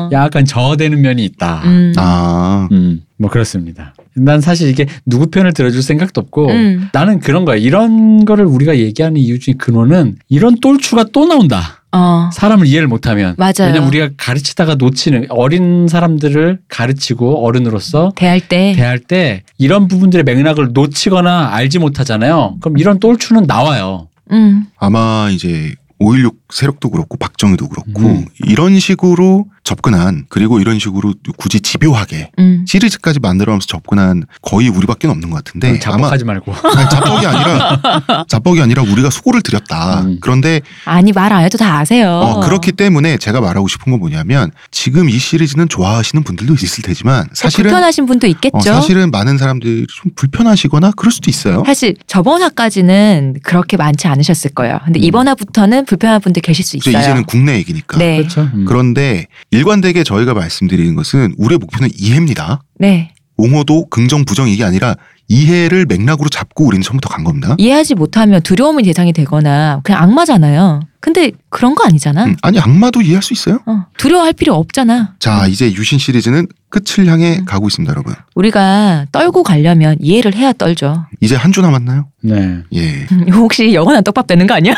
Speaker 2: 보니까
Speaker 3: 어.
Speaker 2: 약간 저어되는 면이 있다.
Speaker 3: 음.
Speaker 1: 아
Speaker 2: 음, 뭐 그렇습니다. 난 사실 이게 누구 편을 들어줄 생각도 없고
Speaker 3: 음.
Speaker 2: 나는 그런 거야. 이런 거를 우리가 얘기하는 이유 중에 근원은 이런 똘추가 또 나온다.
Speaker 3: 어.
Speaker 2: 사람을 이해를 못하면.
Speaker 3: 맞아요.
Speaker 2: 왜냐면 우리가 가르치다가 놓치는 어린 사람들을 가르치고 어른으로서
Speaker 3: 대할 때.
Speaker 2: 대할 때 이런 부분들의 맥락을 놓치거나 알지 못하잖아요. 그럼 이런 똘추는 나와요.
Speaker 3: 음.
Speaker 1: 아마 이제 5.16 세력도 그렇고 박정희도 그렇고
Speaker 2: 음.
Speaker 1: 이런 식으로 접근한 그리고 이런 식으로 굳이 집요하게
Speaker 3: 음.
Speaker 1: 시리즈까지 만들어가면서 접근한 거의 우리밖에 없는 것 같은데 네, 아마 그렇죠.
Speaker 2: 자복하지 말고.
Speaker 1: 아니, 자뻑이
Speaker 2: *laughs*
Speaker 1: 아니라 자뻑이 아니라 우리가 수고를 드렸다.
Speaker 2: 음.
Speaker 1: 그런데
Speaker 3: 아니 말 안 해도 다 아세요.
Speaker 1: 어, 그렇기 때문에 제가 말하고 싶은 건 뭐냐면 지금 이 시리즈는 좋아하시는 분들도 있을 테지만
Speaker 3: 또
Speaker 1: 사실은
Speaker 3: 불편하신 분도 있겠죠.
Speaker 1: 어, 사실은 많은 사람들이 좀 불편하시거나 그럴 수도 있어요.
Speaker 3: 사실 저번 화까지는 그렇게 많지 않으셨을 거예요. 근데
Speaker 2: 음.
Speaker 3: 이번 화부터는 불편한 분들 계실 수
Speaker 1: 이제
Speaker 3: 있어요.
Speaker 1: 이제는 그러니까. 국내 얘기니까.
Speaker 3: 네.
Speaker 2: 그렇죠. 음.
Speaker 1: 그런데 일관되게 저희가 말씀드리는 것은 우리의 목표는 이해입니다.
Speaker 3: 네.
Speaker 1: 옹호도 긍정 부정 이게 아니라 이해를 맥락으로 잡고 우리는 처음부터 간 겁니다.
Speaker 3: 이해하지 못하면 두려움의 대상이 되거나 그냥 악마잖아요. 근데 그런 거 아니잖아.
Speaker 1: 음, 아니 악마도 이해할 수 있어요.
Speaker 3: 어, 두려워할 필요 없잖아.
Speaker 1: 자 이제 유신 시리즈는 끝을 향해
Speaker 3: 음.
Speaker 1: 가고 있습니다, 여러분.
Speaker 3: 우리가 떨고 가려면 이해를 해야 떨죠. *laughs*
Speaker 1: 이제 한 주 남았나요?
Speaker 2: 네.
Speaker 1: 예.
Speaker 3: 음, 혹시 영원한 떡밥 되는 거 아니야?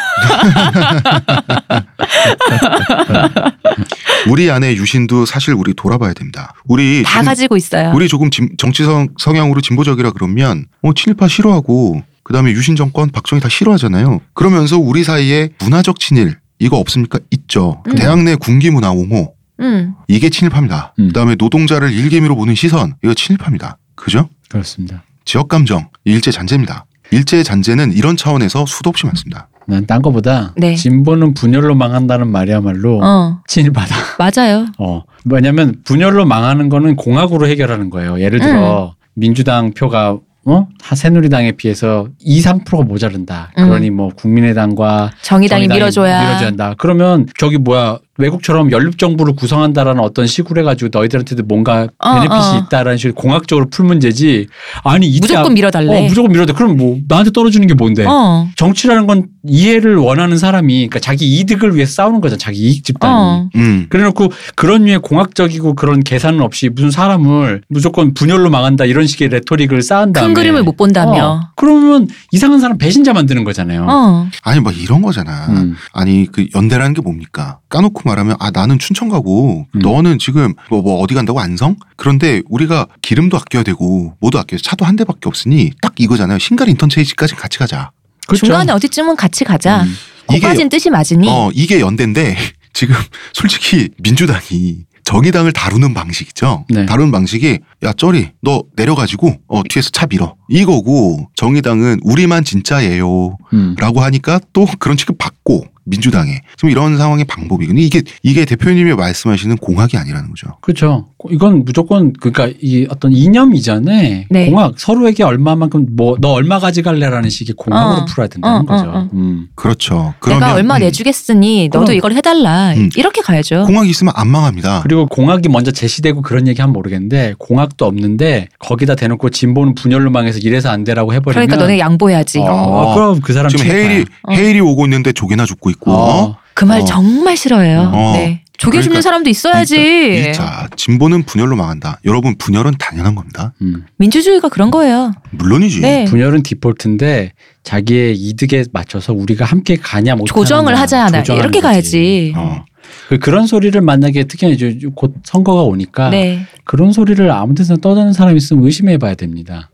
Speaker 1: 우리 안에 유신도 사실 우리 돌아봐야 됩니다. 우리
Speaker 3: 다
Speaker 1: 지금-
Speaker 3: 가지고 있어요.
Speaker 1: 우리 조금 진- 정치 성, 성향으로 진보적이라 그러면 어 친일파 싫어하고 그다음에 유신 정권 박정희 다 싫어하잖아요. 그러면서 우리 사이에 문화적 친일 이거 없습니까? 있죠.
Speaker 3: 음.
Speaker 1: 대학 내 군기 문화 옹호
Speaker 3: 음.
Speaker 1: 이게 친일파입니다.
Speaker 2: 음.
Speaker 1: 그다음에 노동자를 일개미로 보는 시선 이거 친일파입니다. 그죠?
Speaker 2: 그렇습니다.
Speaker 1: 지역 감정 일제 잔재입니다. 일제 잔재는 이런 차원에서 수도 없이 많습니다.
Speaker 2: 난 딴 거보다
Speaker 3: 네.
Speaker 2: 진보는 분열로 망한다는 말이야말로
Speaker 3: 어,
Speaker 2: 친일받아.
Speaker 3: 맞아요.
Speaker 2: 어. 왜냐면 분열로 망하는 거는 공학으로 해결하는 거예요. 예를 들어
Speaker 3: 음.
Speaker 2: 민주당 표가 어? 하- 새누리당에 비해서 2, 3%가 모자른다.
Speaker 3: 음.
Speaker 2: 그러니 뭐 국민의당과
Speaker 3: 정의당이
Speaker 2: 정의당이
Speaker 3: 밀어줘야.
Speaker 2: 밀어줘야 한다. 그러면 저기 뭐야 외국처럼 연립 정부를 구성한다라는 어떤 식으로 해가지고 너희들한테도 뭔가
Speaker 3: 어,
Speaker 2: 베네핏이
Speaker 3: 어.
Speaker 2: 있다라는 식으로 공학적으로 풀 문제지. 아니 이때
Speaker 3: 무조건
Speaker 2: 아- 어
Speaker 3: 밀어달래.
Speaker 2: 무조건 밀어대. 그럼 뭐 나한테 떨어지는 게 뭔데?
Speaker 3: 어,
Speaker 2: 정치라는 건 이해를 원하는 사람이 그러니까 자기 이득을 위해 싸우는 거잖아. 자기 이익 집단이.
Speaker 3: 어.
Speaker 1: 음.
Speaker 2: 그래놓고 그런 류의 공학적이고 그런 계산은 없이 무슨 사람을 무조건 분열로 망한다 이런 식의 레토릭을 쌓은 다음에
Speaker 3: 큰 그림을 못 본다며.
Speaker 2: 어, 그러면 이상한 사람 배신자 만드는 거잖아요.
Speaker 3: 어. 어.
Speaker 1: 아니 뭐 이런 거잖아.
Speaker 2: 음.
Speaker 1: 아니 그 연대라는 게 뭡니까? 까놓고 말하면 아 나는 춘천 가고
Speaker 2: 음.
Speaker 1: 너는 지금 뭐, 뭐 어디 간다고 안성? 그런데 우리가 기름도 아껴야 되고 뭐도 아껴야 차도 한 대밖에 없으니 딱 이거잖아요. 신갈 인턴체이지까지 같이 가자.
Speaker 2: 그렇죠.
Speaker 3: 중간에 어디쯤은 같이 가자.
Speaker 2: 음.
Speaker 3: 오빠진 뜻이 맞으니.
Speaker 1: 어 이게 어, 연대인데 *laughs* 지금 솔직히 민주당이 정의당을 다루는 방식이죠.
Speaker 2: 네.
Speaker 1: 다루는 방식이 야 쩌리 너 내려가지고 어 뒤에서 차 밀어 이거고 정의당은 우리만 진짜예요.
Speaker 2: 음.
Speaker 1: 라고 하니까 또 그런 취급 받고 민주당에 지금 이런 상황의 방법이 근데 이게 이게 대표님이 말씀하시는 공학이 아니라는 거죠.
Speaker 2: 그렇죠. 이건 무조건 그러니까 이 어떤 이념이잖아요.
Speaker 3: 네.
Speaker 2: 공학 서로에게 얼마만큼 뭐 너 얼마 가져갈래라는 식의 공학으로
Speaker 3: 어.
Speaker 2: 풀어야 된다는
Speaker 3: 어, 어,
Speaker 2: 거죠.
Speaker 3: 어.
Speaker 2: 음.
Speaker 1: 그렇죠.
Speaker 3: 내가 얼마
Speaker 1: 음,
Speaker 3: 내주겠으니 너도
Speaker 2: 그럼.
Speaker 3: 이걸 해달라
Speaker 1: 음.
Speaker 3: 이렇게 가야죠.
Speaker 1: 공학이 있으면 안 망합니다.
Speaker 2: 그리고 공학이 먼저 제시되고 그런 얘기 하면 모르겠는데 공학도 없는데 거기다 대놓고 진보는 분열로 망해서 이래서 안 되라고 해버리면
Speaker 3: 그러니까 너네 양보해야지.
Speaker 2: 어, 그럼 그 사람
Speaker 1: 지금
Speaker 2: 칠 거야.
Speaker 1: 헤일이
Speaker 3: 어.
Speaker 1: 헤일이 오고 있는데 조개나 죽고 있고
Speaker 2: 어.
Speaker 3: 그 말
Speaker 1: 어.
Speaker 3: 정말 싫어해요.
Speaker 1: 어.
Speaker 3: 네. 조개 줍는
Speaker 1: 그러니까-
Speaker 3: 사람도 있어야지.
Speaker 1: 이 자, 진보는 분열로 망한다. 여러분, 분열은 당연한 겁니다.
Speaker 2: 음.
Speaker 3: 민주주의가 그런 거예요.
Speaker 1: 물론이지.
Speaker 3: 네.
Speaker 2: 분열은 디폴트인데 자기의 이득에 맞춰서 우리가 함께 가냐 못
Speaker 3: 조정을 하자 나
Speaker 2: 조정하는 거지.
Speaker 3: 이렇게 가야지.
Speaker 1: 어.
Speaker 2: 그- 그런 소리를 만나게 특히 이제 곧 선거가 오니까
Speaker 3: 네.
Speaker 2: 그런 소리를 아무 데서나 떠드는 사람이 있으면 의심해 봐야 됩니다.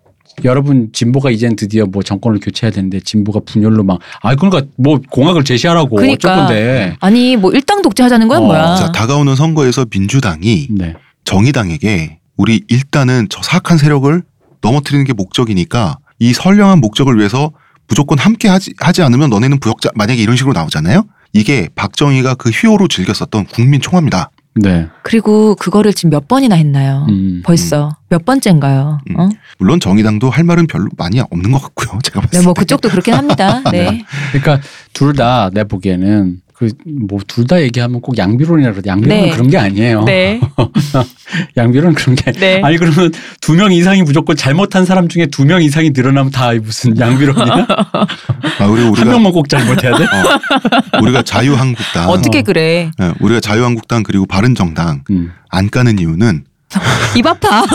Speaker 2: 여러분 진보가 이젠 드디어 뭐 정권을 교체해야 되는데 진보가 분열로 막 아 그러니까 뭐 공학을 제시하라고
Speaker 3: 그러니까.
Speaker 2: 어쩔 건데
Speaker 3: 아니 뭐 일당 독재하자는 거야
Speaker 2: 어,
Speaker 3: 뭐야?
Speaker 1: 자, 다가오는 선거에서 민주당이
Speaker 2: 네.
Speaker 1: 정의당에게 우리 일단은 저 사악한 세력을 넘어뜨리는 게 목적이니까 이 선량한 목적을 위해서 무조건 함께 하지, 하지 않으면 너네는 부역자, 만약에 이런 식으로 나오잖아요? 이게 박정희가 그 휘호로 즐겼었던 국민 총화입니다.
Speaker 2: 네.
Speaker 3: 그리고 그거를 지금 몇 번이나 했나요?
Speaker 2: 음.
Speaker 3: 벌써 몇 번째인가요?
Speaker 1: 음.
Speaker 3: 어?
Speaker 1: 물론 정의당도 할 말은 별로 많이 없는 것 같고요. *laughs* 제가 봤을 때.
Speaker 3: 네, 뭐 그쪽도 그렇긴 합니다.
Speaker 2: *laughs*
Speaker 3: 네.
Speaker 2: 그러니까 둘 다 내 보기에는 그 뭐 둘 다 얘기하면 꼭 양비론이라 그러죠. 양비론은
Speaker 3: 네.
Speaker 2: 그런 게 아니에요.
Speaker 3: 네.
Speaker 2: *laughs* 양비론은 그런 게
Speaker 3: 네.
Speaker 2: 아니 그러면 두 명 이상이 무조건 잘못한 사람 중에 두 명 이상이 늘어나면 다 무슨 양비론이야?
Speaker 1: 아, 그리고
Speaker 2: 한
Speaker 1: *laughs* 우리가,
Speaker 2: 명만 꼭
Speaker 1: *laughs*
Speaker 2: 잘못해야 돼?
Speaker 1: 우리가
Speaker 2: 아.
Speaker 1: 자유한국당.
Speaker 3: 어떻게 그래?
Speaker 1: 예, 우리가 자유한국당 그리고 바른정당
Speaker 2: 음.
Speaker 1: 안 까는 이유는
Speaker 3: 입
Speaker 2: *laughs*
Speaker 3: 아파.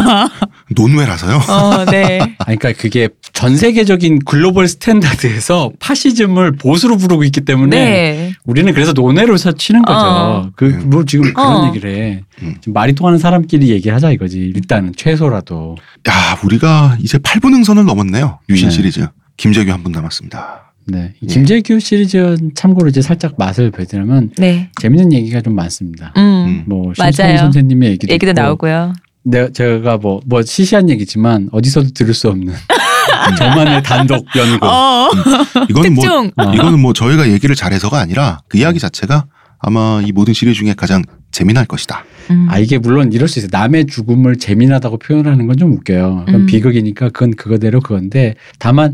Speaker 1: 논외라서요.
Speaker 3: 어, 네.
Speaker 2: 아니, 그러니까 그게 전 세계적인 글로벌 스탠다드에서 파시즘을 보수로 부르고 있기 때문에
Speaker 3: 네.
Speaker 2: 우리는 그래서 논외로서 치는 거죠.
Speaker 3: 어.
Speaker 2: 그 뭐 지금 그런
Speaker 3: 어.
Speaker 2: 얘기를 해.
Speaker 1: 음.
Speaker 2: 지금 말이 통하는 사람끼리 얘기하자 이거지. 일단은 최소라도.
Speaker 1: 야, 우리가 이제 8분 응선을 넘었네요. 유신
Speaker 2: 네. 시리즈.
Speaker 1: 시리즈. 김재규 한 분 남았습니다.
Speaker 2: 네. 이
Speaker 1: 예.
Speaker 2: 김재규 시리즈는 참고로 이제 살짝 맛을 보여드리면
Speaker 3: 네.
Speaker 2: 재밌는 얘기가 좀 많습니다.
Speaker 3: 음.
Speaker 2: 뭐
Speaker 3: 맞아요.
Speaker 2: 신성 선생님의 얘기도,
Speaker 3: 얘기도
Speaker 2: 있고
Speaker 3: 나오고요.
Speaker 2: 내 제가 뭐 뭐 시시한 얘기지만 어디서도 들을 수
Speaker 3: *laughs*
Speaker 2: 없는 저만의 단독 연구.
Speaker 3: 어.
Speaker 1: 이거는 뭐
Speaker 3: 특종.
Speaker 2: 어.
Speaker 1: 이거는 뭐 저희가 얘기를 잘해서가 아니라 그 이야기 자체가 아마 이 모든 시리즈 중에 가장 재미날 것이다.
Speaker 3: 음.
Speaker 2: 아 이게 물론 이럴 수 있어요. 남의 죽음을 재미나다고 표현하는 건 좀 웃겨요. 그건
Speaker 3: 음.
Speaker 2: 비극이니까 그건 그거대로 그건데 다만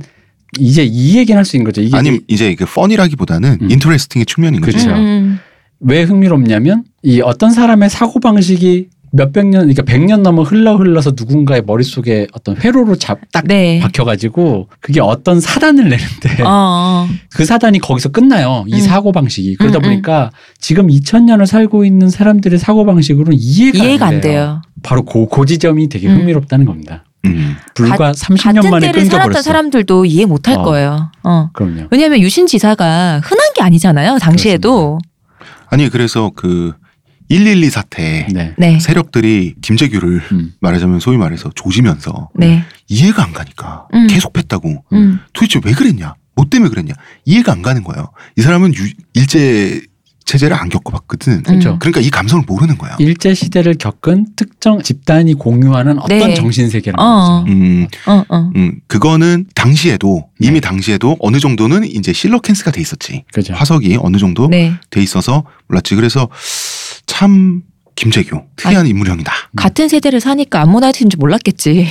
Speaker 2: 이제 이 얘기는 할 수 있는 거죠. 이게
Speaker 1: 아니 이제 그 펀이라기보다는
Speaker 2: 음.
Speaker 1: 인터레스팅의 측면인 거죠.
Speaker 2: 그렇죠.
Speaker 3: 음,
Speaker 2: 왜 흥미롭냐면 이 어떤 사람의 사고 방식이 몇백 년 그러니까 백 년 넘어 흘러 흘러서 누군가의 머릿속에 어떤 회로로 잡딱
Speaker 3: 음. 네.
Speaker 2: 박혀 가지고 그게 어떤 사단을 내는데
Speaker 3: 어, 어.
Speaker 2: 그 사단이 거기서 끝나요. 이
Speaker 3: 음.
Speaker 2: 사고 방식이. 그러다
Speaker 3: 음, 음.
Speaker 2: 보니까 지금 2000년을 살고 있는 사람들의 사고 방식으로는 이해가,
Speaker 3: 이해가 안 돼요.
Speaker 2: 바로 그, 그 지점이 되게
Speaker 3: 음.
Speaker 2: 흥미롭다는 겁니다.
Speaker 1: 음.
Speaker 2: 불과 30년
Speaker 3: 같은
Speaker 2: 만에
Speaker 3: 때를 살았던
Speaker 2: 끊겨버렸어.
Speaker 3: 사람들도 이해 못 할
Speaker 2: 어.
Speaker 3: 거예요. 어.
Speaker 2: 그럼요.
Speaker 3: 왜냐하면 유신 지사가 흔한 게 아니잖아요. 당시에도.
Speaker 1: 아니 그래서 그 112 사태
Speaker 2: 네.
Speaker 3: 네.
Speaker 1: 세력들이 김재규를
Speaker 2: 음.
Speaker 1: 말하자면 소위 말해서 조지면서
Speaker 3: 네.
Speaker 1: 이해가 안 가니까
Speaker 3: 음.
Speaker 1: 계속 했다고
Speaker 3: 음.
Speaker 1: 도대체 왜 그랬냐? 뭐 때문에 그랬냐? 이해가 안 가는 거예요. 이 사람은 유- 일제 체제를 안 겪어봤거든.
Speaker 3: 음.
Speaker 2: 그렇죠.
Speaker 1: 그러니까 이 감성을 모르는 거야.
Speaker 2: 일제 시대를 겪은 특정 집단이 공유하는 어떤
Speaker 3: 네.
Speaker 2: 정신 세계라는
Speaker 3: 어.
Speaker 2: 거죠.
Speaker 1: 음,
Speaker 3: 어, 어.
Speaker 1: 음, 그거는 당시에도 이미
Speaker 2: 네.
Speaker 1: 당시에도 어느 정도는 이제 실러캔스가 돼 있었지.
Speaker 2: 그죠.
Speaker 1: 화석이 어느 정도
Speaker 3: 네.
Speaker 1: 돼 있어서 몰랐지. 그래서 참 김재규 특이한 인물형이다.
Speaker 2: 음.
Speaker 3: 같은 세대를 사니까 암모나이트인
Speaker 2: *laughs*
Speaker 3: 줄 몰랐겠지.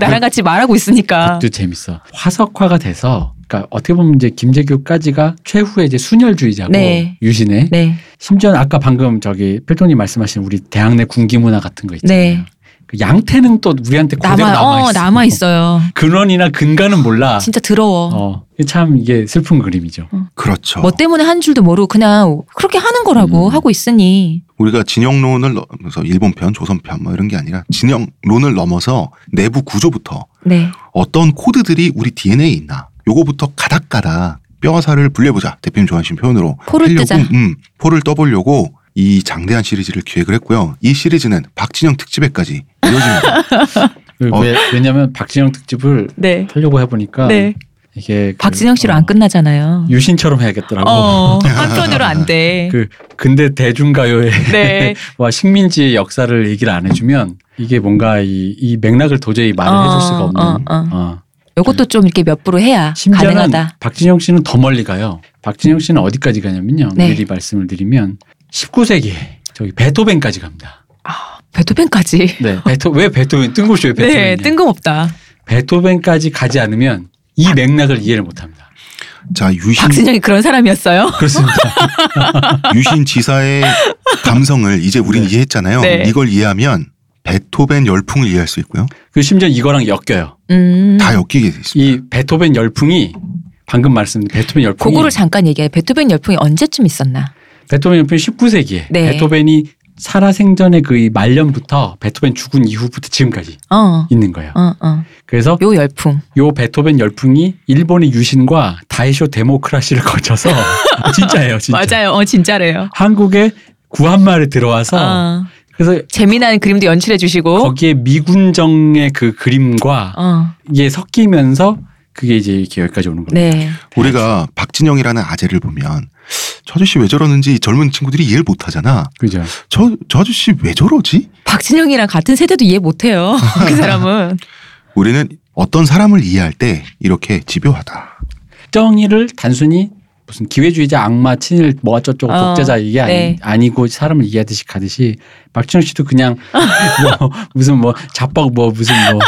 Speaker 3: 나랑 같이 말하고 있으니까.
Speaker 2: 그것도 재밌어. 화석화가 돼서 그러니까 어떻게 보면 이제 김재규까지가 최후의 이제 순혈주의자고
Speaker 3: 네.
Speaker 2: 유신의
Speaker 3: 네.
Speaker 2: 심지어 는 아까 방금 저기 필톤님 말씀하신 우리 대학 내 군기 문화 같은 거 있잖아요.
Speaker 3: 네.
Speaker 2: 그 양태는 또 우리한테 그대로
Speaker 3: 남아,
Speaker 2: 남아 있어.
Speaker 3: 어, 남아 있어요.
Speaker 2: *laughs* 근원이나 근간은 몰라.
Speaker 3: 진짜 더러워.
Speaker 2: 어, 참 이게 슬픈 그림이죠.
Speaker 1: 그렇죠.
Speaker 3: 뭐 때문에 한 줄도 모르고 그냥 그렇게 하는 거라고
Speaker 2: 음.
Speaker 3: 하고 있으니.
Speaker 1: 우리가 진영론을 넘어서 일본편, 조선편 뭐 이런 게 아니라 진영론을 넘어서 내부 구조부터
Speaker 3: 네.
Speaker 1: 어떤 코드들이 우리 DNA에 있나 요거부터 가닥가닥 뼈살을 불려보자 대표님 좋아하시는 표현으로
Speaker 3: 포를
Speaker 1: 하려고,
Speaker 3: 뜨자.
Speaker 1: 음, 포를 떠보려고 이 장대한 시리즈를 기획을 했고요. 이 시리즈는 박진영 특집에까지
Speaker 3: *laughs*
Speaker 1: 이어집니다.
Speaker 2: 왜-
Speaker 1: 어.
Speaker 2: 왜냐면 박진영 특집을
Speaker 3: 네.
Speaker 2: 아. 하려고 해보니까 이게 그-
Speaker 3: 박진영 씨로
Speaker 2: 어,
Speaker 3: 안 끝나잖아요.
Speaker 2: 유신처럼 해야겠더라고.
Speaker 3: 어, 한편으로
Speaker 2: *laughs*
Speaker 3: 안 돼.
Speaker 2: 그 근대 대중가요의
Speaker 3: 네.
Speaker 2: 와 식민지의 역사를 얘기를 안 해주면 이게 뭔가 이, 이 맥락을 도저히 말을 해줄 수가 없는.
Speaker 3: 어, 어, 어.
Speaker 2: 어.
Speaker 3: 요것도 좀 이렇게 몇 부로 해야
Speaker 2: 심지어는
Speaker 3: 가능하다.
Speaker 2: 박진영 씨는 더 멀리 가요. 박진영 씨는 어디까지 가냐면요.
Speaker 3: 네.
Speaker 2: 미리 말씀을 드리면 19세기 저기 베토벤까지 갑니다.
Speaker 3: 베토벤까지.
Speaker 2: 네, 베토 왜 베토벤 뜬금없이 왜 *laughs* 베토벤이냐?
Speaker 3: 네, 뜬금없다.
Speaker 2: 베토벤까지 가지 않으면 이 맥락을 이해를 못합니다.
Speaker 1: 자 유신
Speaker 3: 박진영이 그런 사람이었어요.
Speaker 2: 그렇습니다.
Speaker 3: *laughs*
Speaker 1: 유신 지사의 감성을 이제 우린
Speaker 2: 네.
Speaker 1: 이해했잖아요.
Speaker 3: 네.
Speaker 1: 이걸 이해하면 베토벤 열풍을 이해할 수 있고요.
Speaker 2: 그 심지어 이거랑 엮여요.
Speaker 3: 음.
Speaker 1: 다 엮이게 돼 있습니다.
Speaker 2: 이 베토벤 열풍이 방금 말씀드린 베토벤 열풍이
Speaker 3: 그거를 잠깐 얘기해. 베토벤 열풍이 언제쯤 있었나?
Speaker 2: 베토벤 열풍이 19세기에
Speaker 3: 네.
Speaker 2: 베토벤이 살아생전의 그이 말년부터 베토벤 죽은 이후부터 지금까지
Speaker 3: 어, 어,
Speaker 2: 있는 거예요.
Speaker 3: 어.
Speaker 2: 그래서
Speaker 3: 요 열풍.
Speaker 2: 요 베토벤 열풍이 일본의 유신과 다이쇼 데모크라시를 *laughs* 거쳐서 진짜예요, 진짜.
Speaker 3: 맞아요. 어, 진짜래요.
Speaker 2: 한국에 구한말에 들어와서
Speaker 3: 어.
Speaker 2: 그래서
Speaker 3: 재미난 그림도 연출해 주시고.
Speaker 2: 거기에 미군정의 그 그림과
Speaker 3: 어.
Speaker 2: 이게 섞이면서 그게 이제 이렇게 여기까지 오는 겁니다.
Speaker 3: 네.
Speaker 1: 우리가 박진영이라는 아재를 보면 저 아저씨 왜 저러는지 이 젊은 친구들이 이해를 못하잖아.
Speaker 2: 그죠.
Speaker 1: 저, 저 아저씨 왜 저러지?
Speaker 3: 박진영이랑 같은 세대도 이해 못해요. *laughs* 그 사람은.
Speaker 1: 우리는 어떤 사람을 이해할 때 이렇게 집요하다.
Speaker 2: 정의를 단순히 무슨 기회주의자, 악마, 친일, 뭐가 저쩌고
Speaker 3: 어,
Speaker 2: 독재자 이게 아니,
Speaker 3: 네.
Speaker 2: 아니고 사람을 이해하듯이 가듯이 박준영 씨도 그냥 *laughs* 뭐 무슨 뭐 자뻑 뭐 무슨 뭐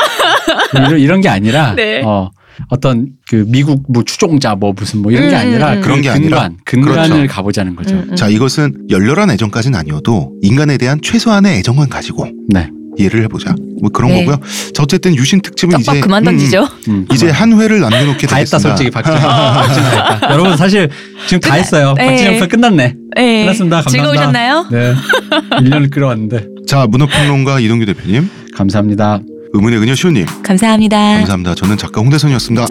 Speaker 2: 이런, 이런 게 아니라
Speaker 3: 네.
Speaker 2: 어, 어떤 그 미국 뭐 추종자 뭐 무슨 뭐 이런 게
Speaker 3: 음,
Speaker 2: 아니라
Speaker 3: 음,
Speaker 1: 그런 게 아니라.
Speaker 2: 근간 근간을
Speaker 1: 그렇죠.
Speaker 2: *laughs* 가보자는 거죠.
Speaker 3: 음, 음.
Speaker 1: 자, 이것은 열렬한 애정까지는 아니어도 인간에 대한 최소한의 애정은 가지고
Speaker 2: 네.
Speaker 1: 이해를 해보자. 뭐 그런
Speaker 3: 네.
Speaker 1: 거고요. 자, 어쨌든 유신 특집은
Speaker 3: 떡밥
Speaker 1: 이제 음, 음.
Speaker 3: 그만 던지죠.
Speaker 2: 음,
Speaker 1: 이제
Speaker 2: 그만.
Speaker 1: 한 회를
Speaker 2: *laughs*
Speaker 1: 남겨놓게
Speaker 2: 다
Speaker 1: 되겠습니다.
Speaker 2: 했다 솔직히 박준영.
Speaker 1: *laughs*
Speaker 2: 박준영 다
Speaker 3: *laughs*
Speaker 2: 했다. 여러분 사실 지금 다 했어요.
Speaker 3: 네.
Speaker 2: 박준영 씨
Speaker 3: *laughs*
Speaker 2: 끝났네.
Speaker 3: 네.
Speaker 2: 끝났습니다. 감사합니다.
Speaker 3: 즐거우셨나요?
Speaker 2: 네. 1년을 끌어왔는데.
Speaker 1: 자, 문화평론가 이동규 대표님,
Speaker 2: 감사합니다.
Speaker 1: 의문의 그녀 시호님,
Speaker 2: 네.
Speaker 3: 감사합니다.
Speaker 1: 감사합니다. 저는 작가 홍대선이었습니다.